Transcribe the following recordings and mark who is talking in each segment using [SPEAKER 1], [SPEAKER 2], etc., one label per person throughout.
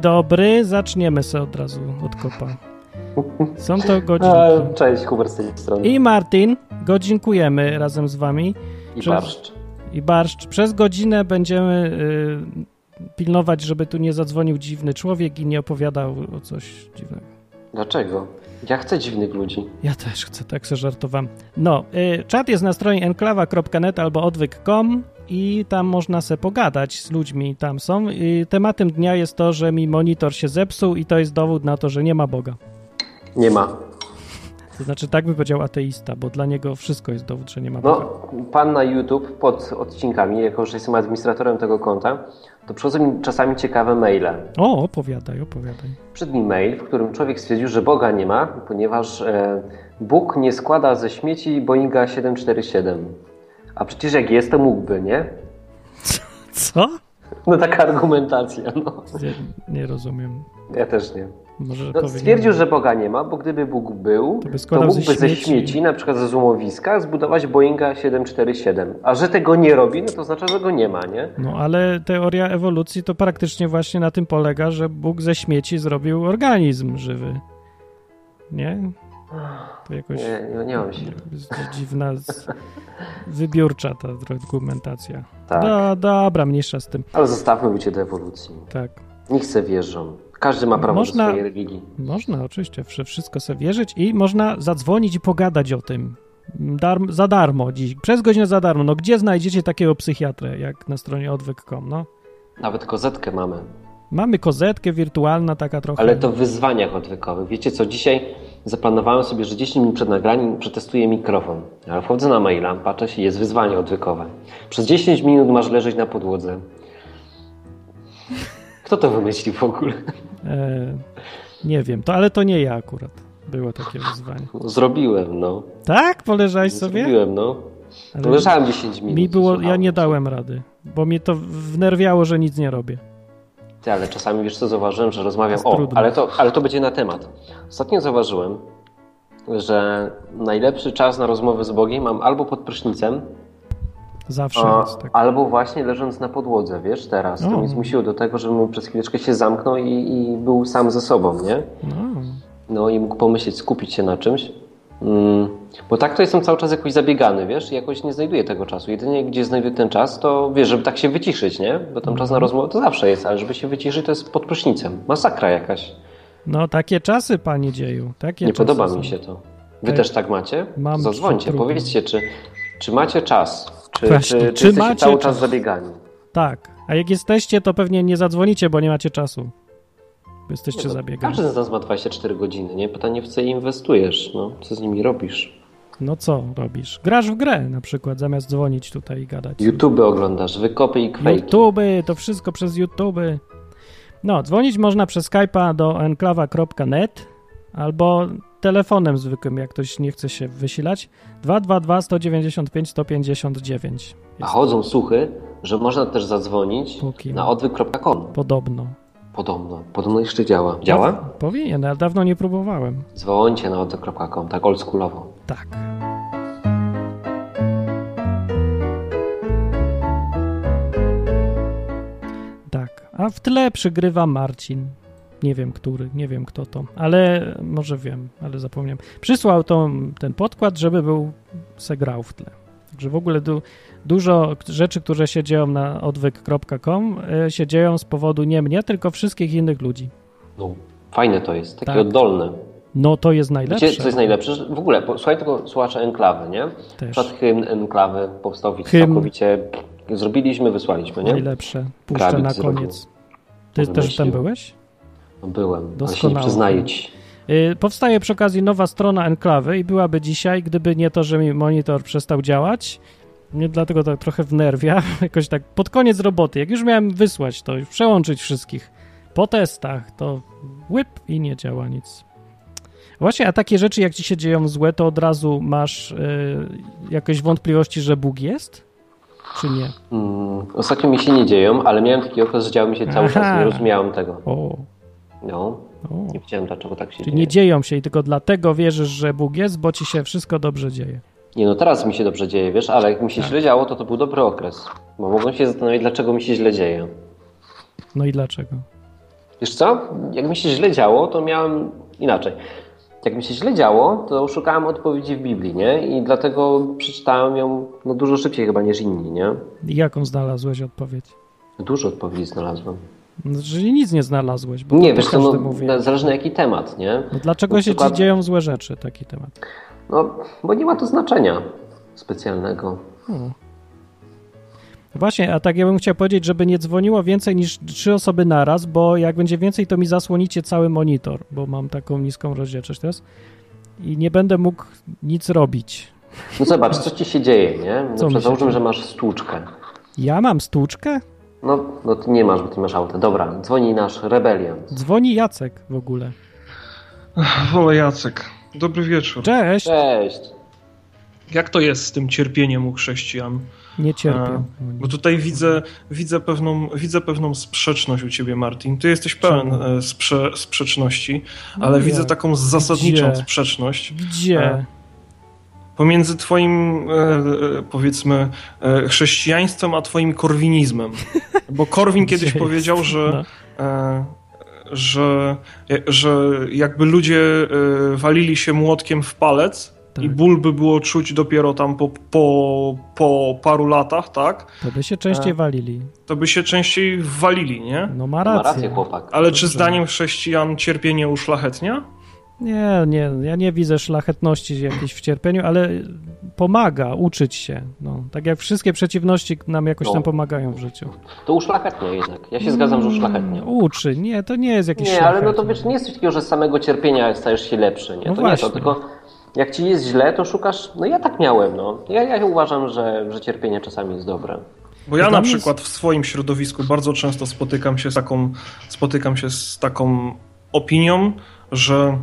[SPEAKER 1] dobry, zaczniemy sobie od razu od kopa. Są to godzinki.
[SPEAKER 2] E, Cześć, Hubert z tej strony.
[SPEAKER 1] I Martin, go dziękujemy razem z wami.
[SPEAKER 2] I
[SPEAKER 1] przez-
[SPEAKER 2] barszcz.
[SPEAKER 1] I Barszcz, przez godzinę będziemy y, pilnować, żeby tu nie zadzwonił dziwny człowiek i nie opowiadał o coś dziwnego.
[SPEAKER 2] Dlaczego? Ja chcę dziwnych ludzi.
[SPEAKER 1] Ja też chcę, tak se żartowałem. No, y, czat jest na stronie enklawa.net albo odwyk.com i tam można se pogadać z ludźmi, tam są. Y, tematem dnia jest to, że mi monitor się zepsuł i to jest dowód na to, że nie ma Boga.
[SPEAKER 2] Nie ma.
[SPEAKER 1] To znaczy, tak by powiedział ateista, bo dla niego wszystko jest dowód, że nie ma Boga.
[SPEAKER 2] No, pan na YouTube pod odcinkami, jako że jestem administratorem tego konta, to przychodzą mi czasami ciekawe maile.
[SPEAKER 1] O, opowiadaj, opowiadaj.
[SPEAKER 2] Przed mi mail, w którym człowiek stwierdził, że Boga nie ma, ponieważ e, Bóg nie składa ze śmieci Boeinga 747. A przecież jak jest, to mógłby, nie?
[SPEAKER 1] Co?
[SPEAKER 2] No taka argumentacja, no.
[SPEAKER 1] Nie, nie rozumiem.
[SPEAKER 2] Ja też nie.
[SPEAKER 1] Może
[SPEAKER 2] No,
[SPEAKER 1] powinien-
[SPEAKER 2] stwierdził, że Boga nie ma, bo gdyby Bóg był,
[SPEAKER 1] To by
[SPEAKER 2] to
[SPEAKER 1] składał
[SPEAKER 2] mógłby
[SPEAKER 1] ze
[SPEAKER 2] ze
[SPEAKER 1] śmieci.
[SPEAKER 2] śmieci, na przykład ze złomowiska, zbudować Boeinga 747. A że tego nie robi, no to oznacza, że go nie ma, nie?
[SPEAKER 1] No ale teoria ewolucji to praktycznie właśnie na tym polega, że Bóg ze śmieci zrobił organizm żywy. Nie? To jakoś
[SPEAKER 2] Nie, nie, nie mam się.
[SPEAKER 1] dzi- dziwna, z- wybiórcza ta argumentacja.
[SPEAKER 2] Tak.
[SPEAKER 1] Do, dobra, mniejsza z tym.
[SPEAKER 2] Ale zostawmy ludzie do ewolucji.
[SPEAKER 1] Tak.
[SPEAKER 2] Niech se wierzą. Każdy ma prawo
[SPEAKER 1] Można-
[SPEAKER 2] do swojej religii.
[SPEAKER 1] Można oczywiście w wszystko sobie wierzyć i można zadzwonić i pogadać o tym. Darm, za darmo dziś. Przez godzinę za darmo. No gdzie znajdziecie takiego psychiatrę jak na stronie odwyk.com, no?
[SPEAKER 2] Nawet kozetkę mamy.
[SPEAKER 1] Mamy kozetkę wirtualna taka trochę.
[SPEAKER 2] Ale to w wyzwaniach odwykowych. Wiecie co, dzisiaj zaplanowałem sobie, że 10 minut przed nagraniem przetestuję mikrofon. Ale wchodzę na maila, patrzę się, jest wyzwanie odwykowe. Przez 10 minut masz leżeć na podłodze. Kto to wymyślił w ogóle?
[SPEAKER 1] E, nie wiem, to, ale to nie ja akurat. Było takie wyzwanie.
[SPEAKER 2] No, Zrobiłem, no.
[SPEAKER 1] Tak? Poleżałeś sobie?
[SPEAKER 2] Zrobiłem, no.
[SPEAKER 1] Ale
[SPEAKER 2] Leżałem 10 minut.
[SPEAKER 1] mi
[SPEAKER 2] i
[SPEAKER 1] było, ja
[SPEAKER 2] słuchałem.
[SPEAKER 1] nie dałem rady, bo mnie to wnerwiało, że nic nie robię.
[SPEAKER 2] Ty, ale czasami wiesz co, zauważyłem, że rozmawiam.
[SPEAKER 1] Jest
[SPEAKER 2] O,
[SPEAKER 1] trudno.
[SPEAKER 2] ale to, ale to będzie na temat. Ostatnio zauważyłem, że najlepszy czas na rozmowę z Bogiem mam albo pod prysznicem,
[SPEAKER 1] Zawsze
[SPEAKER 2] a,
[SPEAKER 1] jest tak. No.
[SPEAKER 2] albo właśnie leżąc na podłodze, wiesz, teraz. To
[SPEAKER 1] O.
[SPEAKER 2] mnie zmusiło do tego, żebym przez chwileczkę się zamknął i, i był sam ze sobą, nie?
[SPEAKER 1] No,
[SPEAKER 2] No i mógł pomyśleć, skupić się na czymś. Mm, bo tak to jestem cały czas jakoś zabiegany, wiesz, i jakoś nie znajduję tego czasu. Jedynie gdzie znajduję ten czas, to wiesz, żeby tak się wyciszyć, nie? Bo tam
[SPEAKER 1] Mhm.
[SPEAKER 2] czas na rozmowę to zawsze jest, ale żeby się wyciszyć, to jest pod prysznicem. Masakra jakaś.
[SPEAKER 1] no takie czasy, panie dzieju. Takie
[SPEAKER 2] Nie
[SPEAKER 1] czasy
[SPEAKER 2] podoba
[SPEAKER 1] są.
[SPEAKER 2] mi się to. Wy
[SPEAKER 1] Tak.
[SPEAKER 2] też tak macie?
[SPEAKER 1] Mam
[SPEAKER 2] Zadzwońcie,
[SPEAKER 1] trudno.
[SPEAKER 2] powiedzcie, czy, czy macie czas? Czy,
[SPEAKER 1] Właśnie,
[SPEAKER 2] czy, czy,
[SPEAKER 1] czy
[SPEAKER 2] jesteście
[SPEAKER 1] macie
[SPEAKER 2] cały czas
[SPEAKER 1] czas?
[SPEAKER 2] zabiegani?
[SPEAKER 1] Tak. A jak jesteście, to pewnie nie zadzwonicie, bo nie macie czasu. Bo Jesteście
[SPEAKER 2] Nie, no,
[SPEAKER 1] zabiegani.
[SPEAKER 2] Każdy z nas ma 24 godziny, nie? Pytanie, w co je inwestujesz, no? Co z nimi robisz?
[SPEAKER 1] No co robisz? Grasz w grę na przykład, zamiast dzwonić tutaj i gadać.
[SPEAKER 2] YouTube oglądasz, wykopy i kwejki.
[SPEAKER 1] YouTube, to wszystko przez YouTube. No, dzwonić można przez Skype'a do enklawa.net albo telefonem zwykłym, jak ktoś nie chce się wysilać. 222 195 159.
[SPEAKER 2] A
[SPEAKER 1] Jest
[SPEAKER 2] chodzą słuchy, że można też zadzwonić
[SPEAKER 1] Póki.
[SPEAKER 2] na odwyk.com.
[SPEAKER 1] Podobno.
[SPEAKER 2] Podobno. Podobno jeszcze działa. Działa?
[SPEAKER 1] Daw- Powinien, ale dawno nie próbowałem.
[SPEAKER 2] Dzwońcie na odwyk.com, tak oldschoolowo.
[SPEAKER 1] Tak. Tak. A w tle przygrywa Marcin. Nie wiem który, nie wiem kto to, ale może wiem, ale zapomniałem. Przysłał to, ten podkład, żeby był se grał w tle. Także w ogóle du, dużo k- rzeczy, które się dzieją na odwyk.com y, się dzieją z powodu nie mnie, tylko wszystkich innych ludzi.
[SPEAKER 2] No. Fajne to jest, takie
[SPEAKER 1] Tak.
[SPEAKER 2] oddolne.
[SPEAKER 1] No to jest najlepsze.
[SPEAKER 2] Wiecie, co jest najlepsze? Że W ogóle, bo słuchaj tego słuchacza enklawy, nie?
[SPEAKER 1] Też.
[SPEAKER 2] Przed hymn enklawy powstał hymn.
[SPEAKER 1] Hymn. No
[SPEAKER 2] całkowicie. Zrobiliśmy, wysłaliśmy, nie?
[SPEAKER 1] Najlepsze. Puszczę
[SPEAKER 2] Grabik
[SPEAKER 1] na
[SPEAKER 2] zrobił.
[SPEAKER 1] koniec. Ty też
[SPEAKER 2] Wymyślił.
[SPEAKER 1] tam byłeś?
[SPEAKER 2] No, byłem, ale się nie
[SPEAKER 1] Doskonałe.
[SPEAKER 2] przyznaję ci.
[SPEAKER 1] Y, Powstaje przy okazji nowa strona enklawy i byłaby dzisiaj, gdyby nie to, że mi monitor przestał działać. Mnie dlatego tak trochę wnerwia, jakoś tak pod koniec roboty, jak już miałem wysłać to, już przełączyć wszystkich po testach, to łyp i nie działa nic. Właśnie, a takie rzeczy jak ci się dzieją złe, to od razu masz y, jakieś wątpliwości, że Bóg jest? Czy nie?
[SPEAKER 2] Mm, ostatnio mi się nie dzieją, ale miałem taki okres, że działo mi się cały
[SPEAKER 1] Aha.
[SPEAKER 2] czas, nie rozumiałem tego.
[SPEAKER 1] O,
[SPEAKER 2] No,
[SPEAKER 1] o.
[SPEAKER 2] nie wiedziałem dlaczego tak się
[SPEAKER 1] Czyli
[SPEAKER 2] dzieje.
[SPEAKER 1] nie dzieją się i tylko dlatego wierzysz, że Bóg jest, bo ci się wszystko dobrze dzieje.
[SPEAKER 2] Nie no, teraz mi się dobrze dzieje, wiesz, ale jak mi
[SPEAKER 1] Tak.
[SPEAKER 2] się źle działo, to to był dobry okres. Bo mogłem się zastanowić, dlaczego mi się źle dzieje.
[SPEAKER 1] No i dlaczego?
[SPEAKER 2] Wiesz co? Jak mi się źle działo, to miałem inaczej. Jak mi się źle działo, to szukałem odpowiedzi w Biblii, nie? I dlatego przeczytałem ją no, dużo szybciej chyba niż inni, nie?
[SPEAKER 1] Jaką znalazłeś odpowiedź?
[SPEAKER 2] Dużo odpowiedzi znalazłem.
[SPEAKER 1] No, Czyli nic nie znalazłeś, bo
[SPEAKER 2] Nie,
[SPEAKER 1] to
[SPEAKER 2] wiesz co,
[SPEAKER 1] każdy
[SPEAKER 2] no,
[SPEAKER 1] mówi.
[SPEAKER 2] na- zależy na jaki temat, nie?
[SPEAKER 1] No, dlaczego
[SPEAKER 2] na
[SPEAKER 1] się
[SPEAKER 2] przykład-
[SPEAKER 1] ci dzieją złe rzeczy, taki temat?
[SPEAKER 2] No, bo nie ma to znaczenia specjalnego.
[SPEAKER 1] Hmm. Właśnie, a tak ja bym chciał powiedzieć, żeby nie dzwoniło więcej niż trzy osoby naraz, bo jak będzie więcej, to mi zasłonicie cały monitor, bo mam taką niską rozdzielczość teraz i nie będę mógł nic robić.
[SPEAKER 2] No zobacz, co ci się dzieje, nie? Na
[SPEAKER 1] mi się
[SPEAKER 2] przykład załóżmy,
[SPEAKER 1] dzieje?
[SPEAKER 2] że masz stłuczkę.
[SPEAKER 1] Ja mam stłuczkę?
[SPEAKER 2] No, no ty nie masz, bo ty masz auto. Dobra, dzwoni nasz rebeliant.
[SPEAKER 1] Dzwoni Jacek w ogóle.
[SPEAKER 3] Wolę Jacek. Dobry wieczór.
[SPEAKER 1] Cześć!
[SPEAKER 2] Cześć.
[SPEAKER 3] Jak to jest z tym cierpieniem u chrześcijan?
[SPEAKER 1] Nie cierpię.
[SPEAKER 3] E, Bo tutaj widzę, widzę, pewną, widzę pewną sprzeczność u ciebie, Martin. Ty jesteś pełen
[SPEAKER 1] Czemu?
[SPEAKER 3] e, sprze, sprzeczności, ale
[SPEAKER 1] Nie.
[SPEAKER 3] widzę taką zasadniczą
[SPEAKER 1] Gdzie?
[SPEAKER 3] sprzeczność
[SPEAKER 1] Gdzie?
[SPEAKER 3] E, pomiędzy twoim, e, e, powiedzmy, e, chrześcijaństwem, a twoim korwinizmem. Bo Korwin kiedyś
[SPEAKER 1] Gdzie
[SPEAKER 3] powiedział,
[SPEAKER 1] jest?
[SPEAKER 3] że
[SPEAKER 1] No.
[SPEAKER 3] e, że, e, że jakby ludzie e, walili się młotkiem w palec
[SPEAKER 1] Tak.
[SPEAKER 3] i ból by było czuć dopiero tam po, po, po paru latach, tak?
[SPEAKER 1] To by się częściej
[SPEAKER 3] e,
[SPEAKER 1] walili.
[SPEAKER 3] To by się częściej walili, nie?
[SPEAKER 1] No ma
[SPEAKER 2] Ma
[SPEAKER 1] rację.
[SPEAKER 2] rację chłopak.
[SPEAKER 3] Ale czy
[SPEAKER 1] Dobrze.
[SPEAKER 3] zdaniem chrześcijan cierpienie uszlachetnia?
[SPEAKER 1] Nie, nie, ja nie widzę szlachetności jakiejś w cierpieniu, ale pomaga uczyć się. No, tak jak wszystkie przeciwności nam jakoś
[SPEAKER 2] No.
[SPEAKER 1] tam pomagają w życiu. Mm,
[SPEAKER 2] To uszlachetnia jednak. Ja się zgadzam, że uszlachetnia.
[SPEAKER 1] Uczy, nie, to nie jest jakiś
[SPEAKER 2] Nie, ale no to wiesz, nie jest coś takiego, że z samego cierpienia stajesz się lepszy, nie?
[SPEAKER 1] No
[SPEAKER 2] to nie
[SPEAKER 1] właśnie.
[SPEAKER 2] to, tylko jak ci jest źle, to szukasz, no ja tak miałem, no. Ja, ja uważam, że, że cierpienie czasami jest dobre.
[SPEAKER 3] Bo ja
[SPEAKER 1] No
[SPEAKER 3] na
[SPEAKER 1] tam jest-
[SPEAKER 3] przykład w swoim środowisku bardzo często spotykam się z taką, spotykam się z taką opinią, że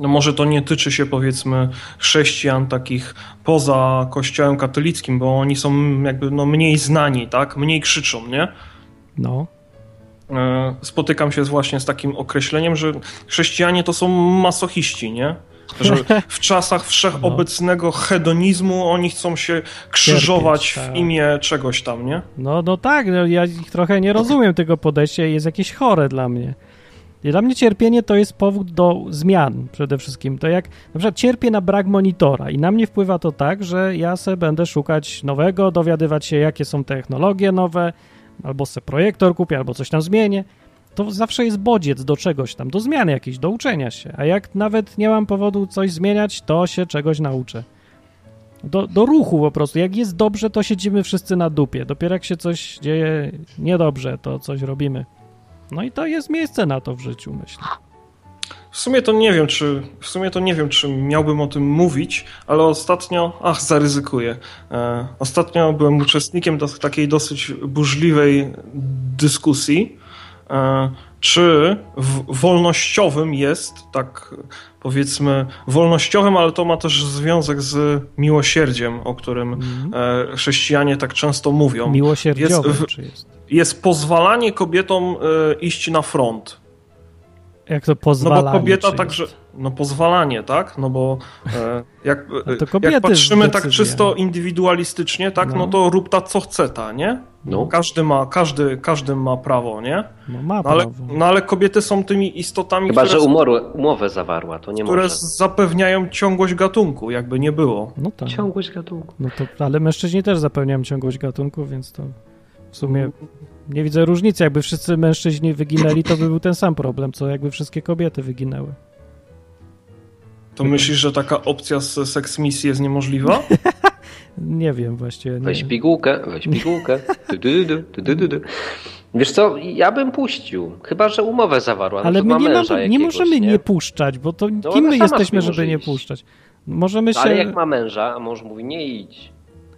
[SPEAKER 3] no może to nie tyczy się powiedzmy chrześcijan takich poza kościołem katolickim, bo oni są jakby no mniej znani, tak? Mniej krzyczą, nie?
[SPEAKER 1] No,
[SPEAKER 3] E, Spotykam się z- właśnie z takim określeniem, że chrześcijanie to są masochiści, nie? Że w czasach wszechobecnego hedonizmu oni chcą się krzyżować
[SPEAKER 1] No. Cierpieć, tak.
[SPEAKER 3] w imię czegoś tam, nie?
[SPEAKER 1] no, no tak, no, ja ich trochę nie rozumiem tego podejścia i jest jakieś chore dla mnie. I Dla mnie cierpienie to jest powód do zmian przede wszystkim. To jak na przykład cierpię na brak monitora i na mnie wpływa to tak, że ja se będę szukać nowego, dowiadywać się jakie są technologie nowe, albo se projektor kupię, albo coś tam zmienię. To zawsze jest bodziec do czegoś tam, do zmiany jakiejś, do uczenia się. A jak nawet nie mam powodu coś zmieniać, to się czegoś nauczę. Do, do ruchu po prostu. Jak jest dobrze, to siedzimy wszyscy na dupie. Dopiero jak się coś dzieje niedobrze, to coś robimy. No i to jest miejsce na to w życiu, myślę.
[SPEAKER 3] W sumie to nie wiem, czy w sumie to nie wiem, czy miałbym o tym mówić, ale ostatnio, ach, zaryzykuję. E, ostatnio byłem uczestnikiem do, takiej dosyć burzliwej dyskusji, e, czy w, wolnościowym jest, tak powiedzmy, wolnościowym, ale to ma też związek z miłosierdziem, o którym e, chrześcijanie tak często mówią.
[SPEAKER 1] Miłosierdziowe
[SPEAKER 3] Jest y, w-
[SPEAKER 1] czy jest.
[SPEAKER 3] Jest pozwalanie kobietom e, iść na front.
[SPEAKER 1] Jak to
[SPEAKER 3] No
[SPEAKER 1] pozwala.
[SPEAKER 3] bo kobieta
[SPEAKER 1] czy
[SPEAKER 3] także.
[SPEAKER 1] Jest.
[SPEAKER 3] No pozwalanie, tak? No bo e, jak,
[SPEAKER 1] No to
[SPEAKER 3] e,
[SPEAKER 1] kobiety
[SPEAKER 3] jak patrzymy tak
[SPEAKER 1] decydują.
[SPEAKER 3] czysto indywidualistycznie, tak,
[SPEAKER 1] No.
[SPEAKER 3] no, to rób ta co chce ta, nie?
[SPEAKER 2] No.
[SPEAKER 3] Każdy ma, każdy, każdy ma prawo, nie?
[SPEAKER 1] No ma
[SPEAKER 3] No ale,
[SPEAKER 1] prawo.
[SPEAKER 3] no ale kobiety są tymi istotami,
[SPEAKER 2] Chyba,
[SPEAKER 3] które,
[SPEAKER 2] że umorę, umowę zawarła, to nie
[SPEAKER 3] które
[SPEAKER 2] może.
[SPEAKER 3] zapewniają ciągłość gatunku, jakby nie było.
[SPEAKER 1] No tak.
[SPEAKER 2] Ciągłość gatunku.
[SPEAKER 1] No to, ale mężczyźni też zapełniają ciągłość gatunku, więc to w sumie
[SPEAKER 3] Mhm.
[SPEAKER 1] nie widzę różnicy. Jakby wszyscy mężczyźni wyginęli, to by był ten sam problem, co jakby wszystkie kobiety wyginęły. Tak.
[SPEAKER 3] To myślisz, że taka opcja z seksmisji jest niemożliwa?
[SPEAKER 1] Nie wiem właściwie. Nie.
[SPEAKER 2] Weź pigułkę, weź pigułkę. Du, du, du, du, du, du, du. Wiesz co, ja bym puścił, chyba, że umowę zawarła. No
[SPEAKER 1] Ale
[SPEAKER 2] to
[SPEAKER 1] my
[SPEAKER 2] ma
[SPEAKER 1] nie,
[SPEAKER 2] męża
[SPEAKER 1] mamy, nie
[SPEAKER 2] jakiegoś,
[SPEAKER 1] możemy nie puszczać, bo to
[SPEAKER 2] No
[SPEAKER 1] kim
[SPEAKER 2] ona
[SPEAKER 1] my
[SPEAKER 2] sama
[SPEAKER 1] jesteśmy,
[SPEAKER 2] sobie
[SPEAKER 1] żeby
[SPEAKER 2] może
[SPEAKER 1] nie
[SPEAKER 2] iść.
[SPEAKER 1] puszczać? Możemy się.
[SPEAKER 2] No, ale jak ma męża, a mąż mówi nie idź.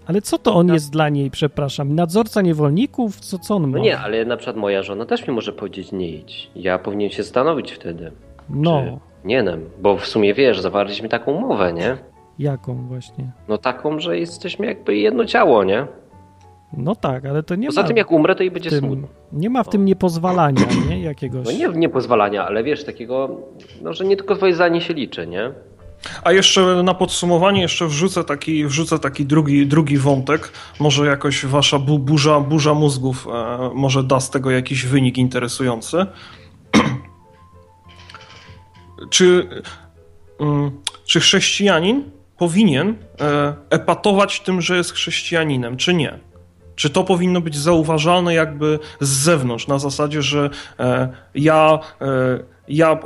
[SPEAKER 1] Ale co to on jest dla niej, przepraszam? Nadzorca niewolników? Co, co on ma?
[SPEAKER 2] No nie, ale na przykład moja żona też mi może powiedzieć nie idź. Ja powinien się stanowić wtedy.
[SPEAKER 1] no
[SPEAKER 2] Nie wiem, bo w sumie wiesz, zawarliśmy taką umowę, nie?
[SPEAKER 1] jaką właśnie?
[SPEAKER 2] No taką, że jesteśmy jakby jedno ciało, nie?
[SPEAKER 1] No tak, ale to nie
[SPEAKER 2] Poza
[SPEAKER 1] ma
[SPEAKER 2] tym jak umrę, to i będzie
[SPEAKER 1] w tym,
[SPEAKER 2] smutno.
[SPEAKER 1] nie ma w tym niepozwalania, nie? Jakiegoś.
[SPEAKER 2] No nie, nie pozwalania, ale wiesz, takiego, no że nie tylko twoje zdanie się liczy, nie?
[SPEAKER 3] A jeszcze na podsumowanie jeszcze wrzucę taki, wrzucę taki drugi, drugi wątek. Może jakoś wasza bu, burza, burza mózgów e, może da z tego jakiś wynik interesujący. czy, mm, czy chrześcijanin powinien e, epatować tym, że jest chrześcijaninem, czy nie? Czy to powinno być zauważalne jakby z zewnątrz, na zasadzie, że e, ja, e, ja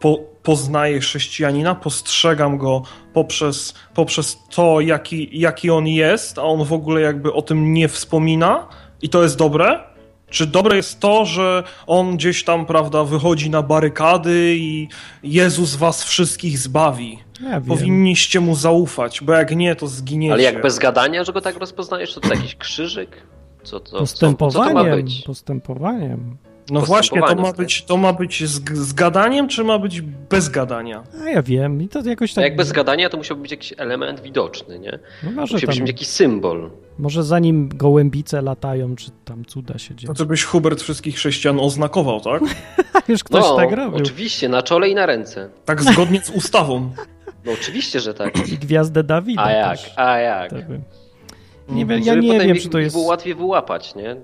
[SPEAKER 3] po, poznaję chrześcijanina, postrzegam go poprzez, poprzez to, jaki, jaki on jest, a on w ogóle jakby o tym nie wspomina i to jest dobre? Czy dobre jest to, że on gdzieś tam, prawda, wychodzi na barykady i Jezus was wszystkich zbawi?
[SPEAKER 1] Ja wiem.
[SPEAKER 3] Powinniście mu zaufać, bo jak nie, to zginiecie.
[SPEAKER 2] Ale jak bez gadania, że go tak rozpoznajesz, to, to jakiś krzyżyk? Co to, no, co, co to ma
[SPEAKER 1] Postępowaniem,
[SPEAKER 2] być?
[SPEAKER 1] postępowaniem.
[SPEAKER 3] No właśnie, to ma
[SPEAKER 2] postępowanie,
[SPEAKER 3] być, to ma być z, z gadaniem, czy ma być bez gadania?
[SPEAKER 1] A ja wiem, i to jakoś
[SPEAKER 2] No
[SPEAKER 1] tak...
[SPEAKER 2] jak bez gadania, to musiałby być jakiś element widoczny, nie?
[SPEAKER 1] no może,
[SPEAKER 2] Musi
[SPEAKER 1] tam,
[SPEAKER 2] być jakiś symbol.
[SPEAKER 1] może zanim gołębice latają, czy tam cuda się dzieją.
[SPEAKER 3] No to byś Hubert wszystkich chrześcijan oznakował, tak?
[SPEAKER 1] Już ktoś
[SPEAKER 2] no,
[SPEAKER 1] tak robił.
[SPEAKER 2] oczywiście, na czole i na ręce.
[SPEAKER 3] Tak zgodnie z ustawą.
[SPEAKER 2] No oczywiście, że tak.
[SPEAKER 1] I gwiazdę Dawida
[SPEAKER 2] A jak,
[SPEAKER 1] też.
[SPEAKER 2] a jak.
[SPEAKER 1] Tak bym- Nie wiem, ja
[SPEAKER 2] Żeby
[SPEAKER 1] nie
[SPEAKER 2] potem
[SPEAKER 1] wiem,
[SPEAKER 2] ich-
[SPEAKER 1] czy to
[SPEAKER 2] ich
[SPEAKER 1] jest...
[SPEAKER 2] było łatwiej wyłapać, nie?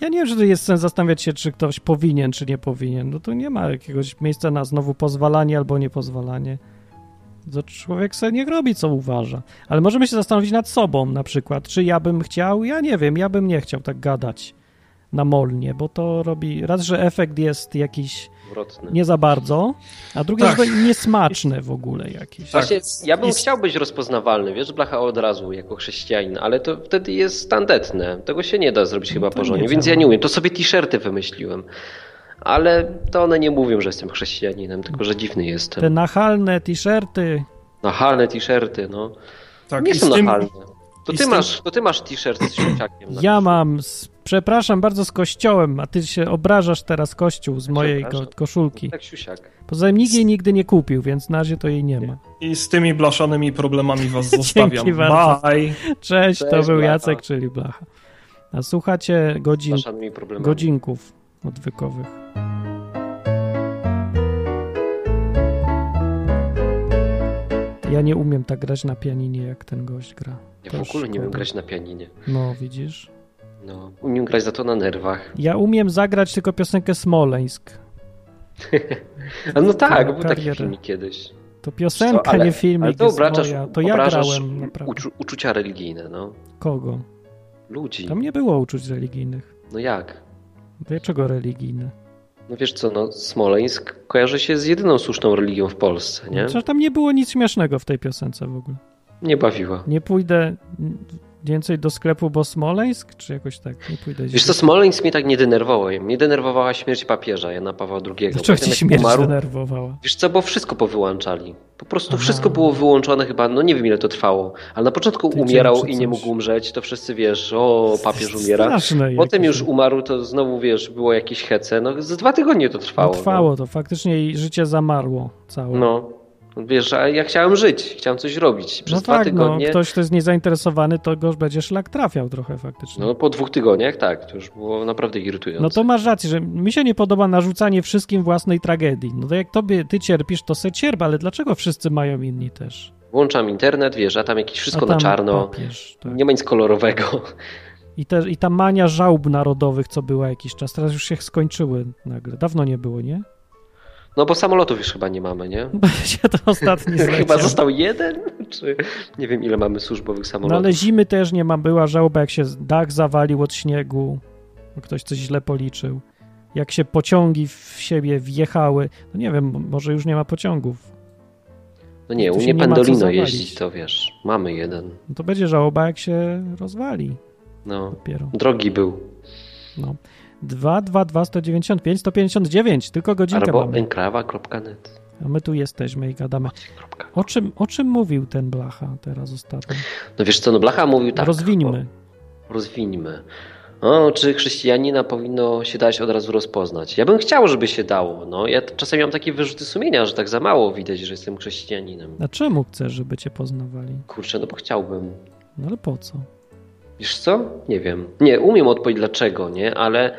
[SPEAKER 1] Ja nie wiem, czy to jest sens zastanawiać się, czy ktoś powinien, czy nie powinien. No tu nie ma jakiegoś miejsca na znowu pozwalanie albo niepozwalanie. To człowiek sobie nie robi, co uważa. Ale możemy się zastanowić nad sobą na przykład. Czy ja bym chciał? Ja nie wiem, ja bym nie chciał tak gadać namolnie, bo to robi raz, że efekt jest jakiś
[SPEAKER 2] Wrotny.
[SPEAKER 1] nie za bardzo, a drugie,
[SPEAKER 3] Tak.
[SPEAKER 1] że to niesmaczny w ogóle jakiś.
[SPEAKER 3] Tak.
[SPEAKER 2] Właśnie, ja bym
[SPEAKER 3] Jest-
[SPEAKER 2] chciał być rozpoznawalny, wiesz, blacha od razu jako chrześcijanin, ale to wtedy jest tandetne. Tego się nie da zrobić
[SPEAKER 3] No
[SPEAKER 2] chyba
[SPEAKER 1] to
[SPEAKER 2] porządnie,
[SPEAKER 1] nie
[SPEAKER 2] więc ja
[SPEAKER 1] działa.
[SPEAKER 2] nie umiem. To sobie t-shirty wymyśliłem. Ale to one nie mówią, że jestem chrześcijaninem, tylko że dziwny jestem.
[SPEAKER 1] Te nachalne t-shirty,
[SPEAKER 2] Nachalne t-shirty, no.
[SPEAKER 3] Tak,
[SPEAKER 2] nie
[SPEAKER 3] i
[SPEAKER 2] są
[SPEAKER 3] z tym,
[SPEAKER 2] nachalne. To
[SPEAKER 3] i z
[SPEAKER 2] ty,
[SPEAKER 3] tym-
[SPEAKER 2] masz, to ty masz t-shirt z śmieciakiem. na
[SPEAKER 1] ja mam, z, przepraszam bardzo, z kościołem, a ty się obrażasz teraz kościół z mojej ko-
[SPEAKER 2] Przepraszam.
[SPEAKER 1] koszulki.
[SPEAKER 2] Tak, siusiak.
[SPEAKER 1] Poza tym nikt jej nigdy nie kupił, więc na razie to jej nie ma.
[SPEAKER 3] I z tymi blaszanymi problemami was zostawiam.
[SPEAKER 1] bardzo.
[SPEAKER 3] Bye.
[SPEAKER 1] Cześć, to
[SPEAKER 2] Cześć,
[SPEAKER 1] był
[SPEAKER 2] Blacha.
[SPEAKER 1] Jacek, czyli Blacha. A słuchacie godzin,
[SPEAKER 2] Naszanymi problemami.
[SPEAKER 1] godzinków odwykowych. Ja nie umiem tak grać na pianinie, jak ten gość gra.
[SPEAKER 2] Ja
[SPEAKER 1] To
[SPEAKER 2] w ogóle nie
[SPEAKER 1] szkoda.
[SPEAKER 2] umiem grać na pianinie.
[SPEAKER 1] No, widzisz?
[SPEAKER 2] No, umiem grać za to na nerwach.
[SPEAKER 1] Ja umiem zagrać tylko piosenkę Smoleńsk.
[SPEAKER 2] A no tak, był taki
[SPEAKER 1] karierę.
[SPEAKER 2] filmik kiedyś.
[SPEAKER 1] To piosenka,
[SPEAKER 2] Co, ale-
[SPEAKER 1] nie filmik.
[SPEAKER 2] Ale to
[SPEAKER 1] jest
[SPEAKER 2] obrażasz,
[SPEAKER 1] moja. To ja
[SPEAKER 2] obrażasz
[SPEAKER 1] grałem naprawdę.
[SPEAKER 2] uczu, uczucia religijne, no.
[SPEAKER 1] Kogo?
[SPEAKER 2] Ludzi.
[SPEAKER 1] Tam nie było uczuć religijnych.
[SPEAKER 2] No jak?
[SPEAKER 1] Dlaczego religijne?
[SPEAKER 2] No wiesz co, no Smoleńsk kojarzy się z jedyną słuszną religią w Polsce, nie?
[SPEAKER 1] Przecież tam nie było nic śmiesznego w tej piosence w ogóle.
[SPEAKER 2] Nie bawiła.
[SPEAKER 1] Nie pójdę mm, więcej do sklepu, bo Smoleńsk? Czy jakoś tak? Nie pójdę
[SPEAKER 2] Wiesz co, Smoleńsk mnie tak nie denerwował. Mnie denerwowała śmierć papieża Jana Pawła II.
[SPEAKER 1] Dlaczego
[SPEAKER 2] Potem
[SPEAKER 1] ci
[SPEAKER 2] jak
[SPEAKER 1] śmierć
[SPEAKER 2] umarł-
[SPEAKER 1] denerwowała?
[SPEAKER 2] Wiesz co, bo wszystko powyłączali. Po prostu
[SPEAKER 1] Aha.
[SPEAKER 2] wszystko było wyłączone chyba, no nie wiem ile to trwało, ale na początku
[SPEAKER 1] Tydzień
[SPEAKER 2] umierał
[SPEAKER 1] czy
[SPEAKER 2] i nie
[SPEAKER 1] coś.
[SPEAKER 2] mógł umrzeć, to wszyscy wiesz, o papież umiera.
[SPEAKER 1] Straszne
[SPEAKER 2] Potem
[SPEAKER 1] jakieś.
[SPEAKER 2] już umarł, to znowu wiesz, było jakieś hece, no z dwa tygodnie to
[SPEAKER 1] No,
[SPEAKER 2] trwało.
[SPEAKER 1] Trwało to, faktycznie jej życie zamarło całe.
[SPEAKER 2] No, no. wiesz, a ja chciałem żyć, chciałem coś robić. Przez
[SPEAKER 1] No
[SPEAKER 2] dwa
[SPEAKER 1] tak, no,
[SPEAKER 2] tygodnie, no,
[SPEAKER 1] ktoś, kto jest niezainteresowany, to go już będzie szlak trafiał trochę faktycznie.
[SPEAKER 2] No, po dwóch tygodniach tak, to już było naprawdę irytujące.
[SPEAKER 1] No to masz rację, że mi się nie podoba narzucanie wszystkim własnej tragedii. No to jak tobie, ty cierpisz, to se cierp, ale dlaczego wszyscy mają inni też?
[SPEAKER 2] Włączam internet, wiesz, a tam jakieś
[SPEAKER 1] A
[SPEAKER 2] wszystko
[SPEAKER 1] tam
[SPEAKER 2] na czarno,
[SPEAKER 1] Papież, tak.
[SPEAKER 2] nie ma nic kolorowego.
[SPEAKER 1] I, te, I ta mania żałb narodowych, co była jakiś czas, teraz już się skończyły nagle. Dawno nie było, nie?
[SPEAKER 2] No bo samolotów już chyba nie mamy, nie?
[SPEAKER 1] Bo się to ostatni
[SPEAKER 2] Chyba
[SPEAKER 1] zleciał.
[SPEAKER 2] został jeden, czy nie wiem ile mamy
[SPEAKER 1] No
[SPEAKER 2] służbowych samolotów.
[SPEAKER 1] ale zimy też nie ma, była żałba, jak się dach zawalił od śniegu, bo ktoś coś źle policzył. Jak się pociągi w siebie wjechały, no nie wiem, może już nie ma pociągów.
[SPEAKER 2] No nie,
[SPEAKER 1] tu
[SPEAKER 2] u
[SPEAKER 1] się
[SPEAKER 2] mnie
[SPEAKER 1] nie ma co
[SPEAKER 2] Pendolino
[SPEAKER 1] zawalić.
[SPEAKER 2] jeździ, to wiesz, mamy jeden.
[SPEAKER 1] No to będzie żałoba, jak się rozwali
[SPEAKER 2] No,
[SPEAKER 1] dopiero.
[SPEAKER 2] drogi był.
[SPEAKER 1] No. 222 195 159, tylko godzinkę
[SPEAKER 2] Albo
[SPEAKER 1] mamy.
[SPEAKER 2] enklawa.net.
[SPEAKER 1] A my tu jesteśmy i gadamy.
[SPEAKER 2] Kropka.
[SPEAKER 1] O czym, o czym mówił ten Blacha teraz ostatnio?
[SPEAKER 2] No wiesz co, no Blacha mówił tak.
[SPEAKER 1] Rozwińmy.
[SPEAKER 2] O, rozwińmy. O, czy chrześcijanina powinno się dać od razu rozpoznać? Ja bym chciał, żeby się dało. No, ja t- czasami mam takie wyrzuty sumienia, że tak za mało widać, że jestem chrześcijaninem.
[SPEAKER 1] A czemu chcesz, żeby cię poznawali?
[SPEAKER 2] Kurczę, no bo chciałbym.
[SPEAKER 1] No ale po co?
[SPEAKER 2] Wiesz co? Nie wiem. Nie, umiem odpowiedzieć dlaczego, nie? Ale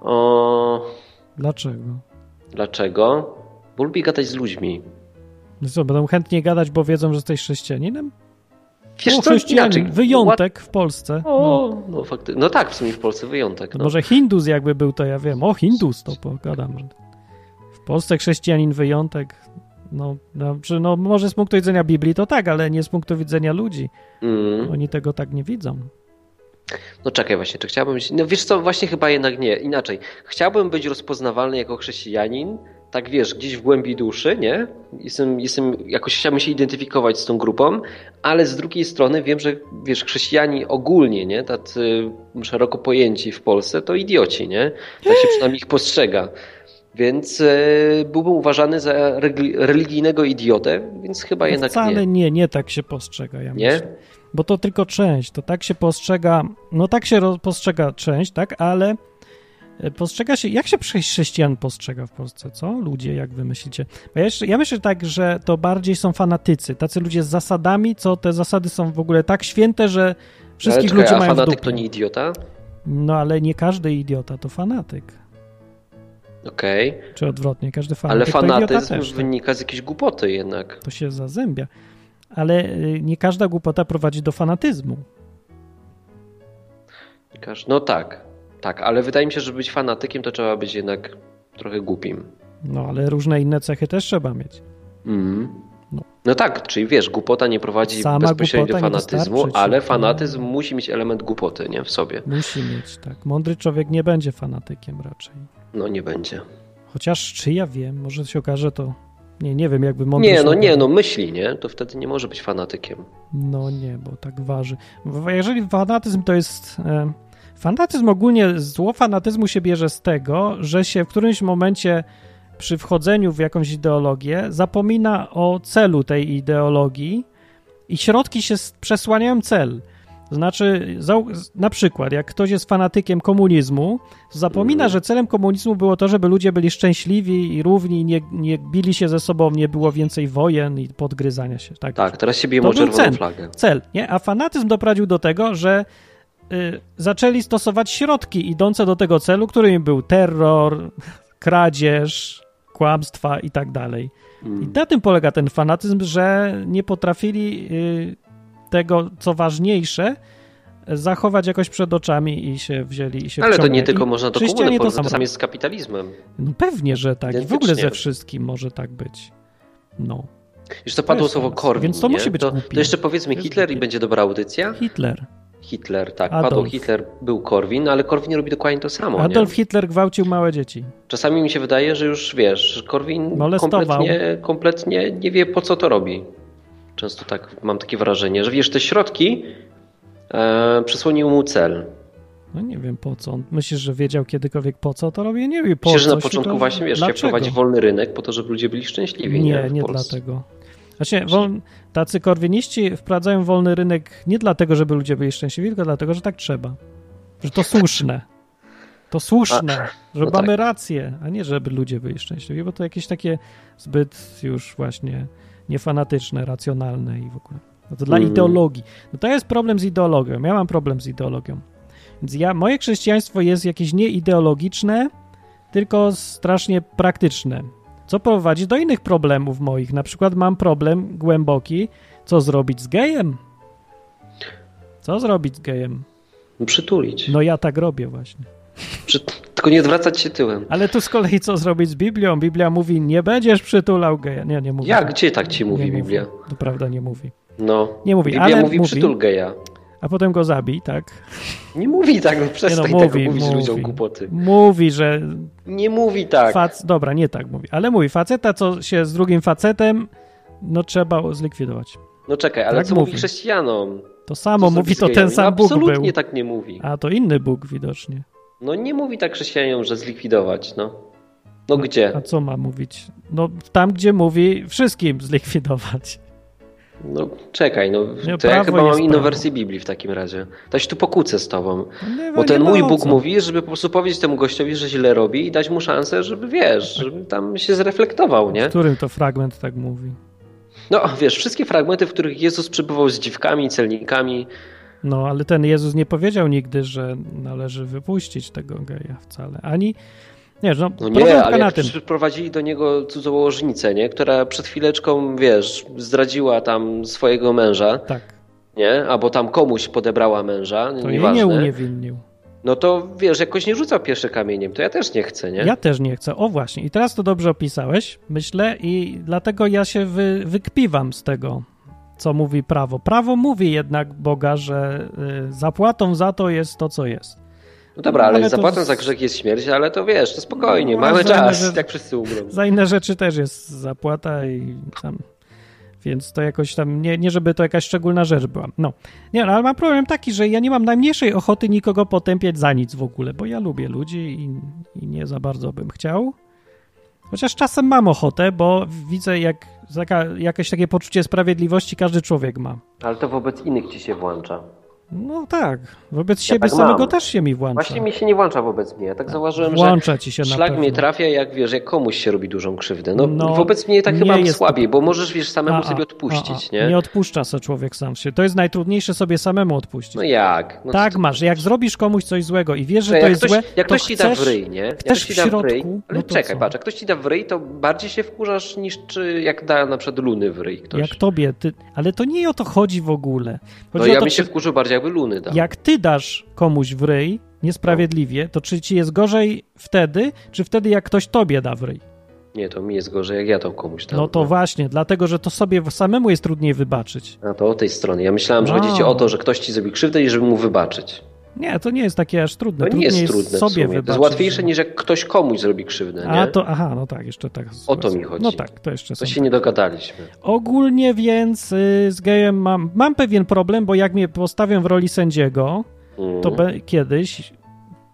[SPEAKER 2] o,
[SPEAKER 1] Dlaczego?
[SPEAKER 2] dlaczego? Bo lubię gadać z ludźmi.
[SPEAKER 1] No Co, będą chętnie gadać, bo wiedzą, że jesteś chrześcijaninem?
[SPEAKER 2] Wiesz
[SPEAKER 1] U,
[SPEAKER 2] co, inaczej.
[SPEAKER 1] Wyjątek w Polsce.
[SPEAKER 2] O, no. fakty... no tak, w sumie w Polsce wyjątek.
[SPEAKER 1] To
[SPEAKER 2] No.
[SPEAKER 1] Może Hindus jakby był, to ja wiem. O, Hindus, to pogadam. W Polsce chrześcijanin wyjątek. No, dobrze, no może z punktu widzenia Biblii to tak, ale nie z punktu widzenia ludzi.
[SPEAKER 2] Mm.
[SPEAKER 1] Oni tego tak nie widzą.
[SPEAKER 2] No czekaj właśnie, czy chciałbym być... No wiesz co, właśnie chyba jednak nie, inaczej. Chciałbym być rozpoznawalny jako chrześcijanin, tak wiesz, gdzieś w głębi duszy, nie? Jestem, jestem, jakoś chciałbym się identyfikować z tą grupą, ale z drugiej strony wiem, że wiesz, chrześcijani ogólnie, nie? Tacy mm, szeroko pojęci w Polsce to idioci, nie? Tak się przynajmniej ich postrzega. Więc e, byłbym uważany za regli- religijnego idiotę, więc chyba
[SPEAKER 1] No
[SPEAKER 2] jednak
[SPEAKER 1] Wcale
[SPEAKER 2] nie.
[SPEAKER 1] nie, nie tak się postrzega, ja
[SPEAKER 2] Nie?
[SPEAKER 1] myślę. Bo to tylko część, to tak się postrzega, no tak się ro- postrzega część, tak, ale e, postrzega się, jak się prze- chrześcijan postrzega w Polsce, co? Ludzie, jak wy myślicie? Bo ja, jeszcze, ja myślę tak, że to bardziej są fanatycy, tacy ludzie z zasadami, co te zasady są w ogóle tak święte, że wszystkich
[SPEAKER 2] ale czekaj,
[SPEAKER 1] ludzi
[SPEAKER 2] a
[SPEAKER 1] mają w
[SPEAKER 2] fanatyk
[SPEAKER 1] dupie.
[SPEAKER 2] to nie idiota?
[SPEAKER 1] No ale nie każdy idiota to fanatyk,
[SPEAKER 2] Okej.
[SPEAKER 1] czy odwrotnie, każdy
[SPEAKER 2] Ale
[SPEAKER 1] fanatyk to idiota
[SPEAKER 2] fanatyzm
[SPEAKER 1] też. tak?
[SPEAKER 2] wynika z jakiejś głupoty jednak.
[SPEAKER 1] To się zazębia. Ale y, nie każda głupota prowadzi do fanatyzmu.
[SPEAKER 2] Każ- No tak, tak, ale wydaje mi się, że być fanatykiem to trzeba być jednak trochę głupim.
[SPEAKER 1] No, ale różne inne cechy też trzeba mieć.
[SPEAKER 2] Mhm.
[SPEAKER 1] No.
[SPEAKER 2] No tak, czyli wiesz, głupota nie prowadzi
[SPEAKER 1] Sama
[SPEAKER 2] bezpośrednio do
[SPEAKER 1] głupota nie
[SPEAKER 2] fanatyzmu,
[SPEAKER 1] wystarczy ci.
[SPEAKER 2] ale fanatyzm musi mieć element głupoty, nie? W sobie.
[SPEAKER 1] Musi mieć, tak. Mądry człowiek nie będzie fanatykiem raczej.
[SPEAKER 2] No nie będzie.
[SPEAKER 1] Chociaż czy ja wiem, może się okaże to. Nie, nie wiem, jakby mądry.
[SPEAKER 2] Nie, no
[SPEAKER 1] człowiek-
[SPEAKER 2] nie, no myśli, nie? To wtedy nie może być fanatykiem.
[SPEAKER 1] No nie, bo tak waży. W- Jeżeli fanatyzm to jest. E, fanatyzm ogólnie, zło fanatyzmu się bierze z tego, że się w którymś momencie przy wchodzeniu w jakąś ideologię zapomina o celu tej ideologii i środki się s- przesłaniają cel. To Znaczy, zał- z- na przykład, jak ktoś jest fanatykiem komunizmu, to zapomina,
[SPEAKER 2] Mhm.
[SPEAKER 1] że celem komunizmu było to, żeby ludzie byli szczęśliwi i równi, nie, nie bili się ze sobą, nie było więcej wojen i podgryzania się. Tak,
[SPEAKER 2] Tak, teraz się bije
[SPEAKER 1] To
[SPEAKER 2] o
[SPEAKER 1] był
[SPEAKER 2] czerwoną
[SPEAKER 1] cel.
[SPEAKER 2] flagę.
[SPEAKER 1] cel, nie? A fanatyzm doprowadził do tego, że y, zaczęli stosować środki idące do tego celu, którymi był terror, kradzież, kłamstwa i tak dalej. I
[SPEAKER 2] Mm.
[SPEAKER 1] na tym polega ten fanatyzm, że nie potrafili y, tego, co ważniejsze, zachować jakoś przed oczami i się wzięli i się
[SPEAKER 2] Ale to
[SPEAKER 1] wciągnęli.
[SPEAKER 2] nie tylko można do komuny
[SPEAKER 1] chrześcijanie to
[SPEAKER 2] porównać,
[SPEAKER 1] samo.
[SPEAKER 2] to sam jest z kapitalizmem.
[SPEAKER 1] No pewnie, że tak. I w ogóle
[SPEAKER 2] Identycznie.
[SPEAKER 1] ze wszystkim może tak być. No.
[SPEAKER 2] Już to padło
[SPEAKER 1] jest
[SPEAKER 2] słowo
[SPEAKER 1] fanatyzm,
[SPEAKER 2] Korwin,
[SPEAKER 1] więc to
[SPEAKER 2] nie?
[SPEAKER 1] musi być
[SPEAKER 2] to,
[SPEAKER 1] głupie.
[SPEAKER 2] to jeszcze powiedzmy
[SPEAKER 1] To jest
[SPEAKER 2] Hitler i
[SPEAKER 1] głupie.
[SPEAKER 2] będzie dobra audycja?
[SPEAKER 1] Hitler.
[SPEAKER 2] Hitler, tak.
[SPEAKER 1] Adolf.
[SPEAKER 2] Padł Hitler, był Korwin, ale Korwin robi dokładnie to samo.
[SPEAKER 1] Adolf
[SPEAKER 2] Nie?
[SPEAKER 1] Hitler gwałcił małe dzieci.
[SPEAKER 2] Czasami mi się wydaje, że już wiesz, że Korwin
[SPEAKER 1] Molestował.
[SPEAKER 2] kompletnie, kompletnie nie wie, po co to robi. Często tak mam takie wrażenie, że wiesz, te środki e, przysłonił mu cel.
[SPEAKER 1] No nie wiem po co. On- Myślisz, że wiedział kiedykolwiek po co to robię? Nie wiem po
[SPEAKER 2] Myślę, że na
[SPEAKER 1] coś,
[SPEAKER 2] początku
[SPEAKER 1] tylko
[SPEAKER 2] właśnie wiesz, się
[SPEAKER 1] dlaczego?
[SPEAKER 2] wprowadzi wolny rynek po to, żeby ludzie byli szczęśliwi. Nie,
[SPEAKER 1] Nie,
[SPEAKER 2] w
[SPEAKER 1] nie
[SPEAKER 2] Polsce.
[SPEAKER 1] dlatego. Znaczy, wol... tacy korwiniści wprowadzają wolny rynek nie dlatego, żeby ludzie byli szczęśliwi, tylko dlatego, że tak trzeba. Że to słuszne. To słuszne, że
[SPEAKER 2] no tak.
[SPEAKER 1] mamy rację, a nie żeby ludzie byli szczęśliwi, bo to jakieś takie zbyt już właśnie niefanatyczne, racjonalne i w ogóle. No to dla
[SPEAKER 2] Mm.
[SPEAKER 1] ideologii. No to jest problem z ideologią. Ja mam problem z ideologią. Więc ja, moje chrześcijaństwo jest jakieś nieideologiczne, tylko strasznie praktyczne, co prowadzi do innych problemów moich. Na przykład mam problem głęboki, co zrobić z gejem? Co zrobić z gejem?
[SPEAKER 2] Przytulić.
[SPEAKER 1] No ja tak robię właśnie.
[SPEAKER 2] Przy... Tylko nie odwracać się tyłem.
[SPEAKER 1] Ale tu z kolei co zrobić z Biblią? Biblia mówi, nie będziesz przytulał geja. Nie, nie mówi.
[SPEAKER 2] Ja, gdzie tak ci
[SPEAKER 1] Nie
[SPEAKER 2] mówi Biblia?
[SPEAKER 1] To prawda, nie mówi.
[SPEAKER 2] No.
[SPEAKER 1] Nie mówi,
[SPEAKER 2] Biblia
[SPEAKER 1] ale
[SPEAKER 2] mówi,
[SPEAKER 1] mówi.
[SPEAKER 2] przytul geja.
[SPEAKER 1] A potem go zabij, tak?
[SPEAKER 2] Nie mówi tak, no
[SPEAKER 1] Nie no,
[SPEAKER 2] przestań
[SPEAKER 1] mówi,
[SPEAKER 2] tego mówić
[SPEAKER 1] mówi.
[SPEAKER 2] ludziom głupoty.
[SPEAKER 1] Mówi, że
[SPEAKER 2] Nie mówi tak.
[SPEAKER 1] Fac... Dobra, nie tak mówi. Ale mówi, faceta, co się z drugim facetem, no trzeba zlikwidować.
[SPEAKER 2] No czekaj, ale
[SPEAKER 1] Tak
[SPEAKER 2] co mówi,
[SPEAKER 1] mówi.
[SPEAKER 2] chrześcijanom?
[SPEAKER 1] To samo
[SPEAKER 2] Co
[SPEAKER 1] mówi
[SPEAKER 2] zrobić z
[SPEAKER 1] to ten
[SPEAKER 2] gejami?
[SPEAKER 1] sam
[SPEAKER 2] no,
[SPEAKER 1] Bóg
[SPEAKER 2] Absolutnie
[SPEAKER 1] był.
[SPEAKER 2] tak nie mówi.
[SPEAKER 1] A to inny Bóg widocznie.
[SPEAKER 2] No nie mówi tak chrześcijanom, że zlikwidować, no. No gdzie?
[SPEAKER 1] A co ma mówić? No tam, gdzie mówi wszystkim zlikwidować.
[SPEAKER 2] No czekaj, no
[SPEAKER 1] Nie,
[SPEAKER 2] to ja
[SPEAKER 1] prawo
[SPEAKER 2] chyba
[SPEAKER 1] jest
[SPEAKER 2] mam inną
[SPEAKER 1] prawo.
[SPEAKER 2] wersję Biblii w takim razie. To się tu pokłócę z tobą.
[SPEAKER 1] No nie-
[SPEAKER 2] Bo
[SPEAKER 1] nie
[SPEAKER 2] ten
[SPEAKER 1] ma
[SPEAKER 2] mój
[SPEAKER 1] o
[SPEAKER 2] Bóg
[SPEAKER 1] co.
[SPEAKER 2] mówi, żeby po prostu powiedzieć temu gościowi, że źle robi i dać mu szansę, żeby wiesz, żeby tam się zreflektował, nie?
[SPEAKER 1] W którym to fragment tak mówi?
[SPEAKER 2] No wiesz, wszystkie fragmenty, w których Jezus przybywał z dziwkami, celnikami,
[SPEAKER 1] No, ale ten Jezus nie powiedział nigdy, że należy wypuścić tego geja wcale. Ani Nie, no,
[SPEAKER 2] No
[SPEAKER 1] problem
[SPEAKER 2] nie,
[SPEAKER 1] polega
[SPEAKER 2] ale
[SPEAKER 1] na
[SPEAKER 2] jak
[SPEAKER 1] tym.
[SPEAKER 2] przyprowadzili do niego cudzołożnicę, nie? która przed chwileczką, wiesz, zdradziła tam swojego męża,
[SPEAKER 1] Tak,
[SPEAKER 2] nie? Albo tam komuś podebrała męża,
[SPEAKER 1] to jej nie
[SPEAKER 2] No nieważne.
[SPEAKER 1] uniewinnił.
[SPEAKER 2] No to wiesz, jakoś nie rzucał pierwszy kamieniem, to ja też nie chcę, nie?
[SPEAKER 1] Ja też nie chcę. O właśnie, i teraz to dobrze opisałeś, myślę, i dlatego ja się wy, wykpiwam z tego, co mówi prawo. Prawo mówi jednak Boga, że y, zapłatą za to jest to, co jest.
[SPEAKER 2] No dobra,
[SPEAKER 1] No,
[SPEAKER 2] ale,
[SPEAKER 1] ale to
[SPEAKER 2] zapłatą
[SPEAKER 1] z-
[SPEAKER 2] za grzech jest śmierć, ale to wiesz, to spokojnie,
[SPEAKER 1] No,
[SPEAKER 2] mamy
[SPEAKER 1] ale
[SPEAKER 2] czas,
[SPEAKER 1] że-
[SPEAKER 2] jak wszyscy umrą.
[SPEAKER 1] Za inne rzeczy też jest zapłata i tam. Więc to jakoś tam, nie, nie żeby to jakaś szczególna rzecz była. No, nie, no, ale mam problem taki, że ja nie mam najmniejszej ochoty nikogo potępiać za nic w ogóle, bo ja lubię ludzi i, i nie za bardzo bym chciał. Chociaż czasem mam ochotę, bo widzę, jak taka, jakieś takie poczucie sprawiedliwości każdy człowiek ma.
[SPEAKER 2] Ale to wobec innych ci się włącza.
[SPEAKER 1] No tak, wobec siebie
[SPEAKER 2] tak mam.
[SPEAKER 1] samego też się mi włącza.
[SPEAKER 2] Właśnie mi się nie włącza wobec mnie. Ja tak zauważyłem, że
[SPEAKER 1] włącza ci się na
[SPEAKER 2] szlak
[SPEAKER 1] pewno.
[SPEAKER 2] mnie trafia, jak wiesz, jak komuś się robi dużą krzywdę. No,
[SPEAKER 1] No,
[SPEAKER 2] wobec mnie tak
[SPEAKER 1] nie
[SPEAKER 2] chyba
[SPEAKER 1] jest to-
[SPEAKER 2] słabiej, bo możesz, wiesz, samemu
[SPEAKER 1] A, a,
[SPEAKER 2] sobie odpuścić,
[SPEAKER 1] a, a.
[SPEAKER 2] nie?
[SPEAKER 1] Nie odpuszcza sobie człowiek sam się. To jest najtrudniejsze sobie samemu odpuścić.
[SPEAKER 2] No jak? No
[SPEAKER 1] tak
[SPEAKER 2] to-
[SPEAKER 1] masz, jak zrobisz komuś coś złego i wiesz, że
[SPEAKER 2] jak
[SPEAKER 1] to jest
[SPEAKER 2] ktoś,
[SPEAKER 1] złe,
[SPEAKER 2] jak
[SPEAKER 1] to
[SPEAKER 2] ktoś ci da
[SPEAKER 1] chcesz-
[SPEAKER 2] w ryj, nie? Jak
[SPEAKER 1] chcesz
[SPEAKER 2] ktoś ci
[SPEAKER 1] w
[SPEAKER 2] da w
[SPEAKER 1] środku,
[SPEAKER 2] ryj,
[SPEAKER 1] no
[SPEAKER 2] ale
[SPEAKER 1] to
[SPEAKER 2] czekaj,
[SPEAKER 1] co?
[SPEAKER 2] patrz, jak ktoś ci da w ryj, to bardziej się wkurzasz niż czy jak da na przykład luny w ryj ktoś.
[SPEAKER 1] Jak tobie, ty, ale to nie o to chodzi w ogóle.
[SPEAKER 2] no
[SPEAKER 1] Chodzi
[SPEAKER 2] ja
[SPEAKER 1] o to,
[SPEAKER 2] bym się
[SPEAKER 1] czy,
[SPEAKER 2] wkurzył bardziej, jakby luny dał.
[SPEAKER 1] jak ty dasz komuś w ryj niesprawiedliwie, to czy ci jest gorzej wtedy, czy wtedy jak ktoś tobie da w ryj?
[SPEAKER 2] Nie, to mi jest gorzej, jak ja to komuś dam.
[SPEAKER 1] No to właśnie, dlatego, że to sobie samemu jest trudniej wybaczyć.
[SPEAKER 2] A to o tej stronie. Ja myślałem, że chodzi ci
[SPEAKER 1] Wow.
[SPEAKER 2] o to, że ktoś ci zrobi krzywdę i żeby mu wybaczyć.
[SPEAKER 1] Nie, No to nie jest takie aż trudne.
[SPEAKER 2] To nie
[SPEAKER 1] Trudniej
[SPEAKER 2] jest trudne
[SPEAKER 1] sobie
[SPEAKER 2] w sumie. To
[SPEAKER 1] wybaczyć.
[SPEAKER 2] jest łatwiejsze niż jak ktoś komuś zrobi krzywdę, nie?
[SPEAKER 1] A to, aha, no tak, jeszcze tak.
[SPEAKER 2] O to mi chodzi.
[SPEAKER 1] No tak, to jeszcze są.
[SPEAKER 2] To się nie dogadaliśmy.
[SPEAKER 1] Ogólnie więc y, z gejem mam, mam pewien problem, bo jak mnie postawią w roli sędziego,
[SPEAKER 2] Mm.
[SPEAKER 1] to be, kiedyś,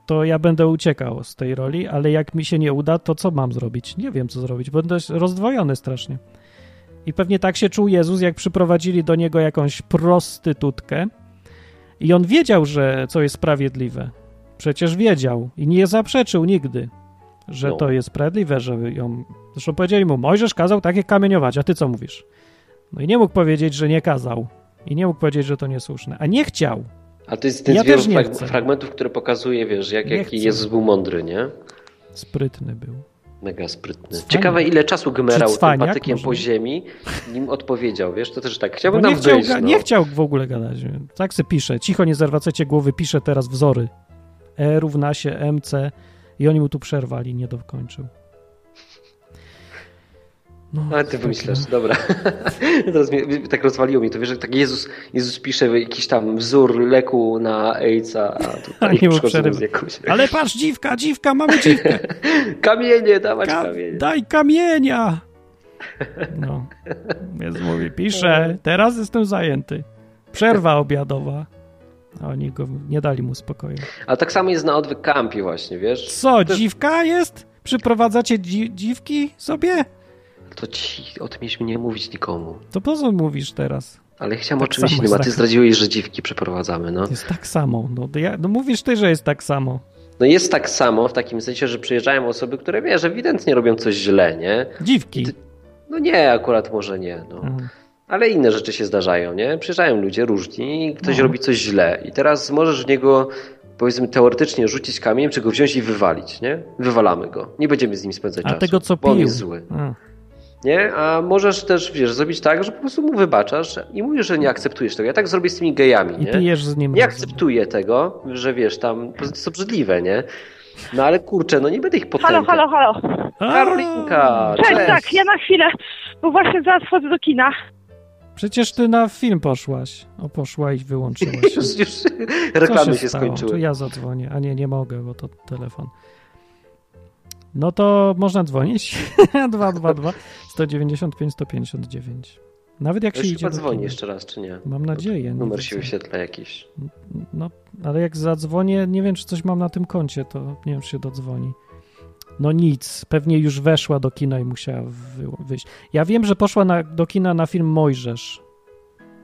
[SPEAKER 1] to ja będę uciekał z tej roli, ale jak mi się nie uda, to co mam zrobić? Nie wiem, co zrobić. Będę rozdwojony strasznie. I pewnie tak się czuł Jezus, jak przyprowadzili do niego jakąś prostytutkę i on wiedział, że co jest sprawiedliwe. Przecież wiedział i nie zaprzeczył nigdy, że
[SPEAKER 2] No.
[SPEAKER 1] to jest sprawiedliwe, że ją... Zresztą powiedzieli mu, Mojżesz kazał takie kamieniować, a ty co mówisz? No i nie mógł powiedzieć, że nie kazał. I nie mógł powiedzieć, że to niesłuszne. A nie chciał.
[SPEAKER 2] A to jest ten
[SPEAKER 1] Ja
[SPEAKER 2] z wielu
[SPEAKER 1] też nie
[SPEAKER 2] frag-
[SPEAKER 1] chcę.
[SPEAKER 2] fragmentów, które pokazuje, wiesz, jak,
[SPEAKER 1] Nie
[SPEAKER 2] jaki
[SPEAKER 1] chcę.
[SPEAKER 2] Jezus był mądry, nie?
[SPEAKER 1] Sprytny był.
[SPEAKER 2] Mega sprytny.
[SPEAKER 1] Cwaniak.
[SPEAKER 2] Ciekawe, ile czasu
[SPEAKER 1] Czy
[SPEAKER 2] gmerał tym
[SPEAKER 1] cwaniak
[SPEAKER 2] patykiem
[SPEAKER 1] może?
[SPEAKER 2] po ziemi, nim odpowiedział, wiesz, to też tak, chciałbym
[SPEAKER 1] Bo nie,
[SPEAKER 2] tam
[SPEAKER 1] chciał,
[SPEAKER 2] wyjść,
[SPEAKER 1] ga-
[SPEAKER 2] no.
[SPEAKER 1] nie chciał w ogóle gadać. Tak se pisze. Cicho, nie zerwacecie głowy, pisze teraz wzory. E równa się MC i oni mu tu przerwali, nie dokończył. No,
[SPEAKER 2] Ale ty
[SPEAKER 1] takie-
[SPEAKER 2] wymyślasz, dobra. Teraz mnie, tak rozwaliło mnie to, wiesz, że tak Jezus, Jezus pisze jakiś tam wzór leku na AIDSa, a tutaj
[SPEAKER 1] Nie mu
[SPEAKER 2] przychodzą z
[SPEAKER 1] przerywa.
[SPEAKER 2] jakąś...
[SPEAKER 1] Ale patrz, dziwka, dziwka, mamy dziwkę.
[SPEAKER 2] Kamienie, dawać
[SPEAKER 1] Ka-
[SPEAKER 2] kamienie.
[SPEAKER 1] daj kamienia! No. Więc mówi, pisze, teraz jestem zajęty. Przerwa obiadowa. A oni go nie dali mu spokoju.
[SPEAKER 2] A tak samo jest na odwyk kampi właśnie, wiesz?
[SPEAKER 1] Co,
[SPEAKER 2] To-
[SPEAKER 1] dziwka jest? Przyprowadzacie dzi- dziwki sobie?
[SPEAKER 2] To ci, o tym mieliśmy nie mówić nikomu.
[SPEAKER 1] To po co mówisz teraz?
[SPEAKER 2] Ale chciałem
[SPEAKER 1] Tak
[SPEAKER 2] o czymś
[SPEAKER 1] samo
[SPEAKER 2] innym, a
[SPEAKER 1] jest
[SPEAKER 2] ty
[SPEAKER 1] tak.
[SPEAKER 2] zdradziłeś, że dziwki przeprowadzamy, no.
[SPEAKER 1] Jest tak samo. No, to ja, no mówisz ty, że jest tak samo.
[SPEAKER 2] No jest tak samo w takim sensie, że przyjeżdżają osoby, które wiesz, ewidentnie robią coś źle, nie?
[SPEAKER 1] Dziwki.
[SPEAKER 2] Ty- No nie, akurat może nie, no.
[SPEAKER 1] Mhm.
[SPEAKER 2] Ale inne rzeczy się zdarzają, nie? Przyjeżdżają ludzie różni i ktoś
[SPEAKER 1] No.
[SPEAKER 2] robi coś źle i teraz możesz w niego powiedzmy teoretycznie rzucić kamieniem, czy go wziąć i wywalić, nie? Wywalamy go. Nie będziemy z nim spędzać
[SPEAKER 1] A
[SPEAKER 2] czasu.
[SPEAKER 1] tego, co
[SPEAKER 2] bo on
[SPEAKER 1] pił.
[SPEAKER 2] jest zły.
[SPEAKER 1] A,
[SPEAKER 2] Nie? A możesz też, wiesz, zrobić tak, że po prostu mu wybaczasz i mówisz, że nie akceptujesz tego. Ja tak zrobię z tymi gejami,
[SPEAKER 1] I
[SPEAKER 2] nie?
[SPEAKER 1] ty jesz z nim.
[SPEAKER 2] Nie
[SPEAKER 1] razem.
[SPEAKER 2] akceptuję tego, że wiesz, tam to jest obrzydliwe, nie? No ale kurczę, no nie będę ich
[SPEAKER 4] Halo,
[SPEAKER 2] potępiał.
[SPEAKER 4] halo, halo.
[SPEAKER 1] A,
[SPEAKER 2] Karolinka,
[SPEAKER 4] Cześć,
[SPEAKER 2] cześć.
[SPEAKER 4] tak, ja na chwilę, bo właśnie zaraz wchodzę do kina.
[SPEAKER 1] Przecież ty na film poszłaś. O, poszła i wyłączyłaś. się.
[SPEAKER 2] Już, już
[SPEAKER 1] Co
[SPEAKER 2] reklamy się,
[SPEAKER 1] stało? Czy
[SPEAKER 2] skończyły.
[SPEAKER 1] ja zadzwonię? A nie, nie mogę, bo to telefon. No to można dzwonić. 222 195 159. Nawet jak
[SPEAKER 2] Ja
[SPEAKER 1] się
[SPEAKER 2] już
[SPEAKER 1] idzie
[SPEAKER 2] chyba
[SPEAKER 1] do
[SPEAKER 2] dzwoni
[SPEAKER 1] kina.
[SPEAKER 2] jeszcze raz, czy nie?
[SPEAKER 1] Mam nadzieję. nie
[SPEAKER 2] Numer się
[SPEAKER 1] widzę.
[SPEAKER 2] wyświetla jakiś.
[SPEAKER 1] No, ale jak zadzwonię, nie wiem, czy coś mam na tym koncie, to nie wiem, czy się dodzwoni. No nic, pewnie już weszła do kina i musiała wy, wyjść. Ja wiem, że poszła na, do kina na film Mojżesz.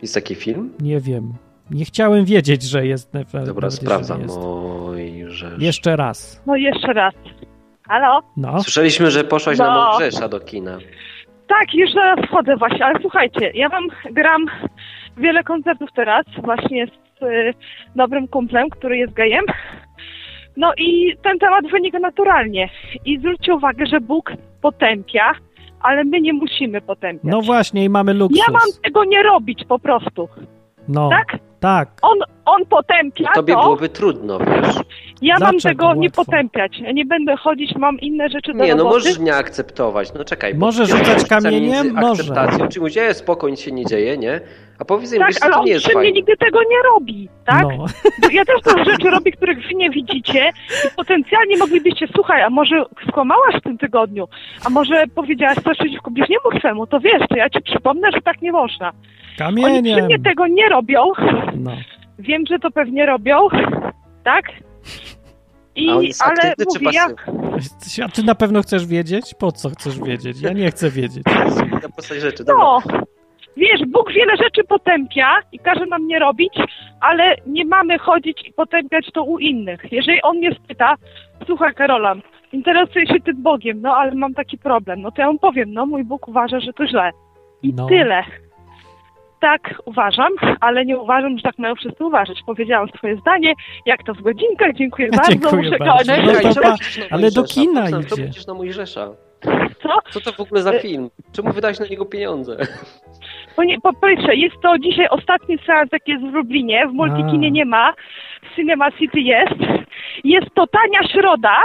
[SPEAKER 2] Jest taki film?
[SPEAKER 1] Nie wiem. Nie chciałem wiedzieć, że jest. na-
[SPEAKER 2] Dobra,
[SPEAKER 1] nawet jeżeli
[SPEAKER 2] sprawdzam.
[SPEAKER 1] Jest.
[SPEAKER 2] Mojżesz.
[SPEAKER 1] Jeszcze raz.
[SPEAKER 4] No jeszcze raz. Halo?
[SPEAKER 1] No,
[SPEAKER 2] Słyszeliśmy, że poszłaś na
[SPEAKER 4] No.
[SPEAKER 2] Mojżesza do kina.
[SPEAKER 4] Tak, już zaraz wchodzę właśnie, ale słuchajcie, ja wam gram wiele koncertów teraz właśnie z y, dobrym kumplem, który jest gejem. No i ten temat wynika naturalnie. I zwróćcie uwagę, że Bóg potępia, ale my nie musimy potępiać.
[SPEAKER 1] No właśnie, i mamy luksus.
[SPEAKER 4] ja mam tego nie robić po prostu,
[SPEAKER 1] No,
[SPEAKER 4] tak?
[SPEAKER 1] tak.
[SPEAKER 4] On, on potępia
[SPEAKER 2] Tobie
[SPEAKER 4] to,
[SPEAKER 2] byłoby trudno, wiesz?
[SPEAKER 4] ja mam
[SPEAKER 1] Dlaczego?
[SPEAKER 4] tego nie
[SPEAKER 1] Łatwo.
[SPEAKER 4] potępiać. Ja nie będę chodzić, mam inne rzeczy do
[SPEAKER 2] Nie, no
[SPEAKER 4] roboty.
[SPEAKER 2] możesz nie akceptować. No czekaj. bo
[SPEAKER 1] Może
[SPEAKER 2] ty
[SPEAKER 1] rzucać
[SPEAKER 2] jesteś
[SPEAKER 1] kamieniem?
[SPEAKER 2] między
[SPEAKER 1] Może.
[SPEAKER 2] akceptacją, Czy mówisz, e, spoko, nic się nie dzieje, nie? A powiedz im,
[SPEAKER 4] Tak,
[SPEAKER 2] wiesz, co
[SPEAKER 4] ale
[SPEAKER 2] to
[SPEAKER 4] on
[SPEAKER 2] nie jest
[SPEAKER 4] przy mnie
[SPEAKER 2] fajne.
[SPEAKER 4] nigdy tego nie robi, tak?
[SPEAKER 1] No.
[SPEAKER 4] Ja też są rzeczy robię, których wy nie widzicie i potencjalnie moglibyście, słuchaj, a może skłamałaś w tym tygodniu, a może powiedziałaś coś przeciwko bliźniemu swemu, to wiesz, to ja ci przypomnę, że tak nie można. Oni przy
[SPEAKER 1] Kamieniem.
[SPEAKER 4] mnie tego nie robią,
[SPEAKER 1] No.
[SPEAKER 4] wiem, że to pewnie robią, tak? I,
[SPEAKER 2] A on jest
[SPEAKER 4] ale
[SPEAKER 2] aktywny czy
[SPEAKER 4] mówię, ja,
[SPEAKER 2] pasywny?
[SPEAKER 1] A ty na pewno chcesz wiedzieć? Po co chcesz wiedzieć? Ja nie chcę wiedzieć.
[SPEAKER 2] Na postać rzeczy, dobra.
[SPEAKER 4] no, wiesz, Bóg wiele rzeczy potępia i każe nam nie robić, ale nie mamy chodzić i potępiać to u innych. Jeżeli on mnie spyta, słuchaj Karola, interesuję się tym Bogiem, no ale mam taki problem, no to ja mu powiem, no mój Bóg uważa, że to źle. I
[SPEAKER 1] No.
[SPEAKER 4] tyle. Tak uważam, ale nie uważam, że tak mają wszyscy uważać. Powiedziałam swoje zdanie, jak to w godzinkach, dziękuję bardzo,
[SPEAKER 1] Dziękuję
[SPEAKER 4] muszę
[SPEAKER 1] bardzo.
[SPEAKER 4] kończyć.
[SPEAKER 1] No to
[SPEAKER 2] Czekaj, czemu
[SPEAKER 1] pa-
[SPEAKER 2] idziesz na
[SPEAKER 1] ale do
[SPEAKER 2] Mojżesza?
[SPEAKER 1] kina
[SPEAKER 2] Powiedz nam,
[SPEAKER 1] idzie.
[SPEAKER 2] Czemu idziesz na Mojżesza?
[SPEAKER 4] Co?
[SPEAKER 2] Co to w ogóle za
[SPEAKER 4] E-
[SPEAKER 2] film? Czemu wydałeś na niego pieniądze?
[SPEAKER 4] Po, No nie, po pierwsze, jest to dzisiaj ostatni seans, jaki jest w Lublinie. W Multikinie
[SPEAKER 1] A.
[SPEAKER 4] nie ma, w Cinema City jest. Jest to tania środa,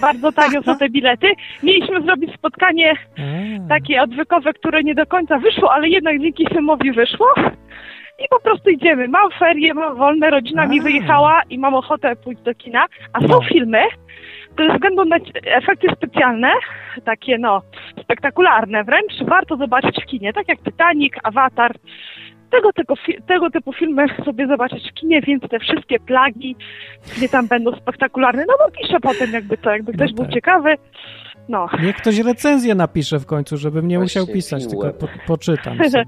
[SPEAKER 4] bardzo tanio są te bilety. Mieliśmy zrobić spotkanie
[SPEAKER 1] A.
[SPEAKER 4] takie odwykowe, które nie do końca wyszło, ale jednak dzięki filmowi wyszło. I po prostu idziemy. Mam ferie, mam wolne, rodzina mi
[SPEAKER 1] A.
[SPEAKER 4] wyjechała i mam ochotę pójść do kina. A są
[SPEAKER 1] Hmm. No.
[SPEAKER 4] filmy, które ze względu na ci- efekty specjalne, takie no, spektakularne wręcz, warto zobaczyć w kinie. Tak jak Titanic, Avatar. Tego, tego, fi- tego typu filmy sobie zobaczyć w kinie, więc te wszystkie plagi, gdzie tam będą spektakularne, no bo piszę potem jakby to, jakby
[SPEAKER 1] No
[SPEAKER 4] ktoś był
[SPEAKER 1] tak.
[SPEAKER 4] ciekawy. No.
[SPEAKER 1] Niech ktoś recenzję napisze w końcu, żebym nie
[SPEAKER 2] Właśnie,
[SPEAKER 1] musiał pisać, tylko
[SPEAKER 2] piłem.
[SPEAKER 1] po, poczytam sobie.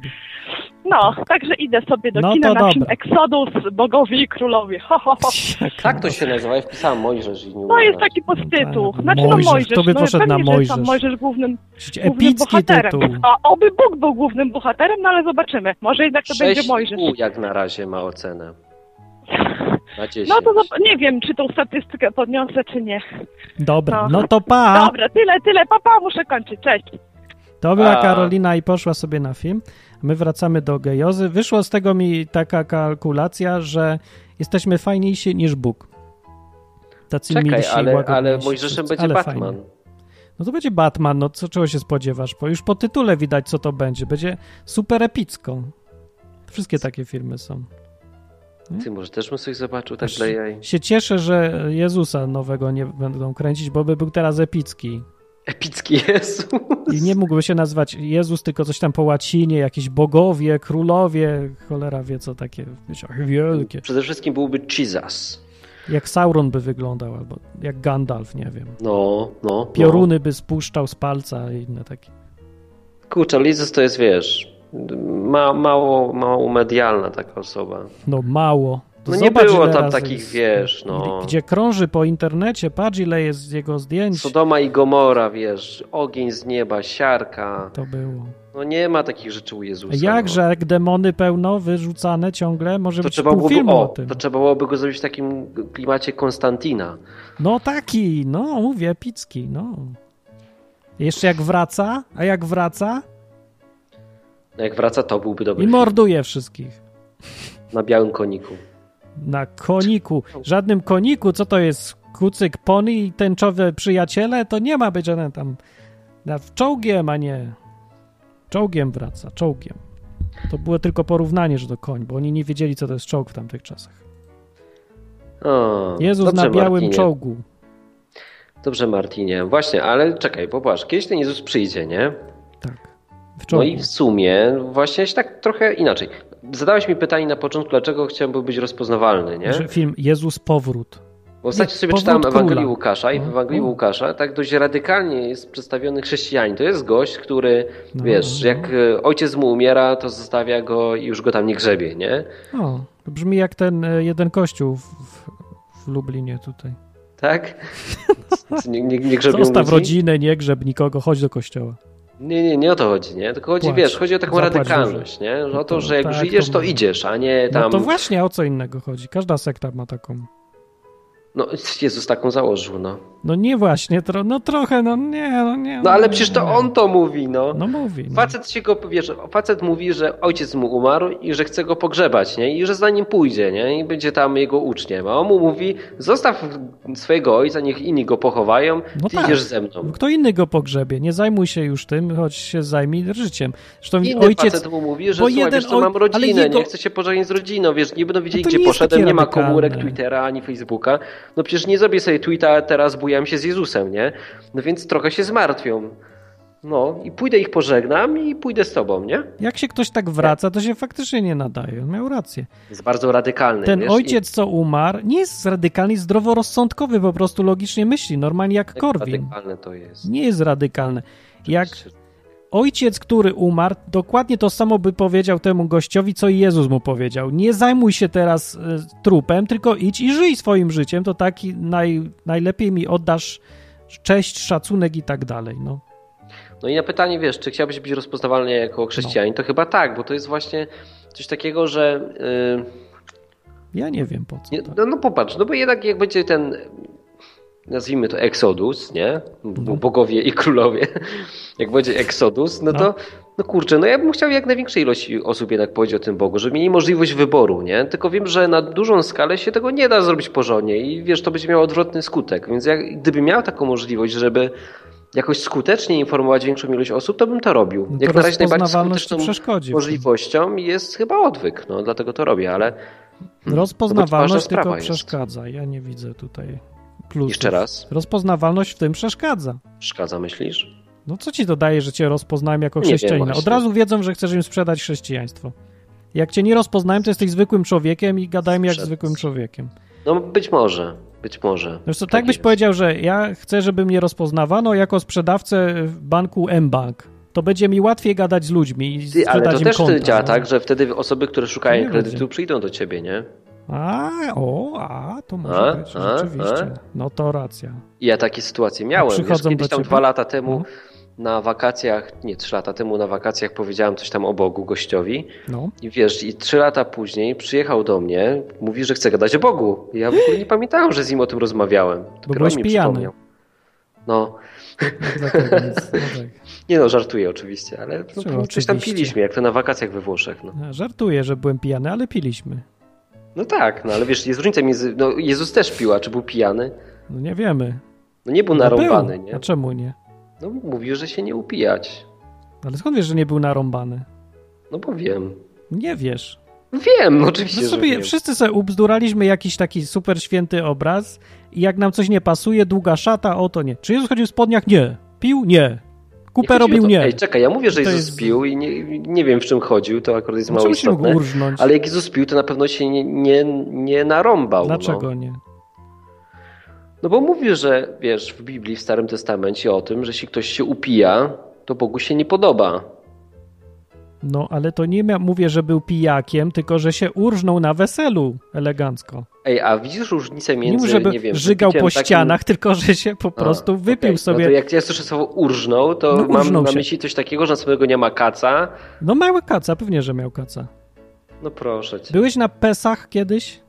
[SPEAKER 4] No, także idę sobie do
[SPEAKER 1] No
[SPEAKER 4] kina
[SPEAKER 1] to
[SPEAKER 4] na film
[SPEAKER 1] dobra.
[SPEAKER 4] Exodus, bogowie i królowie. Ho, ho, ho.
[SPEAKER 1] Jaka
[SPEAKER 2] Tak to
[SPEAKER 1] masa.
[SPEAKER 2] się nazywa, ja wpisałem Mojżesz i nie
[SPEAKER 4] To jest
[SPEAKER 2] umiałem.
[SPEAKER 4] taki podtytuł.
[SPEAKER 1] Tak,
[SPEAKER 4] Znaczy
[SPEAKER 1] Mojżesz,
[SPEAKER 4] no Mojżesz.
[SPEAKER 1] to by poszedł
[SPEAKER 4] no, pewnie,
[SPEAKER 1] na
[SPEAKER 4] że jest tam
[SPEAKER 1] Mojżesz.
[SPEAKER 4] Mojżesz głównym, głównym
[SPEAKER 1] Epicki
[SPEAKER 4] bohaterem.
[SPEAKER 1] tytuł.
[SPEAKER 4] A oby Bóg był głównym bohaterem, no ale zobaczymy. Może jednak to będzie
[SPEAKER 2] Sześć i
[SPEAKER 4] Mojżesz.
[SPEAKER 2] pół jak na razie ma ocenę. Na 10.
[SPEAKER 4] No to zob- nie wiem, czy tą statystykę podniosę, czy nie.
[SPEAKER 1] Dobra,
[SPEAKER 4] No.
[SPEAKER 1] no to pa!
[SPEAKER 4] Dobra, tyle, tyle. Papa, pa, muszę kończyć. Cześć.
[SPEAKER 1] Dobra,
[SPEAKER 2] A.
[SPEAKER 1] Karolina i poszła sobie na film. My wracamy do gejozy. Wyszło z tego mi taka kalkulacja, że jesteśmy fajniejsi niż Bóg. Tacy
[SPEAKER 2] Czekaj,
[SPEAKER 1] milsi i
[SPEAKER 2] ale,
[SPEAKER 1] łagodniejsi
[SPEAKER 2] ale
[SPEAKER 1] wszyscy,
[SPEAKER 2] Mojżeszem będzie
[SPEAKER 1] ale
[SPEAKER 2] Batman.
[SPEAKER 1] fajnie. No to będzie Batman, no co, czego się spodziewasz? Bo już po tytule widać, co to będzie. Będzie super epicką. Wszystkie takie filmy są.
[SPEAKER 2] Ty
[SPEAKER 1] Hmm?
[SPEAKER 2] może też bym coś zobaczył tak
[SPEAKER 1] Aż
[SPEAKER 2] dla jaj.
[SPEAKER 1] Się cieszę, że Jezusa nowego nie będą kręcić, bo by był teraz epicki.
[SPEAKER 2] Epicki Jezus.
[SPEAKER 1] I nie mógłby się nazywać Jezus, tylko coś tam po łacinie, jakieś bogowie, królowie, cholera wie co takie, wiecie, wielkie.
[SPEAKER 2] Przede wszystkim byłby Jesus.
[SPEAKER 1] Jak Sauron by wyglądał, albo jak Gandalf, nie wiem.
[SPEAKER 2] No, no.
[SPEAKER 1] Pioruny by spuszczał z palca i inne takie.
[SPEAKER 2] No. Kurczę, ale Jezus to jest, wiesz, ma, mało, mało medialna taka osoba.
[SPEAKER 1] No mało. To
[SPEAKER 2] No nie
[SPEAKER 1] zobacz,
[SPEAKER 2] było
[SPEAKER 1] ile
[SPEAKER 2] tam
[SPEAKER 1] razy
[SPEAKER 2] takich, wiesz, no.
[SPEAKER 1] Gdzie krąży po internecie, patrz ile jest z jego zdjęć.
[SPEAKER 2] Sodoma i Gomora, wiesz, ogień z nieba, siarka.
[SPEAKER 1] To było.
[SPEAKER 2] No nie ma takich rzeczy u Jezusa.
[SPEAKER 1] Jakże, jak demony pełno wyrzucane ciągle, może
[SPEAKER 2] No. To
[SPEAKER 1] być
[SPEAKER 2] trzeba,
[SPEAKER 1] pół
[SPEAKER 2] byłoby,
[SPEAKER 1] filmu o
[SPEAKER 2] o,
[SPEAKER 1] tym.
[SPEAKER 2] to trzeba byłoby go zrobić w takim klimacie Konstantina.
[SPEAKER 1] No taki, no mówię, epicki, no. Jeszcze jak wraca, a jak wraca
[SPEAKER 2] No Jak wraca, to byłby dobry
[SPEAKER 1] i morduje wszystkich.
[SPEAKER 2] film. na białym koniku.
[SPEAKER 1] Na koniku. Żadnym koniku, co to jest? Kucyk, pony i tęczowe przyjaciele? To nie ma być żaden tam. Na- w Czołgiem, a nie. Czołgiem wraca, czołgiem. To było tylko porównanie, że to koń, bo oni nie wiedzieli, co to jest czołg w tamtych czasach.
[SPEAKER 2] O,
[SPEAKER 1] Jezus
[SPEAKER 2] No, dobrze,
[SPEAKER 1] na białym
[SPEAKER 2] Martinie.
[SPEAKER 1] czołgu.
[SPEAKER 2] Dobrze, Martinie. Właśnie, ale czekaj, popatrz, kiedyś ten Jezus przyjdzie, nie?
[SPEAKER 1] Tak. W
[SPEAKER 2] No
[SPEAKER 1] czołgu.
[SPEAKER 2] i w sumie właśnie się tak trochę inaczej. Zadałeś mi pytanie na początku, dlaczego chciałbym być rozpoznawalny, nie?
[SPEAKER 1] Że Film Jezus Powrót.
[SPEAKER 2] Bo ostatnio
[SPEAKER 1] Nie,
[SPEAKER 2] sobie
[SPEAKER 1] powrót
[SPEAKER 2] czytałem
[SPEAKER 1] króla.
[SPEAKER 2] Ewangelię Łukasza i w
[SPEAKER 1] No.
[SPEAKER 2] Ewangelii
[SPEAKER 1] No.
[SPEAKER 2] Łukasza tak dość radykalnie jest przedstawiony chrześcijanin. To jest gość, który,
[SPEAKER 1] No,
[SPEAKER 2] wiesz,
[SPEAKER 1] no.
[SPEAKER 2] jak e, ojciec mu umiera, to zostawia go i już go tam nie grzebie, nie?
[SPEAKER 1] O, to brzmi jak ten e, jeden kościół w, w, w Lublinie tutaj.
[SPEAKER 2] Tak? Nie, nie, nie grzebią
[SPEAKER 1] Zostaw
[SPEAKER 2] ludzi?
[SPEAKER 1] rodzinę, nie grzeb nikogo, chodź do kościoła.
[SPEAKER 2] Nie, nie, nie o to chodzi, nie? Tylko chodzi,
[SPEAKER 1] Płacz.
[SPEAKER 2] wiesz, chodzi o taką
[SPEAKER 1] Zapłać
[SPEAKER 2] radykalność, nie? Że
[SPEAKER 1] No
[SPEAKER 2] o to,
[SPEAKER 1] to-
[SPEAKER 2] że jak
[SPEAKER 1] tak,
[SPEAKER 2] już idziesz,
[SPEAKER 1] to
[SPEAKER 2] to
[SPEAKER 1] mówię.
[SPEAKER 2] idziesz, a nie
[SPEAKER 1] No
[SPEAKER 2] tam...
[SPEAKER 1] to właśnie o co innego chodzi. Każda sekta ma taką.
[SPEAKER 2] No, Jezus taką założył, no.
[SPEAKER 1] No nie właśnie, tro, no trochę, no nie, no nie.
[SPEAKER 2] No ale
[SPEAKER 1] nie,
[SPEAKER 2] przecież to
[SPEAKER 1] nie.
[SPEAKER 2] on to mówi, no.
[SPEAKER 1] No mówi. No.
[SPEAKER 2] Facet się go, wiesz, facet mówi, że ojciec mu umarł i że chce go pogrzebać, nie? I że za nim pójdzie, nie? I będzie tam jego uczniem. A on mu mówi, zostaw swojego ojca, niech inni go pochowają,
[SPEAKER 1] No
[SPEAKER 2] ty
[SPEAKER 1] tak.
[SPEAKER 2] idziesz ze mną.
[SPEAKER 1] Kto inny go pogrzebie, nie zajmuj się już tym, choć się zajmij życiem. Zresztą
[SPEAKER 2] Inny
[SPEAKER 1] ojciec,
[SPEAKER 2] facet mu mówi, że
[SPEAKER 1] bo
[SPEAKER 2] słuchaj,
[SPEAKER 1] jeden
[SPEAKER 2] wiesz co,
[SPEAKER 1] oj-
[SPEAKER 2] mam rodzinę,
[SPEAKER 1] ale jego-
[SPEAKER 2] nie chcę się pożenić z rodziną, wiesz, nie będą
[SPEAKER 1] No
[SPEAKER 2] wiedzieli,
[SPEAKER 1] to
[SPEAKER 2] gdzie
[SPEAKER 1] nie jest
[SPEAKER 2] poszedłem,
[SPEAKER 1] takie
[SPEAKER 2] nie ma
[SPEAKER 1] radykalne.
[SPEAKER 2] komórek, Twittera ani Facebooka. No przecież nie zrobię sobie tweeta, teraz bujam się z Jezusem, nie? No więc trochę się zmartwią. No i pójdę ich pożegnam i pójdę z tobą, nie?
[SPEAKER 1] jak się ktoś tak wraca, to się faktycznie nie nadaje. On miał rację.
[SPEAKER 2] Jest bardzo radykalny.
[SPEAKER 1] Ten
[SPEAKER 2] wiesz,
[SPEAKER 1] ojciec, co umarł, nie jest radykalny, jest zdroworozsądkowy, po prostu logicznie myśli, normalnie jak
[SPEAKER 2] i...
[SPEAKER 1] Korwin.
[SPEAKER 2] Radykalny to jest.
[SPEAKER 1] Nie jest radykalny. Jak
[SPEAKER 2] Oczywiście.
[SPEAKER 1] ojciec, który umarł, dokładnie to samo by powiedział temu gościowi, co i Jezus mu powiedział. Nie zajmuj się teraz e, trupem, tylko idź i żyj swoim życiem, to taki naj, najlepiej mi oddasz cześć, szacunek i tak dalej. No.
[SPEAKER 2] No i na pytanie, wiesz, czy chciałbyś być rozpoznawalny jako chrześcijanin, to chyba tak, bo to jest właśnie coś takiego, że... y,
[SPEAKER 1] Ja nie wiem po co.
[SPEAKER 2] Nie,
[SPEAKER 1] tak.
[SPEAKER 2] no, no popatrz, no bo jednak jak będzie ten, nazwijmy to Exodus, nie?
[SPEAKER 1] Mhm.
[SPEAKER 2] Bo bogowie i królowie, jak będzie Exodus, no,
[SPEAKER 1] No.
[SPEAKER 2] to, no kurczę, no ja bym chciał jak największej ilości osób jednak powiedzieć o tym Bogu, żeby mieli możliwość wyboru, nie? Tylko wiem, że na dużą skalę się tego nie da zrobić porządnie i wiesz, to będzie miało odwrotny skutek, więc jak, gdyby miał taką możliwość, żeby jakoś skutecznie informować większą ilość osób, to bym to robił.
[SPEAKER 1] No to
[SPEAKER 2] jak na razie najbardziej
[SPEAKER 1] rozpoznawalność
[SPEAKER 2] skuteczną
[SPEAKER 1] ci przeszkodzi.
[SPEAKER 2] możliwością jest chyba odwyk, no dlatego to robię, ale No bo
[SPEAKER 1] Rozpoznawalność
[SPEAKER 2] ważna
[SPEAKER 1] tylko
[SPEAKER 2] sprawa jest.
[SPEAKER 1] przeszkadza. Ja nie widzę tutaj plusów.
[SPEAKER 2] Jeszcze raz.
[SPEAKER 1] Rozpoznawalność w tym przeszkadza.
[SPEAKER 2] szkadza, myślisz?
[SPEAKER 1] No co ci to daje, że cię rozpoznałem jako
[SPEAKER 2] Nie wiem
[SPEAKER 1] chrześcijanina? Od
[SPEAKER 2] właśnie.
[SPEAKER 1] razu wiedzą, że chcesz im sprzedać chrześcijaństwo. Jak cię nie rozpoznałem, to jesteś zwykłym człowiekiem i gadałem jak
[SPEAKER 2] Sprzed-
[SPEAKER 1] zwykłym człowiekiem.
[SPEAKER 2] No być może, być może.
[SPEAKER 1] Wiesz co, tak, byś
[SPEAKER 2] jest.
[SPEAKER 1] powiedział, że ja chcę, żeby mnie rozpoznawano jako sprzedawcę w banku M-Bank. To będzie mi łatwiej gadać z ludźmi i
[SPEAKER 2] Ty,
[SPEAKER 1] sprzedać
[SPEAKER 2] ale to
[SPEAKER 1] im
[SPEAKER 2] też
[SPEAKER 1] konta.
[SPEAKER 2] konta, działa
[SPEAKER 1] no.
[SPEAKER 2] tak, że wtedy osoby, które
[SPEAKER 1] nie
[SPEAKER 2] szukają kredytu
[SPEAKER 1] będzie.
[SPEAKER 2] przyjdą do ciebie, nie?
[SPEAKER 1] A, o, a, to może
[SPEAKER 2] A,
[SPEAKER 1] być,
[SPEAKER 2] a,
[SPEAKER 1] rzeczywiście. No to racja.
[SPEAKER 2] I ja takie sytuacje miałem. Wiesz,
[SPEAKER 1] przychodzą
[SPEAKER 2] kiedyś
[SPEAKER 1] do ciebie?
[SPEAKER 2] tam
[SPEAKER 1] Mhm.
[SPEAKER 2] dwa lata temu na wakacjach, nie, trzy lata temu na wakacjach powiedziałem coś tam o Bogu gościowi
[SPEAKER 1] No.
[SPEAKER 2] i wiesz, i trzy lata później przyjechał do mnie, mówi, że chce gadać o Bogu. Ja w ogóle nie pamiętałem, że z nim o tym rozmawiałem. Dopiero
[SPEAKER 1] byłeś
[SPEAKER 2] on mi
[SPEAKER 1] pijany.
[SPEAKER 2] przypomniał. No,
[SPEAKER 1] Dlatego jest, no tak.
[SPEAKER 2] nie no, żartuję oczywiście, ale no, coś
[SPEAKER 1] oczywiście.
[SPEAKER 2] tam piliśmy, jak to na wakacjach we Włoszech. No.
[SPEAKER 1] Żartuję, że byłem pijany, ale piliśmy.
[SPEAKER 2] No tak, no ale wiesz, jest różnica między. No, Jezus też pił, a czy był pijany?
[SPEAKER 1] No nie wiemy.
[SPEAKER 2] No nie był
[SPEAKER 1] No
[SPEAKER 2] narąbany,
[SPEAKER 1] był.
[SPEAKER 2] nie?
[SPEAKER 1] A czemu nie?
[SPEAKER 2] No mówił, że się nie upijać.
[SPEAKER 1] Ale skąd wiesz, że nie był narąbany?
[SPEAKER 2] No bo wiem.
[SPEAKER 1] Nie wiesz.
[SPEAKER 2] Wiem, oczywiście,
[SPEAKER 1] My
[SPEAKER 2] że
[SPEAKER 1] No sobie,
[SPEAKER 2] wiem.
[SPEAKER 1] wszyscy sobie ubzduraliśmy jakiś taki super święty obraz i jak nam coś nie pasuje, długa szata, o to nie. Czy Jezus chodził w spodniach? Nie. Pił? Nie.
[SPEAKER 2] Nie
[SPEAKER 1] Kupę
[SPEAKER 2] chodzi o
[SPEAKER 1] robił?
[SPEAKER 2] to-
[SPEAKER 1] Nie.
[SPEAKER 2] Ej, czekaj, ja mówię, że
[SPEAKER 1] To
[SPEAKER 2] Jezus
[SPEAKER 1] jest- No
[SPEAKER 2] pił i nie, nie wiem w czym chodził, to akurat jest mało
[SPEAKER 1] Czemu się mógł
[SPEAKER 2] istotne.
[SPEAKER 1] urżnąć?
[SPEAKER 2] Ale jak Jezus pił, to na pewno się nie, nie, nie narąbał. No.
[SPEAKER 1] Dlaczego nie?
[SPEAKER 2] no bo mówił, że wiesz, w Biblii, w Starym Testamencie o tym, że jeśli ktoś się upija, to Bogu się nie podoba.
[SPEAKER 1] No, ale to nie mia- mówię, że był pijakiem, tylko że się urżnął na weselu elegancko.
[SPEAKER 2] Ej, a widzisz różnicę
[SPEAKER 1] Nie
[SPEAKER 2] między,
[SPEAKER 1] mów,
[SPEAKER 2] nie,
[SPEAKER 1] żeby
[SPEAKER 2] wiem...
[SPEAKER 1] żygał po
[SPEAKER 2] wypiciem takim-
[SPEAKER 1] ścianach, tylko że się po
[SPEAKER 2] A,
[SPEAKER 1] prostu wypił
[SPEAKER 2] okej.
[SPEAKER 1] sobie.
[SPEAKER 2] No to jak ja słyszę słowo urżnął, to
[SPEAKER 1] No,
[SPEAKER 2] mam
[SPEAKER 1] urżnął
[SPEAKER 2] na
[SPEAKER 1] się.
[SPEAKER 2] myśli coś takiego, że na samego nie ma kaca.
[SPEAKER 1] No mały kaca, pewnie, że miał kaca.
[SPEAKER 2] No proszę cię.
[SPEAKER 1] Byłeś na Pesach kiedyś?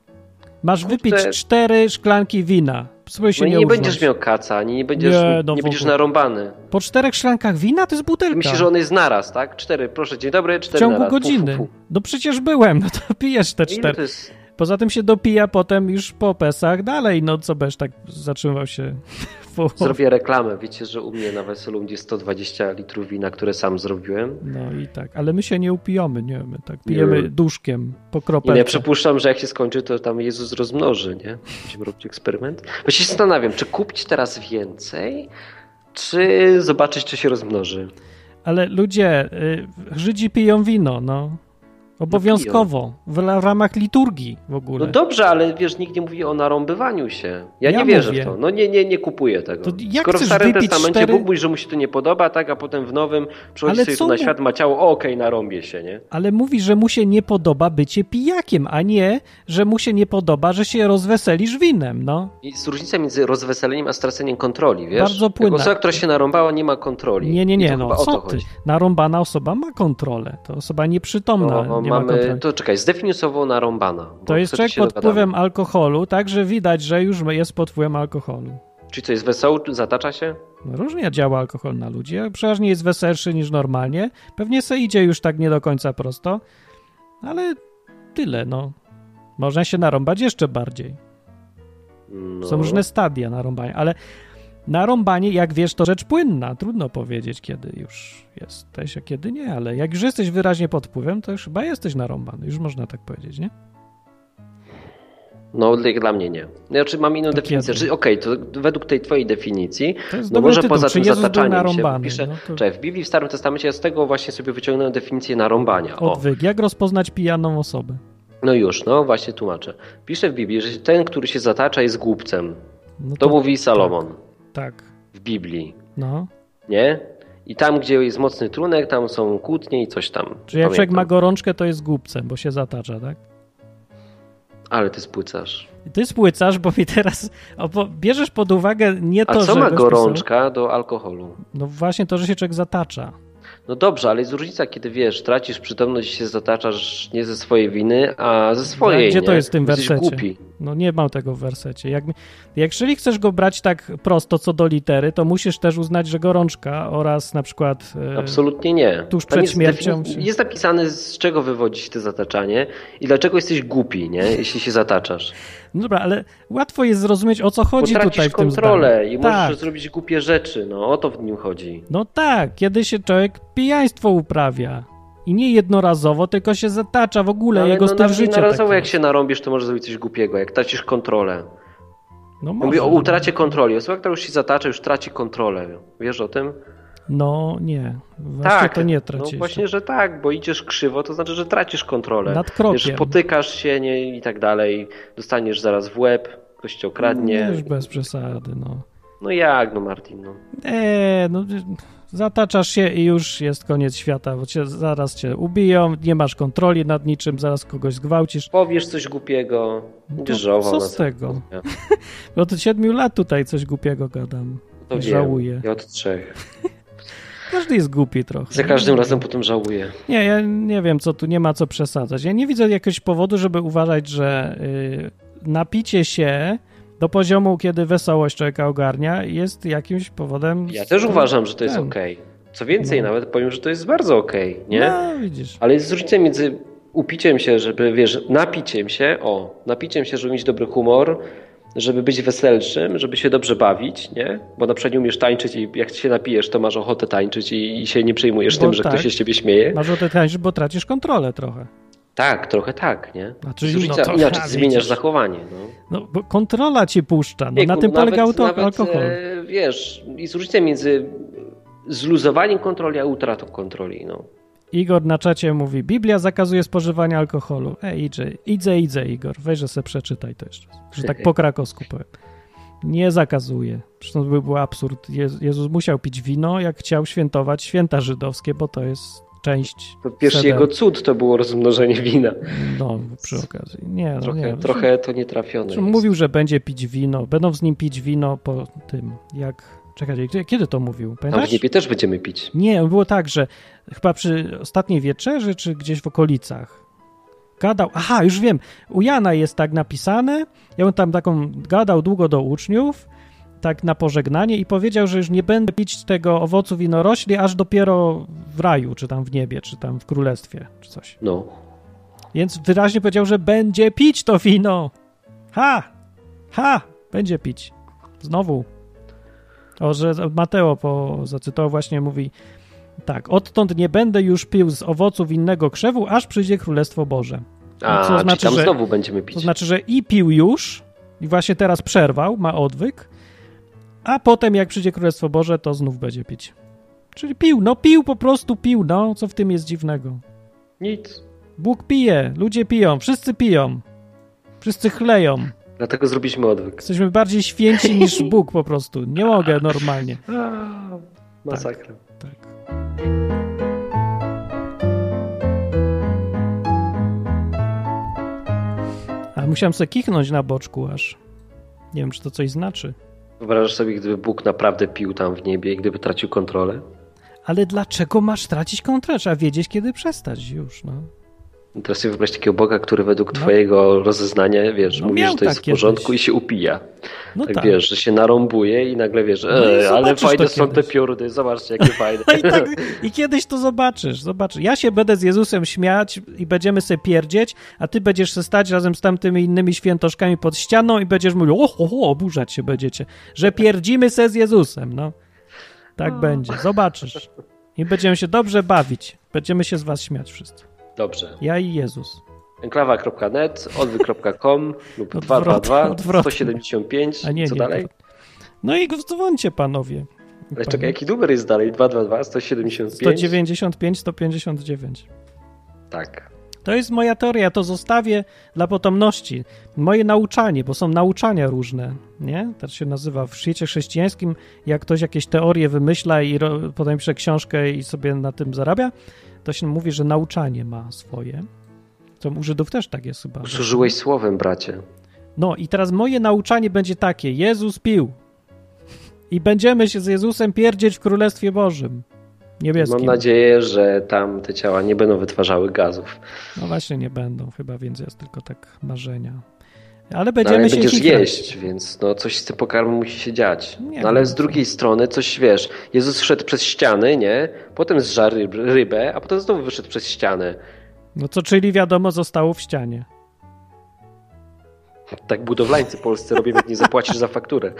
[SPEAKER 1] Masz
[SPEAKER 2] Kurde.
[SPEAKER 1] wypić cztery szklanki wina. Spróbuj się
[SPEAKER 2] No i
[SPEAKER 1] nie,
[SPEAKER 2] nie
[SPEAKER 1] użrać.
[SPEAKER 2] będziesz miał kaca, ani nie będziesz,
[SPEAKER 1] Nie,
[SPEAKER 2] nie,
[SPEAKER 1] no w
[SPEAKER 2] będziesz
[SPEAKER 1] ogóle.
[SPEAKER 2] narąbany.
[SPEAKER 1] Po czterech szklankach wina? To jest butelka.
[SPEAKER 2] Myślisz, że on jest naraz, tak? Cztery, proszę, dzień dobry,
[SPEAKER 1] W
[SPEAKER 2] cztery
[SPEAKER 1] ciągu
[SPEAKER 2] naraz. Fu, fu,
[SPEAKER 1] godziny.
[SPEAKER 2] fu.
[SPEAKER 1] No przecież byłem, no to pijesz te
[SPEAKER 2] No Ile to
[SPEAKER 1] cztery.
[SPEAKER 2] jest?
[SPEAKER 1] Poza tym się dopija potem już po Pesach dalej. No co będziesz tak zatrzymywał się w połowie.
[SPEAKER 2] Zrobię reklamę. Wiecie, że u mnie na weselu będzie 120 litrów wina, które sam zrobiłem.
[SPEAKER 1] No i tak, ale my się nie upijamy, nie my tak pijemy
[SPEAKER 2] Nie.
[SPEAKER 1] duszkiem po
[SPEAKER 2] I no ja
[SPEAKER 1] kropelce.
[SPEAKER 2] przypuszczam, że jak się skończy, to tam Jezus rozmnoży, nie? Będziemy robić eksperyment. Bo się zastanawiam, czy kupić teraz więcej, czy zobaczyć, czy się rozmnoży.
[SPEAKER 1] Ale ludzie, y, Żydzi piją wino, no. Obowiązkowo, w, la- w ramach liturgii w ogóle.
[SPEAKER 2] No dobrze, ale wiesz, nikt nie mówi o narąbywaniu się. Ja,
[SPEAKER 1] Ja
[SPEAKER 2] nie wierzę
[SPEAKER 1] mówię.
[SPEAKER 2] w to. No nie, nie, nie kupuję tego.
[SPEAKER 1] To jak
[SPEAKER 2] Skoro w
[SPEAKER 1] chcesz
[SPEAKER 2] Starym
[SPEAKER 1] wypić
[SPEAKER 2] Testamencie
[SPEAKER 1] cztery-
[SPEAKER 2] Bóg mówi, że mu się to nie podoba, tak, a potem w Nowym przychodzi
[SPEAKER 1] Ale
[SPEAKER 2] sobie
[SPEAKER 1] co
[SPEAKER 2] tu na
[SPEAKER 1] mu-
[SPEAKER 2] świat, ma ciało, o, okej, narąbię się, nie?
[SPEAKER 1] Ale mówi, że mu się nie podoba bycie pijakiem, a nie, że mu się nie podoba, że się rozweselisz winem, no.
[SPEAKER 2] I jest różnica między rozweseleniem a straceniem kontroli, wiesz?
[SPEAKER 1] Bardzo
[SPEAKER 2] Jak
[SPEAKER 1] płynna.
[SPEAKER 2] Osoba, która się narąbała, nie ma kontroli.
[SPEAKER 1] Nie, nie,
[SPEAKER 2] I
[SPEAKER 1] nie,
[SPEAKER 2] to chyba
[SPEAKER 1] no
[SPEAKER 2] o
[SPEAKER 1] co
[SPEAKER 2] to
[SPEAKER 1] ty?
[SPEAKER 2] chodzi.
[SPEAKER 1] Narąbana osoba ma kontrolę, to osoba nieprzytomna.
[SPEAKER 2] No,
[SPEAKER 1] nie ma
[SPEAKER 2] mamy.
[SPEAKER 1] kontroli.
[SPEAKER 2] To czekaj, zdefiniuj słowo narąbana. bo
[SPEAKER 1] To jest
[SPEAKER 2] wtedy
[SPEAKER 1] człowiek
[SPEAKER 2] się
[SPEAKER 1] pod
[SPEAKER 2] dogadamy.
[SPEAKER 1] wpływem alkoholu, także widać, że już jest pod wpływem alkoholu.
[SPEAKER 2] Czyli co jest wesoło, czy zatacza się?
[SPEAKER 1] No różnie działa alkohol na ludzi. Przeważnie jest weselszy niż normalnie. Pewnie se idzie już tak nie do końca prosto, ale tyle, no. Można się narąbać jeszcze bardziej.
[SPEAKER 2] No.
[SPEAKER 1] Są różne stadia narąbania, ale narąbanie, jak wiesz, to rzecz płynna. Trudno powiedzieć, kiedy już jesteś, a kiedy nie, ale jak już jesteś wyraźnie pod wpływem, to już chyba jesteś narąbany. Już można tak powiedzieć, nie?
[SPEAKER 2] No dla, dla mnie nie. Znaczy mam inną
[SPEAKER 1] Tak
[SPEAKER 2] definicję.
[SPEAKER 1] ja
[SPEAKER 2] Czyli Okej, to według tej twojej definicji,
[SPEAKER 1] To jest
[SPEAKER 2] no
[SPEAKER 1] dobry
[SPEAKER 2] może
[SPEAKER 1] tytuł.
[SPEAKER 2] poza
[SPEAKER 1] Czy
[SPEAKER 2] tym
[SPEAKER 1] Jezus był
[SPEAKER 2] zataczaniem się
[SPEAKER 1] narąbany?
[SPEAKER 2] pisze.
[SPEAKER 1] No to
[SPEAKER 2] Czekaj, w Biblii w Starym Testamencie ja z tego właśnie sobie wyciągnąłem definicję narąbania. O,
[SPEAKER 1] Odwyk. Jak rozpoznać pijaną osobę?
[SPEAKER 2] no już, no właśnie tłumaczę. Pisze w Biblii, że ten, który się zatacza jest głupcem.
[SPEAKER 1] No
[SPEAKER 2] To mówi Salomon
[SPEAKER 1] Tak,
[SPEAKER 2] w Biblii,
[SPEAKER 1] no.
[SPEAKER 2] nie? I tam, gdzie jest mocny trunek, tam są kłótnie i coś tam.
[SPEAKER 1] Czyli jak człowiek
[SPEAKER 2] Pamiętam.
[SPEAKER 1] ma gorączkę, to jest głupcem, bo się zatacza, tak?
[SPEAKER 2] Ale ty spłycasz.
[SPEAKER 1] I Ty spłycasz, bo mi teraz opo- bierzesz pod uwagę nie
[SPEAKER 2] A
[SPEAKER 1] to,
[SPEAKER 2] co
[SPEAKER 1] że
[SPEAKER 2] ma
[SPEAKER 1] gość pisał-
[SPEAKER 2] gorączka do alkoholu?
[SPEAKER 1] No właśnie to, że się człowiek zatacza.
[SPEAKER 2] No dobrze, ale jest różnica, kiedy wiesz, tracisz przytomność i się zataczasz nie ze swojej winy, a ze swojej.
[SPEAKER 1] gdzie
[SPEAKER 2] nie?
[SPEAKER 1] to jest w tym
[SPEAKER 2] Jesteś
[SPEAKER 1] wersecie?
[SPEAKER 2] głupi.
[SPEAKER 1] No nie mam tego w wersecie. Jak, jak jeżeli chcesz go brać tak prosto co do litery, to musisz też uznać, że gorączka oraz na przykład e,
[SPEAKER 2] Absolutnie nie.
[SPEAKER 1] Tuż
[SPEAKER 2] Tam
[SPEAKER 1] przed
[SPEAKER 2] jest
[SPEAKER 1] śmiercią
[SPEAKER 2] defini-
[SPEAKER 1] się-
[SPEAKER 2] Jest napisane, z czego wywodzi się to zataczanie i dlaczego jesteś głupi, nie? jeśli się zataczasz.
[SPEAKER 1] No dobra, ale łatwo jest zrozumieć o co
[SPEAKER 2] Bo
[SPEAKER 1] chodzi tutaj
[SPEAKER 2] tracisz
[SPEAKER 1] w tym
[SPEAKER 2] kontrolę
[SPEAKER 1] zdaniu.
[SPEAKER 2] i możesz
[SPEAKER 1] tak.
[SPEAKER 2] zrobić głupie rzeczy. No o to w nim chodzi.
[SPEAKER 1] No tak, kiedy się człowiek pijaństwo uprawia. I nie jednorazowo, tylko się zatacza w ogóle
[SPEAKER 2] ale
[SPEAKER 1] jego
[SPEAKER 2] no,
[SPEAKER 1] styl
[SPEAKER 2] na-
[SPEAKER 1] życia.
[SPEAKER 2] narazowo
[SPEAKER 1] taki.
[SPEAKER 2] jak się narąbisz, to możesz zrobić coś głupiego, jak tracisz kontrolę.
[SPEAKER 1] no,
[SPEAKER 2] Mówię
[SPEAKER 1] może.
[SPEAKER 2] o utracie kontroli. Osoba, która już się zatacza, już traci kontrolę. Wiesz o tym?
[SPEAKER 1] No nie, właśnie to nie tracisz.
[SPEAKER 2] No właśnie, że tak, bo idziesz krzywo, to znaczy, że tracisz kontrolę.
[SPEAKER 1] Nad krokiem.
[SPEAKER 2] Wiesz, potykasz się nie, i tak dalej, dostaniesz zaraz w łeb, ktoś cię
[SPEAKER 1] No,
[SPEAKER 2] okradnie.
[SPEAKER 1] Już bez przesady, no.
[SPEAKER 2] No jak, no Martin, no.
[SPEAKER 1] Eee, no zataczasz się i już jest koniec świata, bo cię, zaraz cię ubiją, nie masz kontroli nad niczym, zaraz kogoś zgwałcisz.
[SPEAKER 2] Powiesz coś głupiego,
[SPEAKER 1] No to
[SPEAKER 2] będziesz żałował.
[SPEAKER 1] co
[SPEAKER 2] na
[SPEAKER 1] z
[SPEAKER 2] całe
[SPEAKER 1] tego?
[SPEAKER 2] życie.
[SPEAKER 1] No od siedmiu lat tutaj coś głupiego gadam.
[SPEAKER 2] No To wiem.
[SPEAKER 1] Żałuję.
[SPEAKER 2] Ja od trzech.
[SPEAKER 1] Każdy jest głupi trochę.
[SPEAKER 2] Za każdym razem potem żałuję.
[SPEAKER 1] Nie, ja nie wiem, co tu, nie ma co przesadzać. Ja nie widzę jakiegoś powodu, żeby uważać, że y, napicie się do poziomu, kiedy wesołość człowieka ogarnia, jest jakimś powodem...
[SPEAKER 2] Ja też uważam, że to jest
[SPEAKER 1] Ten.
[SPEAKER 2] okej. Co więcej,
[SPEAKER 1] No.
[SPEAKER 2] nawet powiem, że to jest bardzo okej, nie?
[SPEAKER 1] No, widzisz.
[SPEAKER 2] Ale jest różnica między upiciem się, żeby, wiesz, napiciem się, o, napiciem się, żeby mieć dobry humor, żeby być weselszym, żeby się dobrze bawić, nie? Bo na przykład nie umiesz tańczyć i jak się napijesz, to masz ochotę tańczyć i, i się nie przejmujesz
[SPEAKER 1] Bo
[SPEAKER 2] tym, że
[SPEAKER 1] tak.
[SPEAKER 2] ktoś się z ciebie śmieje.
[SPEAKER 1] Masz o to tańczyć, bo tracisz kontrolę trochę.
[SPEAKER 2] Tak, trochę tak, nie?
[SPEAKER 1] A, czyli
[SPEAKER 2] Czyli
[SPEAKER 1] no
[SPEAKER 2] różnica,
[SPEAKER 1] to-
[SPEAKER 2] inaczej
[SPEAKER 1] a,
[SPEAKER 2] zmieniasz
[SPEAKER 1] widzisz.
[SPEAKER 2] zachowanie, no.
[SPEAKER 1] No, bo kontrola cię puszcza. No,
[SPEAKER 2] Wieku,
[SPEAKER 1] na tym
[SPEAKER 2] no nawet-
[SPEAKER 1] polegał to
[SPEAKER 2] nawet,
[SPEAKER 1] alkohol.
[SPEAKER 2] e, Wiesz, jest różnica między zluzowaniem kontroli, a utratą kontroli, no.
[SPEAKER 1] Igor na czacie mówi, Biblia zakazuje spożywania alkoholu. Ej, idzie, idzie, idzie Igor, weź, że se przeczytaj to jeszcze. raz. Że tak po krakowsku powiem. Nie zakazuje. Zresztą by był absurd. Jez- Jezus musiał pić wino, jak chciał świętować święta żydowskie, bo to jest część
[SPEAKER 2] To pierwszy
[SPEAKER 1] sedna.
[SPEAKER 2] jego cud to było rozmnożenie wina.
[SPEAKER 1] No, przy okazji. Nie, no,
[SPEAKER 2] Trochę,
[SPEAKER 1] nie.
[SPEAKER 2] trochę to nietrafione
[SPEAKER 1] Zresztą
[SPEAKER 2] jest.
[SPEAKER 1] Mówił, że będzie pić wino. Będą z nim pić wino po tym, jak... Czekajcie, gdzie- kiedy to mówił?
[SPEAKER 2] Tam w
[SPEAKER 1] Pamiętasz?
[SPEAKER 2] niebie też będziemy pić.
[SPEAKER 1] Nie, było tak, że chyba przy ostatniej wieczerzy, czy gdzieś w okolicach gadał. Aha, już wiem, u Jana jest tak napisane. Ja on tam taką gadał długo do uczniów, tak na pożegnanie i powiedział, że już nie będę pić tego owocu winorośli, aż dopiero w raju, czy tam w niebie, czy tam w królestwie, czy coś.
[SPEAKER 2] No.
[SPEAKER 1] Więc wyraźnie powiedział, że będzie pić to wino. Ha! Ha! Będzie pić. Znowu. O, że Mateo po, zacytował właśnie, mówi tak, odtąd nie będę już pił z owocu winnego krzewu, aż przyjdzie Królestwo Boże.
[SPEAKER 2] A,
[SPEAKER 1] co
[SPEAKER 2] czy
[SPEAKER 1] znaczy,
[SPEAKER 2] tam
[SPEAKER 1] że-
[SPEAKER 2] znowu będziemy pić.
[SPEAKER 1] To znaczy, że i pił już, i właśnie teraz przerwał, ma odwyk, a potem jak przyjdzie Królestwo Boże, to znów będzie pić. Czyli pił, no pił, po prostu pił, no, co w tym jest dziwnego?
[SPEAKER 2] Nic.
[SPEAKER 1] Bóg pije, ludzie piją, wszyscy piją. Wszyscy chleją.
[SPEAKER 2] Dlatego zrobiliśmy odwyk.
[SPEAKER 1] Jesteśmy bardziej święci niż Bóg po prostu. Nie mogę normalnie.
[SPEAKER 2] Masakra.
[SPEAKER 1] Tak. A musiałem sobie kichnąć na boczku aż. Nie wiem, czy to coś znaczy.
[SPEAKER 2] Wyobrażasz sobie, gdyby Bóg naprawdę pił tam w niebie i gdyby tracił kontrolę?
[SPEAKER 1] Ale dlaczego masz tracić kontrolę? Trzeba wiedzieć, kiedy przestać już, no.
[SPEAKER 2] Teraz sobie wyobraź takiego Boga, który według twojego rozeznania, wiesz,
[SPEAKER 1] No
[SPEAKER 2] mówi,
[SPEAKER 1] miał
[SPEAKER 2] że to jest
[SPEAKER 1] tak
[SPEAKER 2] w porządku
[SPEAKER 1] kiedyś.
[SPEAKER 2] i się upija.
[SPEAKER 1] No
[SPEAKER 2] tak,
[SPEAKER 1] tak. No
[SPEAKER 2] wiesz, że się narąbuje i nagle wiesz,
[SPEAKER 1] i
[SPEAKER 2] e, ale
[SPEAKER 1] zobaczysz
[SPEAKER 2] fajne
[SPEAKER 1] to
[SPEAKER 2] są te
[SPEAKER 1] kiedyś.
[SPEAKER 2] pióry, zobaczcie jakie fajne.
[SPEAKER 1] I, tak, I kiedyś to zobaczysz, zobaczysz. Ja się będę z Jezusem śmiać i będziemy se pierdzieć, a ty będziesz se stać razem z tamtymi innymi świętoszkami pod ścianą i będziesz mówił, o, ho, ho, oburzać się będziecie, że pierdzimy se z Jezusem, no. Tak będzie, zobaczysz. I będziemy się dobrze bawić. Będziemy się z was śmiać wszyscy.
[SPEAKER 2] Dobrze.
[SPEAKER 1] Ja i Jezus.
[SPEAKER 2] Enklawa.net, odwy.com lub
[SPEAKER 1] Odwrotnie,
[SPEAKER 2] 222
[SPEAKER 1] odwrotnie.
[SPEAKER 2] 175.
[SPEAKER 1] A nie,
[SPEAKER 2] Co
[SPEAKER 1] nie.
[SPEAKER 2] dalej?
[SPEAKER 1] to- No i dzwoncie, panowie.
[SPEAKER 2] Ale czekaj, jaki numer jest dalej? 222 175.
[SPEAKER 1] 195, 159.
[SPEAKER 2] Tak.
[SPEAKER 1] To jest moja teoria, to zostawię dla potomności. Moje nauczanie, bo są nauczania różne, nie? Tak się nazywa. W świecie chrześcijańskim, jak ktoś jakieś teorie wymyśla i ro, potem pisze książkę i sobie na tym zarabia, to się mówi, że nauczanie ma swoje. To u Żydów też tak jest chyba. że-
[SPEAKER 2] Zużyłeś słowem, bracie.
[SPEAKER 1] No i teraz moje nauczanie będzie takie: Jezus pił. I będziemy się z Jezusem pierdzieć w Królestwie Bożym. Niebieskim.
[SPEAKER 2] Mam nadzieję, że tam te ciała nie będą wytwarzały gazów.
[SPEAKER 1] No właśnie nie będą chyba, więc jest tylko tak marzenia. Ale
[SPEAKER 2] No, ale
[SPEAKER 1] będziemy
[SPEAKER 2] nie
[SPEAKER 1] się
[SPEAKER 2] będziesz
[SPEAKER 1] chichrać.
[SPEAKER 2] jeść, więc no, coś z tym pokarmem musi się dziać.
[SPEAKER 1] Nie
[SPEAKER 2] No, ale
[SPEAKER 1] wiem,
[SPEAKER 2] z
[SPEAKER 1] co.
[SPEAKER 2] drugiej strony coś wiesz. Jezus wszedł przez ściany, nie? Potem zżarł ryb, rybę, a potem znowu wyszedł przez ścianę.
[SPEAKER 1] No co, czyli wiadomo, zostało w ścianie.
[SPEAKER 2] Tak budowlańcy polscy robią, jak nie zapłacisz za fakturę.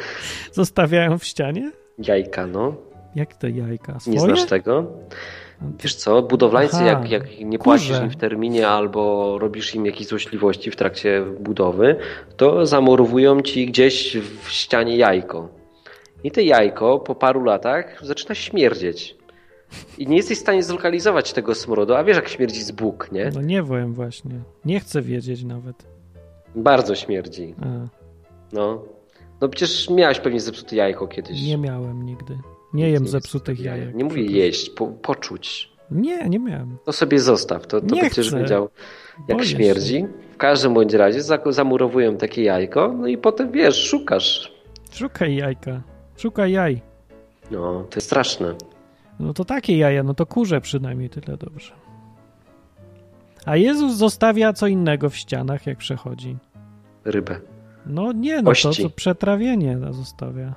[SPEAKER 1] Zostawiają w ścianie?
[SPEAKER 2] Jajka, no.
[SPEAKER 1] Jak te jajka? Swoje? No
[SPEAKER 2] Nie znasz tego? Wiesz co, budowlańcy
[SPEAKER 1] Aha,
[SPEAKER 2] jak, jak nie płacisz
[SPEAKER 1] kurze.
[SPEAKER 2] im w terminie albo robisz im jakieś złośliwości w trakcie budowy, to zamurowują ci gdzieś w ścianie jajko. I te jajko po paru latach zaczyna śmierdzieć. I nie jesteś w stanie zlokalizować tego smrodu, a wiesz jak śmierdzi z Bóg, nie?
[SPEAKER 1] No nie wiem właśnie. Nie chcę wiedzieć nawet. E,
[SPEAKER 2] Bardzo śmierdzi,
[SPEAKER 1] A,
[SPEAKER 2] no. No przecież miałeś pewnie zepsute jajko kiedyś.
[SPEAKER 1] nie miałem nigdy. Nie
[SPEAKER 2] Nic
[SPEAKER 1] jem
[SPEAKER 2] jest
[SPEAKER 1] zepsutych
[SPEAKER 2] zepsute
[SPEAKER 1] jajek.
[SPEAKER 2] Nie mówię jeść, po, poczuć.
[SPEAKER 1] Nie, nie miałem.
[SPEAKER 2] To sobie zostaw, to, to
[SPEAKER 1] Nie
[SPEAKER 2] będziesz
[SPEAKER 1] chcę.
[SPEAKER 2] wiedział, jak
[SPEAKER 1] Boję się.
[SPEAKER 2] śmierdzi. W każdym bądź razie zak- zamurowują takie jajko, no i potem wiesz, szukasz.
[SPEAKER 1] Szukaj jajka. Szukaj jaj.
[SPEAKER 2] No, to jest straszne.
[SPEAKER 1] No to takie jaja, no to kurze przynajmniej tyle dobrze. A Jezus zostawia co innego w ścianach, jak przechodzi.
[SPEAKER 2] Rybę.
[SPEAKER 1] No nie, no to,
[SPEAKER 2] Kości.
[SPEAKER 1] to przetrawienie zostawia.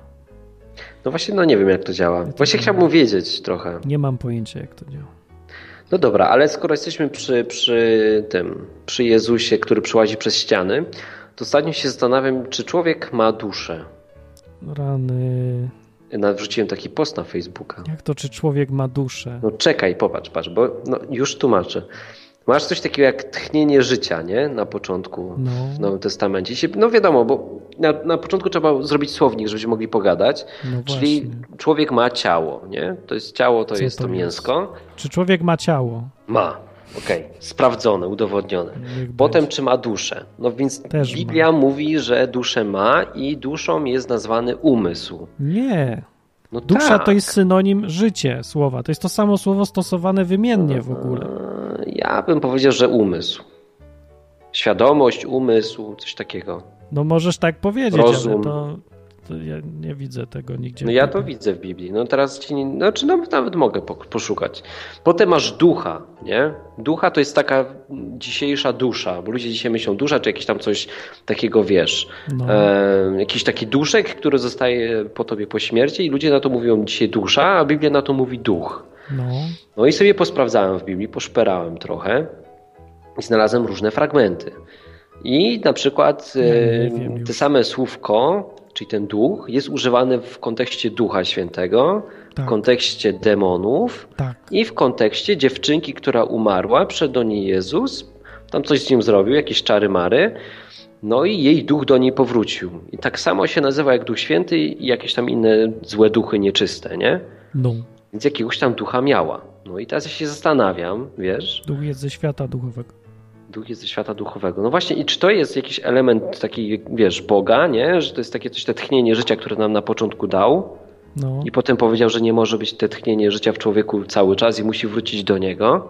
[SPEAKER 2] No właśnie, no nie wiem, jak to działa.
[SPEAKER 1] to
[SPEAKER 2] Właśnie
[SPEAKER 1] nie
[SPEAKER 2] chciałbym wiedzieć trochę.
[SPEAKER 1] Nie mam pojęcia, jak to działa.
[SPEAKER 2] No dobra, ale skoro jesteśmy przy, przy tym, przy Jezusie, który przełazi przez ściany, to ostatnio się zastanawiam, czy człowiek ma duszę.
[SPEAKER 1] Rany.
[SPEAKER 2] Nawet wrzuciłem taki post na Facebooka.
[SPEAKER 1] Jak to, czy człowiek ma duszę?
[SPEAKER 2] No czekaj, popatrz, patrz, bo no, już tłumaczę. Masz coś takiego jak tchnienie życia, nie? Na początku
[SPEAKER 1] No.
[SPEAKER 2] w Nowym Testamencie. I Się, no wiadomo, bo na, na początku trzeba zrobić słownik, żebyśmy mogli pogadać.
[SPEAKER 1] No
[SPEAKER 2] Czyli
[SPEAKER 1] właśnie.
[SPEAKER 2] człowiek ma ciało, nie? To jest ciało, to
[SPEAKER 1] Co
[SPEAKER 2] jest
[SPEAKER 1] to
[SPEAKER 2] to,
[SPEAKER 1] jest?
[SPEAKER 2] mięsko.
[SPEAKER 1] Czy człowiek ma ciało?
[SPEAKER 2] Ma, okej, sprawdzone, udowodnione.
[SPEAKER 1] Niech
[SPEAKER 2] Potem
[SPEAKER 1] będzie.
[SPEAKER 2] czy ma duszę? No więc
[SPEAKER 1] Też ma.
[SPEAKER 2] Biblia mówi, że duszę ma i duszą jest nazwany umysł.
[SPEAKER 1] Nie.
[SPEAKER 2] No
[SPEAKER 1] Dusza
[SPEAKER 2] tak.
[SPEAKER 1] to jest synonim życie słowa. To jest to samo słowo stosowane wymiennie w ogóle.
[SPEAKER 2] Eee, Ja bym powiedział, że umysł. Świadomość, umysł, coś takiego.
[SPEAKER 1] No możesz tak powiedzieć,
[SPEAKER 2] Rozum.
[SPEAKER 1] ale to, to ja nie widzę tego nigdzie.
[SPEAKER 2] No ja to widzę w Biblii. No teraz ci, nie- znaczy no, nawet mogę po- poszukać. Potem masz ducha, nie? Ducha to jest taka dzisiejsza dusza, bo ludzie dzisiaj myślą dusza, czy jakieś tam coś takiego, wiesz,
[SPEAKER 1] No.
[SPEAKER 2] eee, jakiś taki duszek, który zostaje po tobie po śmierci i ludzie na to mówią dzisiaj dusza, a Biblia na to mówi duch.
[SPEAKER 1] no.
[SPEAKER 2] No i sobie posprawdzałem w Biblii, poszperałem trochę i znalazłem różne fragmenty. I na przykład
[SPEAKER 1] Ja nie
[SPEAKER 2] e,
[SPEAKER 1] wiem
[SPEAKER 2] te
[SPEAKER 1] już.
[SPEAKER 2] same słówko, czyli ten duch, jest używane w kontekście Ducha Świętego, w
[SPEAKER 1] Tak,
[SPEAKER 2] kontekście demonów
[SPEAKER 1] tak.
[SPEAKER 2] i w kontekście dziewczynki, która umarła, przed do niej Jezus, tam coś z nim zrobił, jakieś czary mary, no i jej duch do niej powrócił. I tak samo się nazywa jak Duch Święty i jakieś tam inne złe duchy nieczyste, nie?
[SPEAKER 1] No.
[SPEAKER 2] Więc jakiegoś tam ducha miała. No i teraz ja się zastanawiam, wiesz,
[SPEAKER 1] Duch jest ze świata duchowego.
[SPEAKER 2] duch jest ze świata duchowego. No właśnie, i czy to jest jakiś element taki, wiesz, Boga, nie? Że to jest takie coś, te tchnienie życia, które nam na początku dał
[SPEAKER 1] No.
[SPEAKER 2] i potem powiedział, że nie może być te tchnienie życia w człowieku cały czas i musi wrócić do niego.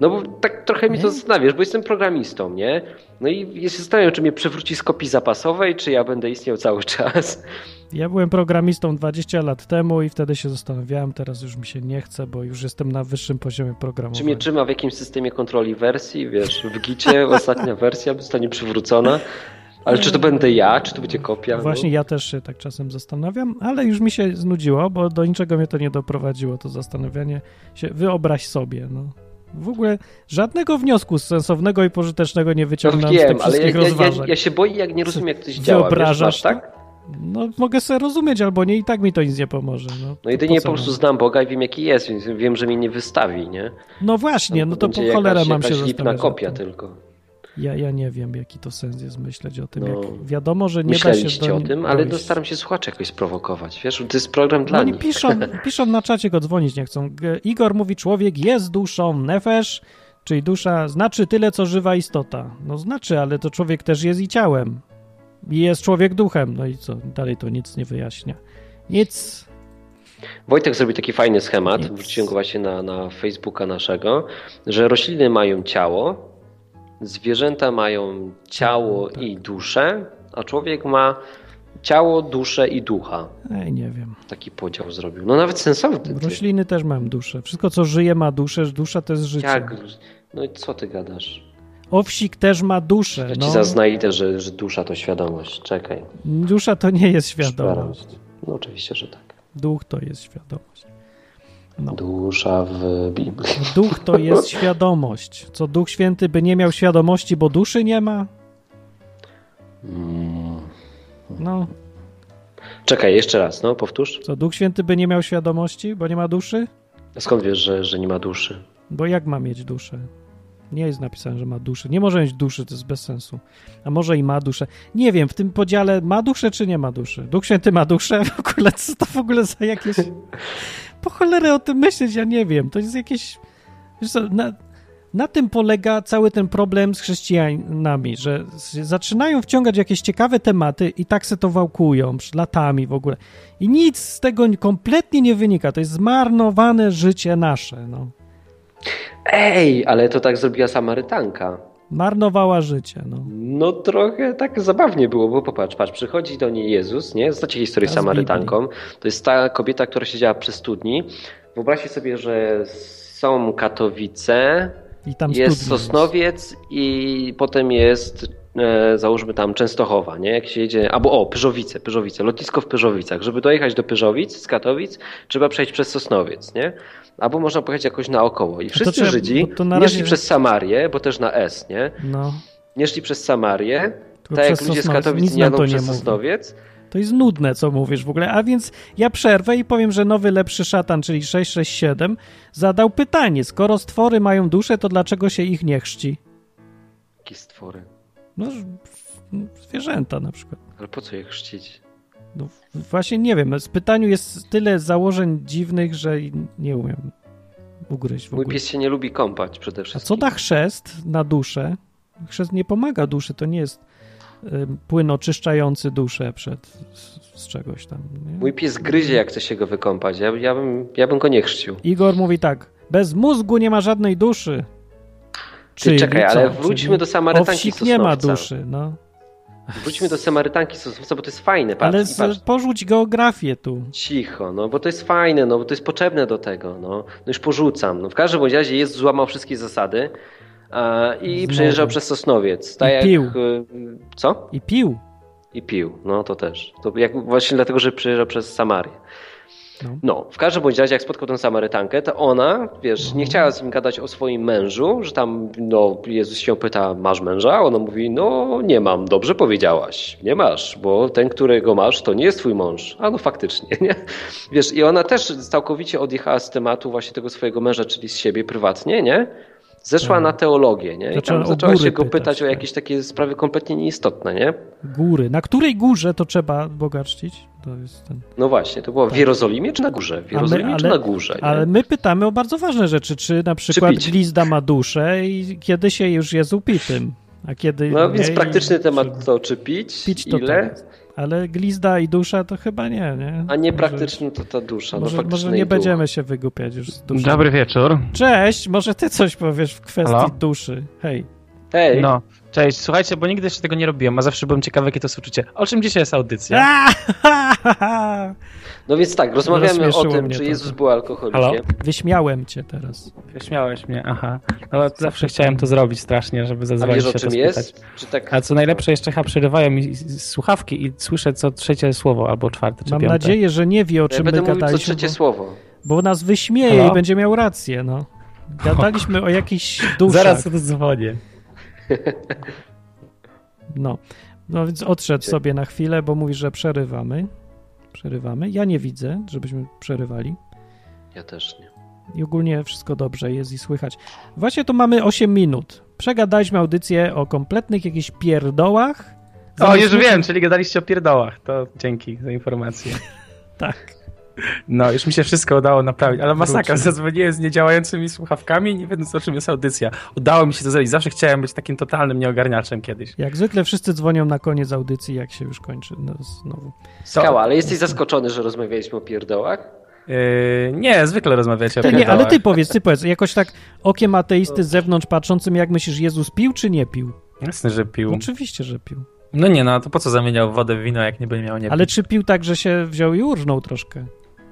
[SPEAKER 2] No bo tak trochę mi to
[SPEAKER 1] Nie?
[SPEAKER 2] zastanawiasz, bo jestem programistą, nie? No i ja się zastanawiam, czy mnie przywróci z kopii zapasowej, czy ja będę istniał cały czas.
[SPEAKER 1] Ja byłem programistą 20 lat temu i wtedy się zastanawiałem, teraz już mi się nie chce, bo już jestem na wyższym poziomie
[SPEAKER 2] Czy mnie
[SPEAKER 1] programowania.
[SPEAKER 2] trzyma w jakimś systemie kontroli wersji, wiesz, w gicie ostatnia wersja zostanie przywrócona, ale czy to będę ja, czy to będzie kopia? No,
[SPEAKER 1] Właśnie ja też się tak czasem zastanawiam, ale już mi się znudziło, bo do niczego mnie to nie doprowadziło, to zastanawianie się, wyobraź sobie, no. W ogóle żadnego wniosku sensownego i pożytecznego nie
[SPEAKER 2] no,
[SPEAKER 1] wyciągnąłem z
[SPEAKER 2] wiem,
[SPEAKER 1] tych
[SPEAKER 2] ale ja,
[SPEAKER 1] wszystkich
[SPEAKER 2] ja, ja,
[SPEAKER 1] rozważań.
[SPEAKER 2] ja się boję, jak nie rozumiem, jak coś działa, wiesz,
[SPEAKER 1] Wyobrażasz
[SPEAKER 2] masz,
[SPEAKER 1] to?
[SPEAKER 2] tak?
[SPEAKER 1] No mogę sobie rozumieć albo nie i tak mi to nic nie pomoże. No,
[SPEAKER 2] No jedynie
[SPEAKER 1] To
[SPEAKER 2] po
[SPEAKER 1] co
[SPEAKER 2] prostu
[SPEAKER 1] mam?
[SPEAKER 2] znam Boga i wiem, jaki jest, więc wiem, że mnie nie wystawi, nie?
[SPEAKER 1] No właśnie, no to po
[SPEAKER 2] Będzie
[SPEAKER 1] cholerę
[SPEAKER 2] jakaś,
[SPEAKER 1] mam się
[SPEAKER 2] jakaś lipna
[SPEAKER 1] zastanawiać.
[SPEAKER 2] kopia
[SPEAKER 1] nad tym.
[SPEAKER 2] tylko.
[SPEAKER 1] Ja, ja nie wiem, jaki to sens jest myśleć o tym.
[SPEAKER 2] No,
[SPEAKER 1] jak, wiadomo, że nie da się
[SPEAKER 2] Myśleliście
[SPEAKER 1] do
[SPEAKER 2] o
[SPEAKER 1] nie-
[SPEAKER 2] tym, ale
[SPEAKER 1] dojść.
[SPEAKER 2] no staram się słuchaczy jakoś sprowokować, wiesz, to jest program
[SPEAKER 1] No
[SPEAKER 2] dla
[SPEAKER 1] oni
[SPEAKER 2] nich.
[SPEAKER 1] piszą, piszą na czacie, go dzwonić nie chcą. G- Igor mówi, człowiek jest duszą, nefesz, czyli dusza znaczy tyle, co żywa istota. No znaczy, ale to człowiek też jest i ciałem. I jest człowiek duchem. No i co? Dalej to nic nie wyjaśnia. Nic.
[SPEAKER 2] Wojtek zrobił taki fajny schemat,
[SPEAKER 1] Nic.
[SPEAKER 2] wrzuciłem go właśnie na, na Facebooka naszego, że rośliny mają ciało, zwierzęta mają ciało
[SPEAKER 1] Tak.
[SPEAKER 2] i duszę, a człowiek ma ciało, duszę i ducha.
[SPEAKER 1] Ej, nie wiem.
[SPEAKER 2] Taki podział zrobił. No nawet sensowny. ty.
[SPEAKER 1] Rośliny też mają duszę. Wszystko, co żyje, ma duszę. Dusza to jest życie.
[SPEAKER 2] Jak? No i co ty gadasz?
[SPEAKER 1] Owsik też ma duszę.
[SPEAKER 2] Ja ci
[SPEAKER 1] No.
[SPEAKER 2] zaznajdę, że, że dusza to świadomość. Czekaj.
[SPEAKER 1] Dusza to nie jest świadomość.
[SPEAKER 2] Świadomość. No oczywiście, że tak.
[SPEAKER 1] Duch to jest świadomość. No.
[SPEAKER 2] Dusza w Biblii.
[SPEAKER 1] Duch to jest świadomość. Co Duch Święty by nie miał świadomości, bo duszy nie ma?
[SPEAKER 2] Mm.
[SPEAKER 1] No.
[SPEAKER 2] Czekaj, jeszcze raz, no powtórz.
[SPEAKER 1] Co Duch Święty by nie miał świadomości, bo nie ma duszy?
[SPEAKER 2] Skąd wiesz, że, że nie ma duszy?
[SPEAKER 1] Bo jak ma mieć duszę? Nie jest napisane, że ma duszę. Nie może mieć duszy, to jest bez sensu. A może i ma duszę. Nie wiem, w tym podziale ma duszę czy nie ma duszy? Duch Święty ma duszę? W ogóle, co to w ogóle za jakieś... Po cholerę o tym myśleć, ja nie wiem. To jest jakieś... Wiesz co, na, na tym polega cały ten problem z chrześcijanami, że z- zaczynają wciągać jakieś ciekawe tematy i tak se to wałkują przy- latami w ogóle. I nic z tego n- kompletnie nie wynika. To jest zmarnowane życie nasze, no.
[SPEAKER 2] Ej, ale to tak zrobiła Samarytanka.
[SPEAKER 1] Marnowała życie, no.
[SPEAKER 2] No trochę tak zabawnie było, bo popatrz, patrz, przychodzi do niej Jezus, nie? Znacie historię
[SPEAKER 1] Ta
[SPEAKER 2] z
[SPEAKER 1] z
[SPEAKER 2] Samarytanką. To jest ta kobieta, która siedziała przy studni. Wyobraźcie sobie, że są Katowice,
[SPEAKER 1] I tam
[SPEAKER 2] jest
[SPEAKER 1] studnia
[SPEAKER 2] Sosnowiec i potem jest e, załóżmy tam Częstochowa, nie? Jak się jedzie, albo o, Pyżowice, Pyżowice, lotnisko w Pyżowicach. Żeby dojechać do Pyżowic z Katowic, trzeba przejść przez Sosnowiec, nie? Albo można pojechać jakoś naokoło. I wszyscy
[SPEAKER 1] trzeba-
[SPEAKER 2] Żydzi
[SPEAKER 1] bo to na
[SPEAKER 2] nie szli
[SPEAKER 1] razie-
[SPEAKER 2] przez Samarię, bo też na S, nie?
[SPEAKER 1] No,
[SPEAKER 2] Nie szli przez Samarię,
[SPEAKER 1] tylko
[SPEAKER 2] tak jak
[SPEAKER 1] przez
[SPEAKER 2] ludzie z
[SPEAKER 1] Sosnowiec.
[SPEAKER 2] Katowic
[SPEAKER 1] Nic
[SPEAKER 2] nie
[SPEAKER 1] nam
[SPEAKER 2] jadą
[SPEAKER 1] to
[SPEAKER 2] przez
[SPEAKER 1] nie mówi.
[SPEAKER 2] Sosnowiec.
[SPEAKER 1] To jest nudne, co mówisz w ogóle. A więc ja przerwę i powiem, że nowy, lepszy szatan, czyli 667, zadał pytanie: skoro stwory mają duszę, to dlaczego się ich nie chrzci?
[SPEAKER 2] Jakie stwory.
[SPEAKER 1] No, ż- zwierzęta na przykład.
[SPEAKER 2] Ale po co je chrzcić?
[SPEAKER 1] No, właśnie nie wiem. Z pytaniu jest tyle założeń dziwnych, że i nie umiem ugryźć w
[SPEAKER 2] Mój
[SPEAKER 1] ogóle.
[SPEAKER 2] pies się nie lubi kąpać przede
[SPEAKER 1] A co
[SPEAKER 2] wszystkim.
[SPEAKER 1] tak- da chrzest na duszę? Chrzest nie pomaga duszy, to nie jest ym, płyn oczyszczający duszę przed z, z czegoś tam. Nie?
[SPEAKER 2] Mój pies gryzie, jak chce się go wykąpać. Ja, ja, bym, ja bym go nie chrzcił.
[SPEAKER 1] Igor mówi tak, bez mózgu nie ma żadnej duszy.
[SPEAKER 2] Ty, czekaj,
[SPEAKER 1] co?
[SPEAKER 2] ale wróćmy
[SPEAKER 1] Czyli
[SPEAKER 2] do Samarytanki
[SPEAKER 1] Owsik nie ma
[SPEAKER 2] Sosnowca.
[SPEAKER 1] duszy, no.
[SPEAKER 2] Wróćmy do Samarytanki Sosnowca, bo to jest fajne. Patrz,
[SPEAKER 1] Ale
[SPEAKER 2] i patrz.
[SPEAKER 1] z, porzuć geografię tu.
[SPEAKER 2] Cicho, no bo to jest fajne, no bo to jest potrzebne do tego, no. no już porzucam. No, w każdym bądź razie jest złamał wszystkie zasady a, i
[SPEAKER 1] Znowu.
[SPEAKER 2] przejeżdżał przez Sosnowiec. Tak
[SPEAKER 1] I
[SPEAKER 2] jak,
[SPEAKER 1] pił.
[SPEAKER 2] y, Co?
[SPEAKER 1] I pił.
[SPEAKER 2] I pił, no to też. To jak, właśnie dlatego, że przejeżdżał przez Samarię.
[SPEAKER 1] No.
[SPEAKER 2] No, w każdym bądź razie, jak spotkał tę Samarytankę, to ona, wiesz,
[SPEAKER 1] No.
[SPEAKER 2] nie chciała z nim gadać o swoim mężu, że tam, no, Jezus się pyta, masz męża? A Ona mówi, no, nie mam, dobrze powiedziałaś, nie masz, bo ten, którego masz, to nie jest twój mąż. A no, faktycznie, nie? Wiesz, i ona też całkowicie odjechała z tematu właśnie tego swojego męża, czyli z siebie prywatnie, nie? Zeszła
[SPEAKER 1] Tak.
[SPEAKER 2] na teologię, nie? I
[SPEAKER 1] Zaczęła
[SPEAKER 2] tam
[SPEAKER 1] o
[SPEAKER 2] zaczęła
[SPEAKER 1] góry
[SPEAKER 2] się go pytać,
[SPEAKER 1] pytać,
[SPEAKER 2] o
[SPEAKER 1] tak.
[SPEAKER 2] jakieś takie sprawy kompletnie nieistotne, nie?
[SPEAKER 1] Góry. Na której górze to trzeba boga czcić? To jest ten...
[SPEAKER 2] No właśnie, to było w
[SPEAKER 1] Tak.
[SPEAKER 2] Jerozolimie czy na górze? W Jerozolimie
[SPEAKER 1] ale-
[SPEAKER 2] czy na górze? nie?
[SPEAKER 1] Ale my pytamy o bardzo ważne rzeczy, czy na przykład
[SPEAKER 2] pić?
[SPEAKER 1] glizda ma duszę i kiedy się już jest upitym, a kiedy
[SPEAKER 2] No
[SPEAKER 1] nie
[SPEAKER 2] więc
[SPEAKER 1] i-
[SPEAKER 2] praktyczny temat
[SPEAKER 1] czy-
[SPEAKER 2] to czy pić,
[SPEAKER 1] Pić to
[SPEAKER 2] ile,
[SPEAKER 1] tak. Ale glizda i dusza to chyba nie, nie?
[SPEAKER 2] a nie
[SPEAKER 1] Może-
[SPEAKER 2] praktyczny to ta
[SPEAKER 1] Może,
[SPEAKER 2] dusza. no
[SPEAKER 1] może
[SPEAKER 2] faktyczny
[SPEAKER 1] nie
[SPEAKER 2] i duch.
[SPEAKER 1] będziemy się wygłupiać już z duszy.
[SPEAKER 5] Dobry wieczór.
[SPEAKER 1] Cześć, może ty coś powiesz w kwestii
[SPEAKER 5] Halo?
[SPEAKER 1] duszy. Hej,
[SPEAKER 2] Hej,
[SPEAKER 5] No, cześć. Słuchajcie, bo nigdy jeszcze tego nie robiłem, a zawsze byłem ciekawy, jakie to jest uczucie. O czym dzisiaj jest audycja?
[SPEAKER 1] Aaa!
[SPEAKER 2] no więc tak, rozmawiamy o
[SPEAKER 1] Rozśmieszyło
[SPEAKER 2] tym,
[SPEAKER 1] mnie
[SPEAKER 2] czy
[SPEAKER 1] to.
[SPEAKER 2] Jezus był alkoholikiem.
[SPEAKER 5] Halo?
[SPEAKER 1] Wyśmiałem cię teraz.
[SPEAKER 5] Śmiałeś mnie, aha. No to zawsze chciałem to zrobić strasznie, żeby
[SPEAKER 2] A
[SPEAKER 5] zadzwonić
[SPEAKER 2] wiesz
[SPEAKER 5] się
[SPEAKER 2] o czym
[SPEAKER 5] rozpytać.
[SPEAKER 2] jest? Czy tak...
[SPEAKER 5] A co najlepsze, jeszcze ha, przerywają mi s- s- słuchawki i słyszę co trzecie słowo albo czwarte czy
[SPEAKER 1] Mam
[SPEAKER 5] piąte.
[SPEAKER 1] nadzieję, że nie wie, o
[SPEAKER 2] Ja
[SPEAKER 1] czym
[SPEAKER 2] będę
[SPEAKER 1] my
[SPEAKER 2] mówił co
[SPEAKER 1] gadaliśmy,
[SPEAKER 2] trzecie
[SPEAKER 1] bo,
[SPEAKER 2] słowo.
[SPEAKER 1] bo nas wyśmieje
[SPEAKER 5] Halo?
[SPEAKER 1] i będzie miał rację, no. Gadaliśmy o jakichś duszach.
[SPEAKER 5] Zaraz to dzwonię.
[SPEAKER 1] No. no więc odszedł sobie na chwilę, bo mówi, że przerywamy. Przerywamy. Ja nie widzę, żebyśmy przerywali.
[SPEAKER 2] Ja też nie.
[SPEAKER 1] I ogólnie wszystko dobrze jest i słychać. Właśnie to mamy 8 minut. Przegadaliśmy audycję o kompletnych jakichś pierdołach.
[SPEAKER 5] O, już
[SPEAKER 1] Zamiast-
[SPEAKER 5] wiem, czyli gadaliście o pierdołach. To dzięki za informację.
[SPEAKER 1] Tak.
[SPEAKER 5] No, już mi się wszystko udało naprawić, ale masakra,
[SPEAKER 1] Wróci.
[SPEAKER 5] zadzwoniłem z niedziałającymi słuchawkami i nie wiedząc o czym jest audycja. Udało mi się to zrobić, zawsze chciałem być takim totalnym nieogarniaczem kiedyś.
[SPEAKER 1] Jak zwykle wszyscy dzwonią na koniec audycji, jak się już kończy. No, znowu.
[SPEAKER 2] Skała, ale jesteś zaskoczony, że rozmawialiśmy o pierdołach?
[SPEAKER 5] Yy, nie, zwykle rozmawiacie
[SPEAKER 1] Ty
[SPEAKER 5] o
[SPEAKER 1] nie,
[SPEAKER 5] pierdołach.
[SPEAKER 1] ale ty powiedz, ty powiedz. Jakoś tak okiem ateisty z zewnątrz patrzącym, jak myślisz, Jezus pił czy nie pił?
[SPEAKER 5] Jasne, że pił.
[SPEAKER 1] Oczywiście, że pił.
[SPEAKER 5] No nie, no to po co zamieniał wodę w wino, jak nie będzie miał nie
[SPEAKER 1] Ale
[SPEAKER 5] pić?
[SPEAKER 1] czy pił tak, że się wziął i urżnął troszkę?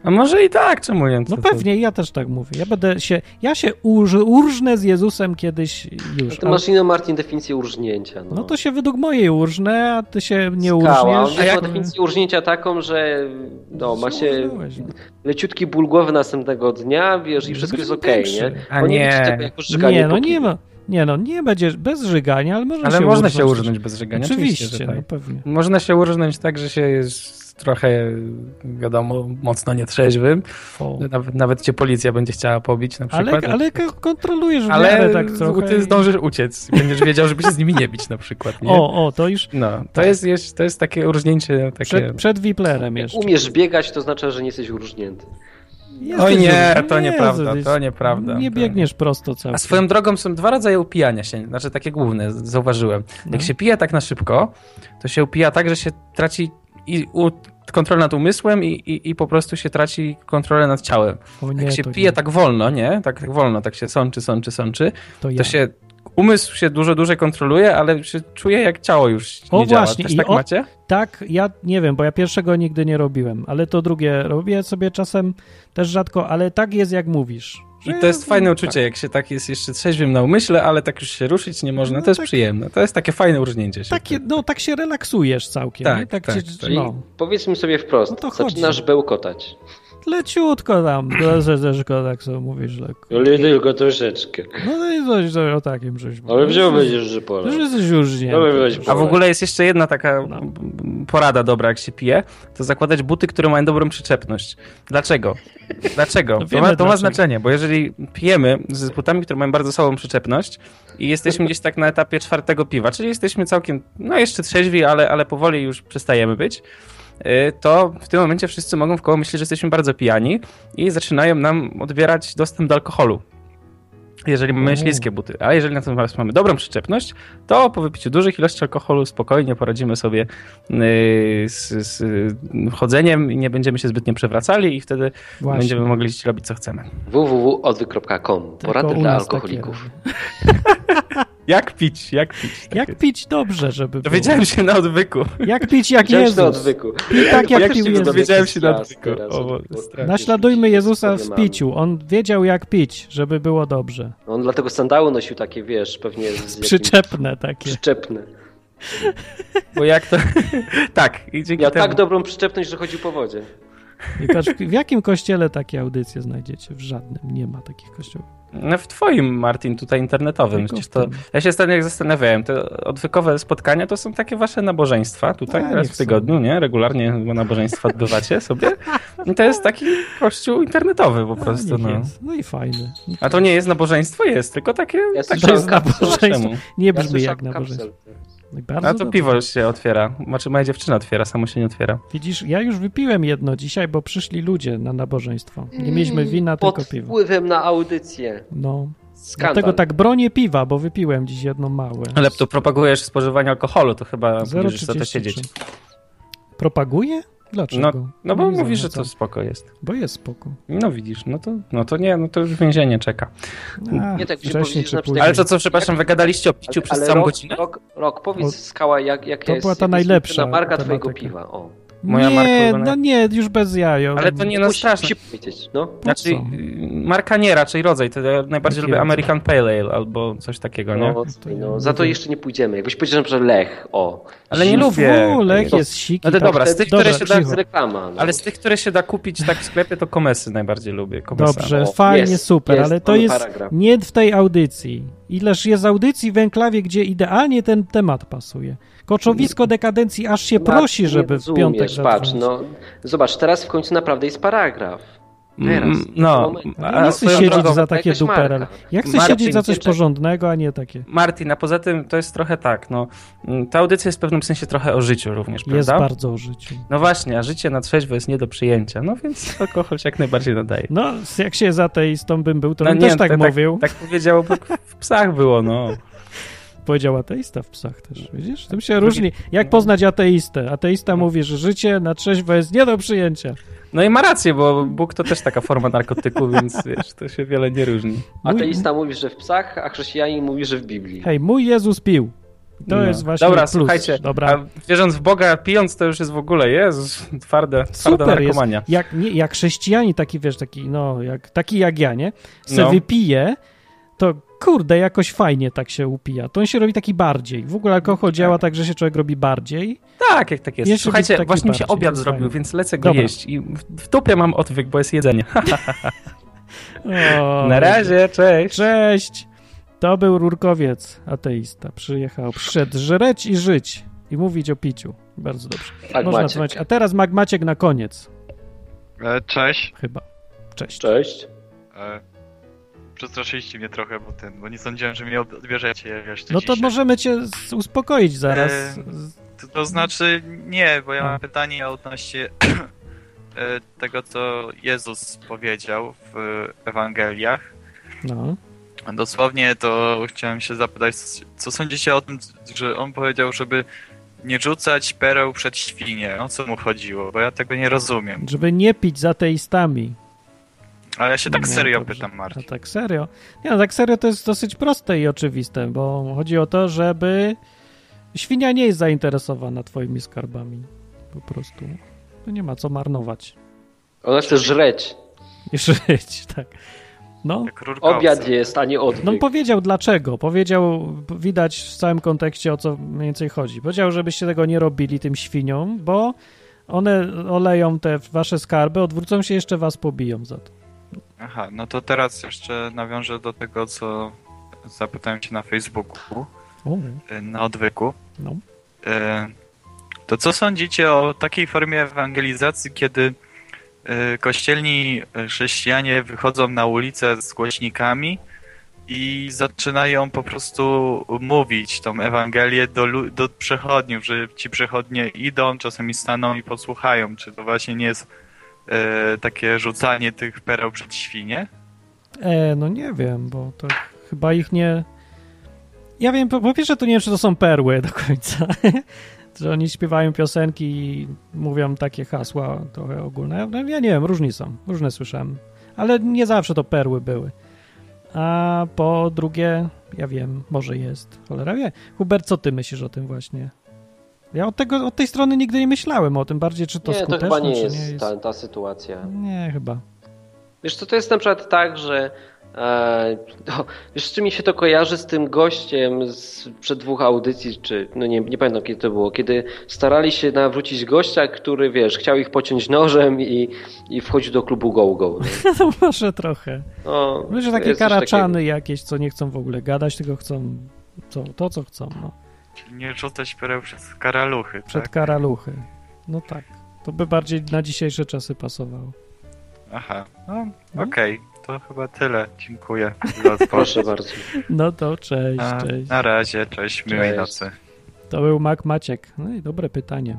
[SPEAKER 5] A może i tak, czemu nie?
[SPEAKER 1] No
[SPEAKER 5] To- to-
[SPEAKER 1] pewnie, ja też tak mówię. Ja będę się, ja się urż, urżnę z Jezusem kiedyś
[SPEAKER 2] No
[SPEAKER 1] już.
[SPEAKER 2] to
[SPEAKER 1] ale-
[SPEAKER 2] masz inną, Martin, definicję urżnięcia. No,
[SPEAKER 1] No to się według mojej urżnę, a ty się nie
[SPEAKER 2] Skała.
[SPEAKER 1] urżniesz.
[SPEAKER 2] On ma definicję urżnięcia taką, że no, ma się
[SPEAKER 1] Urżnąłeś, no.
[SPEAKER 2] leciutki ból głowy następnego dnia, wiesz, i wszystko jest
[SPEAKER 1] Będzie
[SPEAKER 2] okej,
[SPEAKER 1] większy.
[SPEAKER 2] nie?
[SPEAKER 5] A
[SPEAKER 2] Bo
[SPEAKER 5] nie.
[SPEAKER 2] widzisz tego jako żyganie
[SPEAKER 1] Nie, no
[SPEAKER 2] po
[SPEAKER 1] nie
[SPEAKER 2] kiju.
[SPEAKER 1] ma. Nie no, nie będzie bez żygania, ale można
[SPEAKER 5] Ale
[SPEAKER 1] się
[SPEAKER 5] można się
[SPEAKER 1] urżnąć.
[SPEAKER 5] urżnąć bez żegania, oczywiście,
[SPEAKER 1] Oczywiście,
[SPEAKER 5] że tak.
[SPEAKER 1] no pewnie.
[SPEAKER 5] Można się urżnąć tak, że się jest trochę, wiadomo, mocno nietrzeźwym.
[SPEAKER 1] O.
[SPEAKER 5] Nawet, nawet cię policja będzie chciała pobić na
[SPEAKER 1] Ale,
[SPEAKER 5] przykład.
[SPEAKER 1] ale ko- kontrolujesz w
[SPEAKER 5] Ale
[SPEAKER 1] miarę tak trochę.
[SPEAKER 5] ty
[SPEAKER 1] i-
[SPEAKER 5] zdążysz uciec. Będziesz wiedział, żeby się z nimi nie bić na przykład. Nie?
[SPEAKER 1] O, o, to już
[SPEAKER 5] No, to jest, jest, to jest takie urżnięcie. Takie...
[SPEAKER 1] przed, przed Wiplerem
[SPEAKER 2] Jak
[SPEAKER 1] jeszcze. Tak.
[SPEAKER 2] umiesz biegać, to znaczy, że nie jesteś urżnięty.
[SPEAKER 1] Jezu,
[SPEAKER 5] Oj nie,
[SPEAKER 1] Jezu,
[SPEAKER 5] to nieprawda,
[SPEAKER 1] Jezu,
[SPEAKER 5] to nieprawda.
[SPEAKER 1] Nie
[SPEAKER 5] To-
[SPEAKER 1] biegniesz prosto cały.
[SPEAKER 5] A swoją drogą są dwa rodzaje upijania się, znaczy takie główne, z- zauważyłem. Jak
[SPEAKER 1] No.
[SPEAKER 5] się pije tak na szybko, to się upija tak, że się traci i u, kontrolę nad umysłem i, i, i po prostu się traci kontrolę nad ciałem.
[SPEAKER 1] O
[SPEAKER 5] Jak
[SPEAKER 1] nie,
[SPEAKER 5] się
[SPEAKER 1] to
[SPEAKER 5] pije
[SPEAKER 1] nie,
[SPEAKER 5] tak wolno, nie? Tak, tak wolno, tak się sączy, sączy, sączy,
[SPEAKER 1] to, ja.
[SPEAKER 5] to się umysł się dużo, dużo kontroluje, ale się czuje jak ciało już nie
[SPEAKER 1] O,
[SPEAKER 5] działa.
[SPEAKER 1] właśnie,
[SPEAKER 5] Też
[SPEAKER 1] i
[SPEAKER 5] tak
[SPEAKER 1] o-
[SPEAKER 5] macie?
[SPEAKER 1] Tak, ja nie wiem, bo ja pierwszego nigdy nie robiłem, ale to drugie robię sobie czasem też rzadko, ale tak jest jak mówisz.
[SPEAKER 5] I
[SPEAKER 1] Że
[SPEAKER 5] to jest
[SPEAKER 1] ja-
[SPEAKER 5] fajne
[SPEAKER 1] tak.
[SPEAKER 5] uczucie, jak się tak jest jeszcze trzeźwym na umyśle, ale tak już się ruszyć nie można.
[SPEAKER 1] No
[SPEAKER 5] to jest
[SPEAKER 1] tak-
[SPEAKER 5] przyjemne. To jest takie fajne urżnięcie się.
[SPEAKER 1] Takie, no tak się relaksujesz całkiem.
[SPEAKER 5] Tak,
[SPEAKER 1] nie? tak,
[SPEAKER 5] tak,
[SPEAKER 1] cię,
[SPEAKER 5] tak.
[SPEAKER 2] Czyli
[SPEAKER 1] no.
[SPEAKER 2] powiedzmy sobie wprost,
[SPEAKER 1] No to chodź.
[SPEAKER 2] zaczynasz bełkotać.
[SPEAKER 1] Leciutko tam, troszeczkę tak sobie mówisz lekko.
[SPEAKER 2] Ale tylko troszeczkę.
[SPEAKER 1] No to jest coś, coś o takim żeś
[SPEAKER 2] No Ale wziął
[SPEAKER 1] Już
[SPEAKER 2] będziesz, że No pora.
[SPEAKER 1] Już jesteś już nie.
[SPEAKER 2] Dobra, weź,
[SPEAKER 5] A w
[SPEAKER 2] Dobra.
[SPEAKER 5] ogóle jest jeszcze jedna taka
[SPEAKER 1] No.
[SPEAKER 5] m, porada dobra, jak się pije, to zakładać buty, które mają dobrą przyczepność. Dlaczego? Dlaczego?
[SPEAKER 1] No
[SPEAKER 5] to,
[SPEAKER 1] wiemy
[SPEAKER 5] ma, to ma
[SPEAKER 1] dlaczego.
[SPEAKER 5] znaczenie, bo jeżeli pijemy z butami, które mają bardzo słabą przyczepność i jesteśmy gdzieś tak na etapie czwartego piwa, czyli jesteśmy całkiem, no jeszcze trzeźwi, ale, ale powoli już przestajemy być, y, to w tym momencie wszyscy mogą w koło myśleć, że jesteśmy bardzo pijani i zaczynają nam odbierać dostęp do alkoholu. Jeżeli mamy
[SPEAKER 1] Uuu.
[SPEAKER 5] śliskie buty, a jeżeli natomiast mamy dobrą przyczepność, to po wypiciu dużych ilości alkoholu spokojnie poradzimy sobie yy, z, z yy, chodzeniem i nie będziemy się zbytnio przewracali i wtedy
[SPEAKER 1] Właśnie.
[SPEAKER 5] będziemy mogli robić co chcemy.
[SPEAKER 2] www.odwyk.com.
[SPEAKER 1] Tylko u
[SPEAKER 2] Porady dla
[SPEAKER 1] nas
[SPEAKER 2] alkoholików.
[SPEAKER 1] takie.
[SPEAKER 5] Jak pić, jak pić. Takie.
[SPEAKER 1] Jak pić dobrze, żeby było.
[SPEAKER 5] Dowiedziałem się na odwyku.
[SPEAKER 1] Jak pić jak
[SPEAKER 2] Wziąć na
[SPEAKER 1] Jezus.
[SPEAKER 2] odwyku.
[SPEAKER 1] I tak jak pił
[SPEAKER 2] Dowiedziałem
[SPEAKER 1] Jezus.
[SPEAKER 5] Dowiedziałem się na
[SPEAKER 2] Teraz,
[SPEAKER 5] odwyku.
[SPEAKER 2] teraz
[SPEAKER 5] O, bo-
[SPEAKER 2] odwyku.
[SPEAKER 5] strasznie.
[SPEAKER 1] Naśladujmy Jezusa
[SPEAKER 2] Sobie
[SPEAKER 1] w
[SPEAKER 2] mamy. No,
[SPEAKER 1] piciu. On wiedział jak pić, żeby było dobrze.
[SPEAKER 2] On dlatego sandały nosił takie, wiesz, pewnie z jakimś-
[SPEAKER 1] Przyczepne takie.
[SPEAKER 2] przyczepne.
[SPEAKER 5] Bo jak to... tak. I dzięki
[SPEAKER 2] Miał
[SPEAKER 5] temu...
[SPEAKER 2] tak dobrą przyczepność, że chodził po wodzie.
[SPEAKER 1] I patrz, w jakim kościele takie audycje znajdziecie? W żadnym. Nie ma takich kościołów.
[SPEAKER 5] No w twoim, Martin, tutaj internetowym.
[SPEAKER 1] Tylko
[SPEAKER 5] Przecież
[SPEAKER 1] w
[SPEAKER 5] to,
[SPEAKER 1] tym.
[SPEAKER 5] ja się ostatnio jak zastanawiałem, te odwykowe spotkania to są takie wasze nabożeństwa tutaj
[SPEAKER 1] A,
[SPEAKER 5] raz
[SPEAKER 1] niech
[SPEAKER 5] w
[SPEAKER 1] są.
[SPEAKER 5] tygodniu, nie? Regularnie nabożeństwa odbywacie sobie. I to jest taki kościół internetowy po prostu.
[SPEAKER 1] niech
[SPEAKER 5] No.
[SPEAKER 1] jest. no i fajny.
[SPEAKER 5] A to nie jest nabożeństwo, jest, tylko takie...
[SPEAKER 2] Ja
[SPEAKER 5] takie
[SPEAKER 1] To
[SPEAKER 2] słyszałem
[SPEAKER 1] jest
[SPEAKER 2] kapsel.
[SPEAKER 1] nabożeństwo.
[SPEAKER 5] czemu?
[SPEAKER 1] Nie
[SPEAKER 2] Ja
[SPEAKER 1] brzmi
[SPEAKER 2] słyszałem
[SPEAKER 1] jak nabożeństwo.
[SPEAKER 2] kapsel.
[SPEAKER 1] No i bardzo
[SPEAKER 5] A to
[SPEAKER 1] dobrze.
[SPEAKER 5] piwo się otwiera. Znaczy moja dziewczyna otwiera, samo się nie otwiera.
[SPEAKER 1] Widzisz, ja już wypiłem jedno dzisiaj, bo przyszli ludzie na nabożeństwo. Nie mieliśmy wina,
[SPEAKER 2] Mm, Pod
[SPEAKER 1] tylko piwo.
[SPEAKER 2] wpływem na audycję.
[SPEAKER 1] No.
[SPEAKER 2] Skandal.
[SPEAKER 1] Dlatego tak bronię piwa, bo wypiłem dziś jedno małe.
[SPEAKER 5] Ale tu propagujesz spożywanie alkoholu, to chyba
[SPEAKER 1] Zero
[SPEAKER 5] będziesz za to
[SPEAKER 1] 33.
[SPEAKER 5] siedzieć.
[SPEAKER 1] Propaguje? Dlaczego?
[SPEAKER 5] No, no bo
[SPEAKER 1] nie
[SPEAKER 5] mówisz, że to
[SPEAKER 1] zachęcam.
[SPEAKER 5] spoko jest.
[SPEAKER 1] Bo jest spoko.
[SPEAKER 5] No widzisz, no to, no to nie, no to już więzienie czeka.
[SPEAKER 1] A,
[SPEAKER 2] Nie, tak się
[SPEAKER 1] wcześniej
[SPEAKER 2] powiedzieć,
[SPEAKER 1] czy
[SPEAKER 2] że na
[SPEAKER 1] później.
[SPEAKER 2] cztery-
[SPEAKER 5] Ale co, co, przepraszam, wygadaliście o piciu przez całą
[SPEAKER 2] rok,
[SPEAKER 5] godzinę?
[SPEAKER 2] Rok, rok, powiedz
[SPEAKER 1] O,
[SPEAKER 2] Skała, jak, jak
[SPEAKER 1] to
[SPEAKER 2] jest,
[SPEAKER 1] była ta
[SPEAKER 2] jak jest
[SPEAKER 1] najlepsza
[SPEAKER 2] jedyna marka twojego
[SPEAKER 1] tematyka.
[SPEAKER 2] piwa. O,
[SPEAKER 5] Moja
[SPEAKER 1] nie,
[SPEAKER 5] marka ulubiona-
[SPEAKER 1] no nie, już bez jajo.
[SPEAKER 5] Ale to nie no
[SPEAKER 2] musi,
[SPEAKER 5] straszne.
[SPEAKER 2] musi powiedzieć, no.
[SPEAKER 5] Znaczy,
[SPEAKER 1] co?
[SPEAKER 5] y, marka nie raczej rodzaj, to ja najbardziej
[SPEAKER 1] Jaki
[SPEAKER 5] lubię
[SPEAKER 1] rodzaj?
[SPEAKER 5] American Pale Ale albo coś takiego, nie?
[SPEAKER 2] No,
[SPEAKER 1] To ja
[SPEAKER 2] no, za to
[SPEAKER 1] lubię.
[SPEAKER 2] jeszcze nie pójdziemy. Jakbyś powiedział, że Lech, o.
[SPEAKER 5] Ale nie lubię.
[SPEAKER 1] Fu, Lech
[SPEAKER 2] To-
[SPEAKER 1] jest siki.
[SPEAKER 5] No to
[SPEAKER 1] tak.
[SPEAKER 5] dobra, z tych, które
[SPEAKER 1] Dobrze,
[SPEAKER 5] się
[SPEAKER 2] To
[SPEAKER 5] da-
[SPEAKER 1] cicho.
[SPEAKER 2] jest reklama. No.
[SPEAKER 5] Ale z tych, które się da kupić tak w sklepie, to komesy najbardziej lubię. Komesa.
[SPEAKER 1] Dobrze,
[SPEAKER 2] O,
[SPEAKER 1] fajnie,
[SPEAKER 2] jest,
[SPEAKER 1] super,
[SPEAKER 2] jest,
[SPEAKER 1] ale to
[SPEAKER 2] mamy
[SPEAKER 1] jest
[SPEAKER 2] paragraf.
[SPEAKER 1] nie w tej audycji. Ileż jest audycji w enklawie, gdzie idealnie ten temat pasuje. Koczowisko dekadencji aż się
[SPEAKER 2] Mat-
[SPEAKER 1] prosi,
[SPEAKER 2] nie
[SPEAKER 1] żeby w
[SPEAKER 2] rozumiesz,
[SPEAKER 1] piątek
[SPEAKER 2] Patrz,
[SPEAKER 1] zadzwonić.
[SPEAKER 2] no. Zobacz, teraz w końcu naprawdę jest paragraf. Teraz.
[SPEAKER 5] Mm, No,
[SPEAKER 2] Moment.
[SPEAKER 1] Ja nie chcę
[SPEAKER 5] swoją
[SPEAKER 1] siedzieć
[SPEAKER 5] drogą,
[SPEAKER 1] za takie
[SPEAKER 2] jakaś
[SPEAKER 1] duperele.
[SPEAKER 2] marka.
[SPEAKER 1] Ja chcę
[SPEAKER 5] Marcin
[SPEAKER 1] siedzieć za coś
[SPEAKER 5] Pieczek.
[SPEAKER 1] porządnego, a nie takie.
[SPEAKER 5] Martin, a poza tym to jest trochę tak, no, mm, ta audycja jest w pewnym sensie trochę o życiu również,
[SPEAKER 1] Jest
[SPEAKER 5] prawda?
[SPEAKER 1] bardzo o życiu.
[SPEAKER 5] No właśnie, a życie na trzeźwo jest nie do przyjęcia, no więc alkohol się jak najbardziej nadaje.
[SPEAKER 1] No, jak się za ateistą bym był, to
[SPEAKER 5] no
[SPEAKER 1] bym też tak
[SPEAKER 5] to
[SPEAKER 1] mówił.
[SPEAKER 5] Tak, tak powiedział, bo w psach było, no.
[SPEAKER 1] Powiedział ateista w psach też, widzisz? Tym się różni.
[SPEAKER 5] no.
[SPEAKER 1] Jak poznać ateistę? Ateista mówi, że życie na trzeźwo jest nie do przyjęcia.
[SPEAKER 5] No i ma rację, bo Bóg to też taka forma narkotyku, więc wiesz, to się wiele nie różni.
[SPEAKER 1] Mój-
[SPEAKER 2] Ateista mówi, że w psach, a chrześcijanin mówi, że w Biblii.
[SPEAKER 1] Hej, mój Jezus pił. To
[SPEAKER 5] No.
[SPEAKER 1] jest właśnie
[SPEAKER 5] Dobra,
[SPEAKER 1] plus.
[SPEAKER 5] słuchajcie,
[SPEAKER 1] Dobra,
[SPEAKER 5] a wierząc w Boga, pijąc to już jest w ogóle, Jezus, twarde, twarda
[SPEAKER 1] Super jest.
[SPEAKER 5] narkomania.
[SPEAKER 1] Jak, nie, jak chrześcijanie, taki wiesz, taki, no, jak, taki jak ja, nie? Se
[SPEAKER 5] No.
[SPEAKER 1] wypije, to kurde, jakoś fajnie tak się upija. To on się robi taki bardziej. W ogóle alkohol działa tak, że się człowiek robi bardziej.
[SPEAKER 5] Tak, jak tak jest.
[SPEAKER 1] Jeszcze być
[SPEAKER 5] Słuchajcie,
[SPEAKER 1] taki
[SPEAKER 5] właśnie mi się
[SPEAKER 1] bardziej,
[SPEAKER 5] obiad
[SPEAKER 1] to
[SPEAKER 5] zrobił,
[SPEAKER 1] fajnie.
[SPEAKER 5] więc lecę go
[SPEAKER 1] Dobra.
[SPEAKER 5] jeść i w w dupie mam odwyk, bo jest jedzenie.
[SPEAKER 1] O,
[SPEAKER 5] Na razie, cześć!
[SPEAKER 1] Cześć! To był rurkowiec ateista. Przyjechał, przyszedł żreć i żyć. I mówić o piciu. Bardzo dobrze.
[SPEAKER 2] Tak,
[SPEAKER 1] Można
[SPEAKER 2] Maciek.
[SPEAKER 1] dzwonić. A teraz Magmaciek na koniec.
[SPEAKER 6] E, Cześć.
[SPEAKER 1] Chyba. Cześć.
[SPEAKER 2] Cześć.
[SPEAKER 6] E, Przestraszyliście mnie trochę, bo ten, bo nie sądziłem, że mnie od- odbierzecie jeszcze
[SPEAKER 1] No to
[SPEAKER 6] dzisiaj.
[SPEAKER 1] możemy cię z- uspokoić zaraz.
[SPEAKER 6] Eee,
[SPEAKER 1] Z-
[SPEAKER 6] To, to znaczy, nie, bo ja
[SPEAKER 1] A.
[SPEAKER 6] mam pytanie odnośnie e, tego, co Jezus powiedział w Ewangeliach.
[SPEAKER 1] No.
[SPEAKER 6] Dosłownie to chciałem się zapytać, co- co sądzicie o tym, że on powiedział, żeby nie rzucać pereł przed świnie. O co mu chodziło? Bo ja tego nie rozumiem.
[SPEAKER 1] Żeby nie pić z ateistami.
[SPEAKER 6] Ale ja się tak
[SPEAKER 1] Nie,
[SPEAKER 6] serio
[SPEAKER 1] dobrze.
[SPEAKER 6] pytam, Martin.
[SPEAKER 1] A tak serio? Nie, no tak serio to jest dosyć proste i oczywiste, bo chodzi o to, żeby świnia nie jest zainteresowana twoimi skarbami. Po prostu. To nie ma co marnować.
[SPEAKER 2] Ona chce żreć.
[SPEAKER 1] I żyć, tak. No.
[SPEAKER 6] Jak rurkowca.
[SPEAKER 2] Obiad jest, a nie odwyk.
[SPEAKER 1] No powiedział dlaczego. Powiedział, p- widać w całym kontekście o co mniej więcej chodzi. Powiedział, żebyście tego nie robili tym świniom, bo one oleją te wasze skarby, odwrócą się jeszcze was pobiją za to.
[SPEAKER 6] Aha, no to teraz jeszcze nawiążę do tego, co zapytałem cię na Facebooku,
[SPEAKER 1] O,
[SPEAKER 6] y, na odwyku.
[SPEAKER 1] no.
[SPEAKER 6] Y, To co sądzicie o takiej formie ewangelizacji, kiedy y, kościelni y, chrześcijanie wychodzą na ulicę z głośnikami i zaczynają po prostu mówić tą Ewangelię do, lu- do przechodniów, że ci przechodnie idą, czasami staną i posłuchają. Czy to właśnie nie jest y, takie rzucanie tych pereł przed świnie?
[SPEAKER 1] E, no nie wiem, bo to chyba ich nie. Ja wiem, po, po pierwsze, to nie wiem, czy to są perły do końca. że oni śpiewają piosenki i mówią takie hasła trochę ogólne. No, ja nie wiem, różni są, różne słyszałem. Ale nie zawsze to perły były. A po drugie, ja wiem, może jest. Cholera wie. Hubert, co ty myślisz o tym właśnie? Ja od, tego, od tej strony nigdy nie myślałem o tym, bardziej czy to
[SPEAKER 2] nie, to
[SPEAKER 1] skuteczne,
[SPEAKER 2] chyba nie
[SPEAKER 1] czy
[SPEAKER 2] jest, tak.
[SPEAKER 1] nie jest.
[SPEAKER 2] Ta, ta sytuacja.
[SPEAKER 1] Nie, chyba.
[SPEAKER 2] Wiesz co, to jest na przykład tak, że e, to, wiesz, czy mi się to kojarzy z tym gościem z przed dwóch audycji, czy no nie, nie pamiętam kiedy to było, kiedy starali się nawrócić gościa, który wiesz, chciał ich pociąć nożem i, i wchodził do klubu Go Go. no.
[SPEAKER 1] No może trochę.
[SPEAKER 2] No,
[SPEAKER 1] Myślę,
[SPEAKER 2] to
[SPEAKER 1] takie
[SPEAKER 2] jest coś
[SPEAKER 1] karaczany jakieś, co nie chcą w ogóle gadać, tylko chcą co, to, co chcą. No.
[SPEAKER 6] Czyli Nie rzucać pereł przez karaluchy,
[SPEAKER 1] Przed
[SPEAKER 6] tak?
[SPEAKER 1] karaluchy. No tak. To by bardziej na dzisiejsze czasy pasowało.
[SPEAKER 6] Aha, no
[SPEAKER 1] No.
[SPEAKER 6] okej, to chyba tyle. Dziękuję za odpowiedź.
[SPEAKER 2] Proszę bardzo.
[SPEAKER 1] No to cześć,
[SPEAKER 6] A,
[SPEAKER 1] cześć.
[SPEAKER 6] Na razie, cześć, miłej
[SPEAKER 2] Cześć.
[SPEAKER 6] nocy.
[SPEAKER 1] To był Mac Maciek. No i dobre pytanie.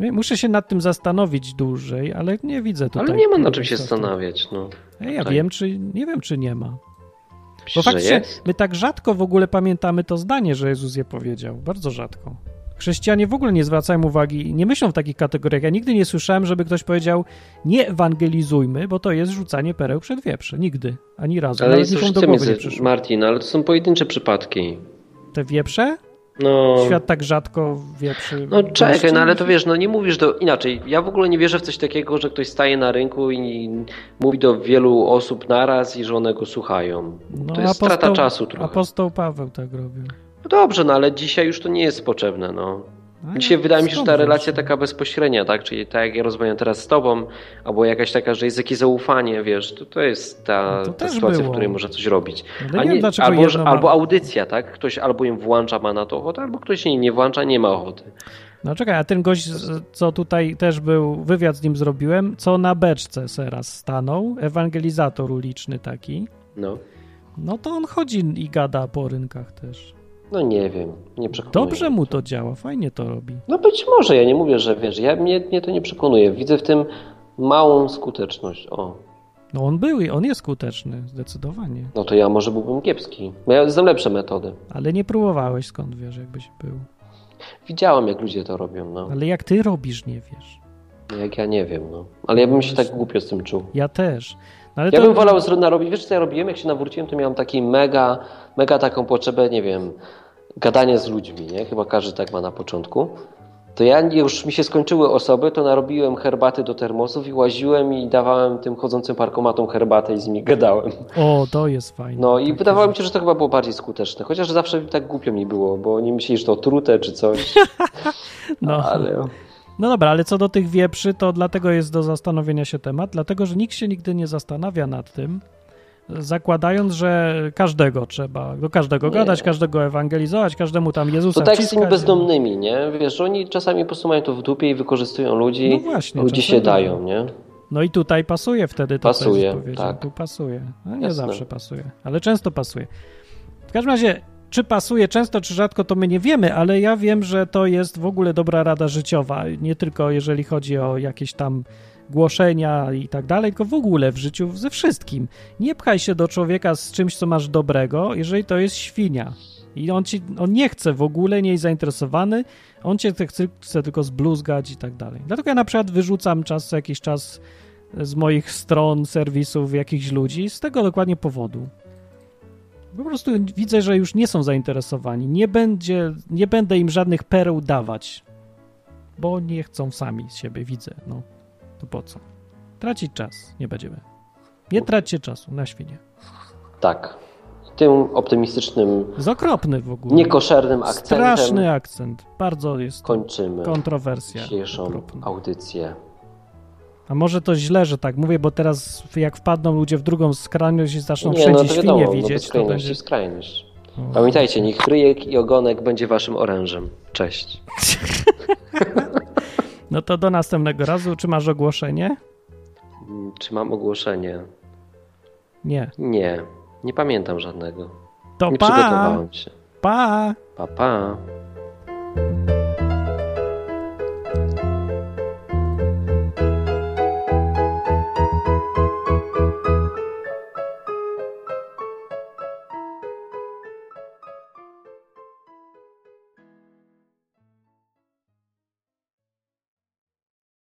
[SPEAKER 1] Nie, Muszę się nad tym zastanowić dłużej, ale nie widzę tutaj.
[SPEAKER 2] Ale nie ma na czym się
[SPEAKER 1] Ej,
[SPEAKER 2] zastanawiać. No.
[SPEAKER 1] Ja
[SPEAKER 2] Tutaj.
[SPEAKER 1] wiem, czy nie wiem, czy nie ma. Bo
[SPEAKER 2] Myślisz, że
[SPEAKER 1] faktycznie tak
[SPEAKER 2] jest?
[SPEAKER 1] my tak rzadko w ogóle pamiętamy to zdanie, że Jezus je powiedział. Bardzo rzadko. chrześcijanie w ogóle nie zwracają uwagi i nie myślą w takich kategoriach. Ja nigdy nie słyszałem, żeby ktoś powiedział nie ewangelizujmy, bo to jest rzucanie pereł przed wieprze. Nigdy. Ani razu.
[SPEAKER 2] Ale
[SPEAKER 1] Nawet
[SPEAKER 2] jest
[SPEAKER 1] nikomu do
[SPEAKER 2] różnica
[SPEAKER 1] głowy nie
[SPEAKER 2] między,
[SPEAKER 1] przyszło.
[SPEAKER 2] Martin, ale to są pojedyncze przypadki.
[SPEAKER 1] Te wieprze?
[SPEAKER 2] No,
[SPEAKER 1] Świat tak rzadko wieprzy.
[SPEAKER 2] no czekaj, no ale to wiesz, no nie mówisz do... Inaczej, ja w ogóle nie wierzę w coś takiego, że ktoś staje na rynku i mówi do wielu osób naraz i że one go słuchają.
[SPEAKER 1] No,
[SPEAKER 2] to jest
[SPEAKER 1] apostoł-
[SPEAKER 2] strata czasu trochę.
[SPEAKER 1] Apostoł Paweł tak robił.
[SPEAKER 2] No dobrze, no ale dzisiaj już to nie jest potrzebne, no.
[SPEAKER 1] A,
[SPEAKER 2] Dzisiaj wydaje mi się, że ta
[SPEAKER 1] skąd
[SPEAKER 2] relacja
[SPEAKER 1] wiesz?
[SPEAKER 2] taka bezpośrednia, tak? Czyli tak jak ja rozmawiam teraz z tobą, albo jakaś taka, że jest jakieś zaufanie, wiesz, to, to jest ta,
[SPEAKER 1] No to
[SPEAKER 2] ta
[SPEAKER 1] też
[SPEAKER 2] sytuacja,
[SPEAKER 1] było.
[SPEAKER 2] w której można coś robić.
[SPEAKER 1] Ale No, nie, wiem, dlaczego
[SPEAKER 2] albo, że-
[SPEAKER 1] jedno ma...
[SPEAKER 2] albo audycja, tak? Ktoś albo im włącza, ma na to ochotę, albo ktoś jej nie włącza, nie ma ochoty.
[SPEAKER 1] No czekaj, a ten gość, z- co tutaj też był, wywiad z nim zrobiłem, co na beczce teraz stanął, ewangelizator uliczny taki,
[SPEAKER 2] No,
[SPEAKER 1] no to on chodzi i gada po rynkach też.
[SPEAKER 2] no nie wiem, nie przekonuję.
[SPEAKER 1] Dobrze mu to działa, fajnie to robi.
[SPEAKER 2] No być może, ja nie mówię, że wiesz, ja mnie, mnie to nie przekonuje. Widzę w tym małą skuteczność. O,
[SPEAKER 1] No on był i on jest skuteczny, zdecydowanie.
[SPEAKER 2] no to ja może byłbym kiepski. No ja znam lepsze metody.
[SPEAKER 1] Ale nie próbowałeś, skąd wiesz, jakbyś był.
[SPEAKER 2] Widziałem, jak ludzie to robią, no.
[SPEAKER 1] Ale jak ty robisz, nie wiesz.
[SPEAKER 2] Jak ja nie wiem, no. Ale ja bym się tak głupio z tym czuł.
[SPEAKER 1] Ja też. No ale
[SPEAKER 2] Ja
[SPEAKER 1] to...
[SPEAKER 2] bym wolał zro- narobić, wiesz co ja robiłem? Jak się nawróciłem, to miałem taki mega, mega taką potrzebę, nie wiem, gadania z ludźmi, nie? Chyba każdy tak ma na początku. To ja już mi się skończyły osoby, to narobiłem herbaty do termosów i łaziłem i dawałem tym chodzącym parkomatom herbatę i z nimi gadałem.
[SPEAKER 1] O, to jest fajne.
[SPEAKER 2] No i
[SPEAKER 1] Takie
[SPEAKER 2] wydawało mi
[SPEAKER 1] rzeczy.
[SPEAKER 2] się, że to chyba było bardziej skuteczne, chociaż zawsze tak głupio mi było, bo nie myśleli, że to trute czy coś,
[SPEAKER 1] No.
[SPEAKER 2] ale...
[SPEAKER 1] No dobra, ale co do tych wieprzy, to dlatego jest do zastanowienia się temat, dlatego że nikt się nigdy nie zastanawia nad tym, zakładając, że każdego trzeba, do każdego
[SPEAKER 2] Nie.
[SPEAKER 1] gadać, każdego ewangelizować, każdemu tam Jezusa
[SPEAKER 2] To tak z
[SPEAKER 1] wciskać. no.
[SPEAKER 2] tymi bezdomnymi, nie? Wiesz, oni czasami po prostu mają to w dupie i wykorzystują ludzi,
[SPEAKER 1] No właśnie,
[SPEAKER 2] ludzie
[SPEAKER 1] czasami.
[SPEAKER 2] się dają, nie?
[SPEAKER 1] No i tutaj pasuje wtedy to, co
[SPEAKER 2] Pasuje,
[SPEAKER 1] Jezus powiedział.
[SPEAKER 2] tak.
[SPEAKER 1] Tu pasuje. No nie
[SPEAKER 2] Jasne.
[SPEAKER 1] zawsze pasuje, ale często pasuje. W każdym razie, czy pasuje często, czy rzadko, to my nie wiemy, ale ja wiem, że to jest w ogóle dobra rada życiowa. Nie tylko jeżeli chodzi o jakieś tam głoszenia i tak dalej, tylko w ogóle w życiu ze wszystkim. Nie pchaj się do człowieka z czymś, co masz dobrego, jeżeli to jest świnia. I on, ci, on nie chce w ogóle, nie jest zainteresowany, on cię te- chce, chce tylko zbluzgać i tak dalej. Dlatego ja na przykład wyrzucam czas co jakiś czas z moich stron, serwisów jakichś ludzi z tego dokładnie powodu. Po prostu widzę, że już nie są zainteresowani. Nie, będzie, nie będę im żadnych pereł dawać, bo nie chcą sami z siebie, widzę. No, to po co? Tracić czas nie będziemy. Nie traćcie czasu na świnie.
[SPEAKER 2] Tak. Tym optymistycznym,
[SPEAKER 1] Jest okropny w ogóle.
[SPEAKER 2] niekoszernym akcentem
[SPEAKER 1] Straszny akcent. Bardzo jest
[SPEAKER 2] kończymy
[SPEAKER 1] kontrowersja.
[SPEAKER 2] dzisiejszą
[SPEAKER 1] okropna.
[SPEAKER 2] audycję.
[SPEAKER 1] A może to źle, że tak mówię, bo teraz jak wpadną ludzie w drugą skrajność i zaczną
[SPEAKER 2] nie, no
[SPEAKER 1] wszędzie
[SPEAKER 2] to
[SPEAKER 1] świnie
[SPEAKER 2] wiadomo, no to
[SPEAKER 1] widzieć, to
[SPEAKER 2] skrajność
[SPEAKER 1] będzie...
[SPEAKER 2] i skrajność.
[SPEAKER 1] O.
[SPEAKER 2] Pamiętajcie, niech kryjek i ogonek będzie waszym orężem. Cześć.
[SPEAKER 1] No to do następnego razu. Czy masz ogłoszenie?
[SPEAKER 2] Mm, Czy mam ogłoszenie?
[SPEAKER 1] Nie.
[SPEAKER 2] Nie, nie pamiętam żadnego.
[SPEAKER 1] To
[SPEAKER 2] Nie
[SPEAKER 1] pa!
[SPEAKER 2] przygotowałem się.
[SPEAKER 1] Pa!
[SPEAKER 2] Pa, pa.
[SPEAKER 7] Thank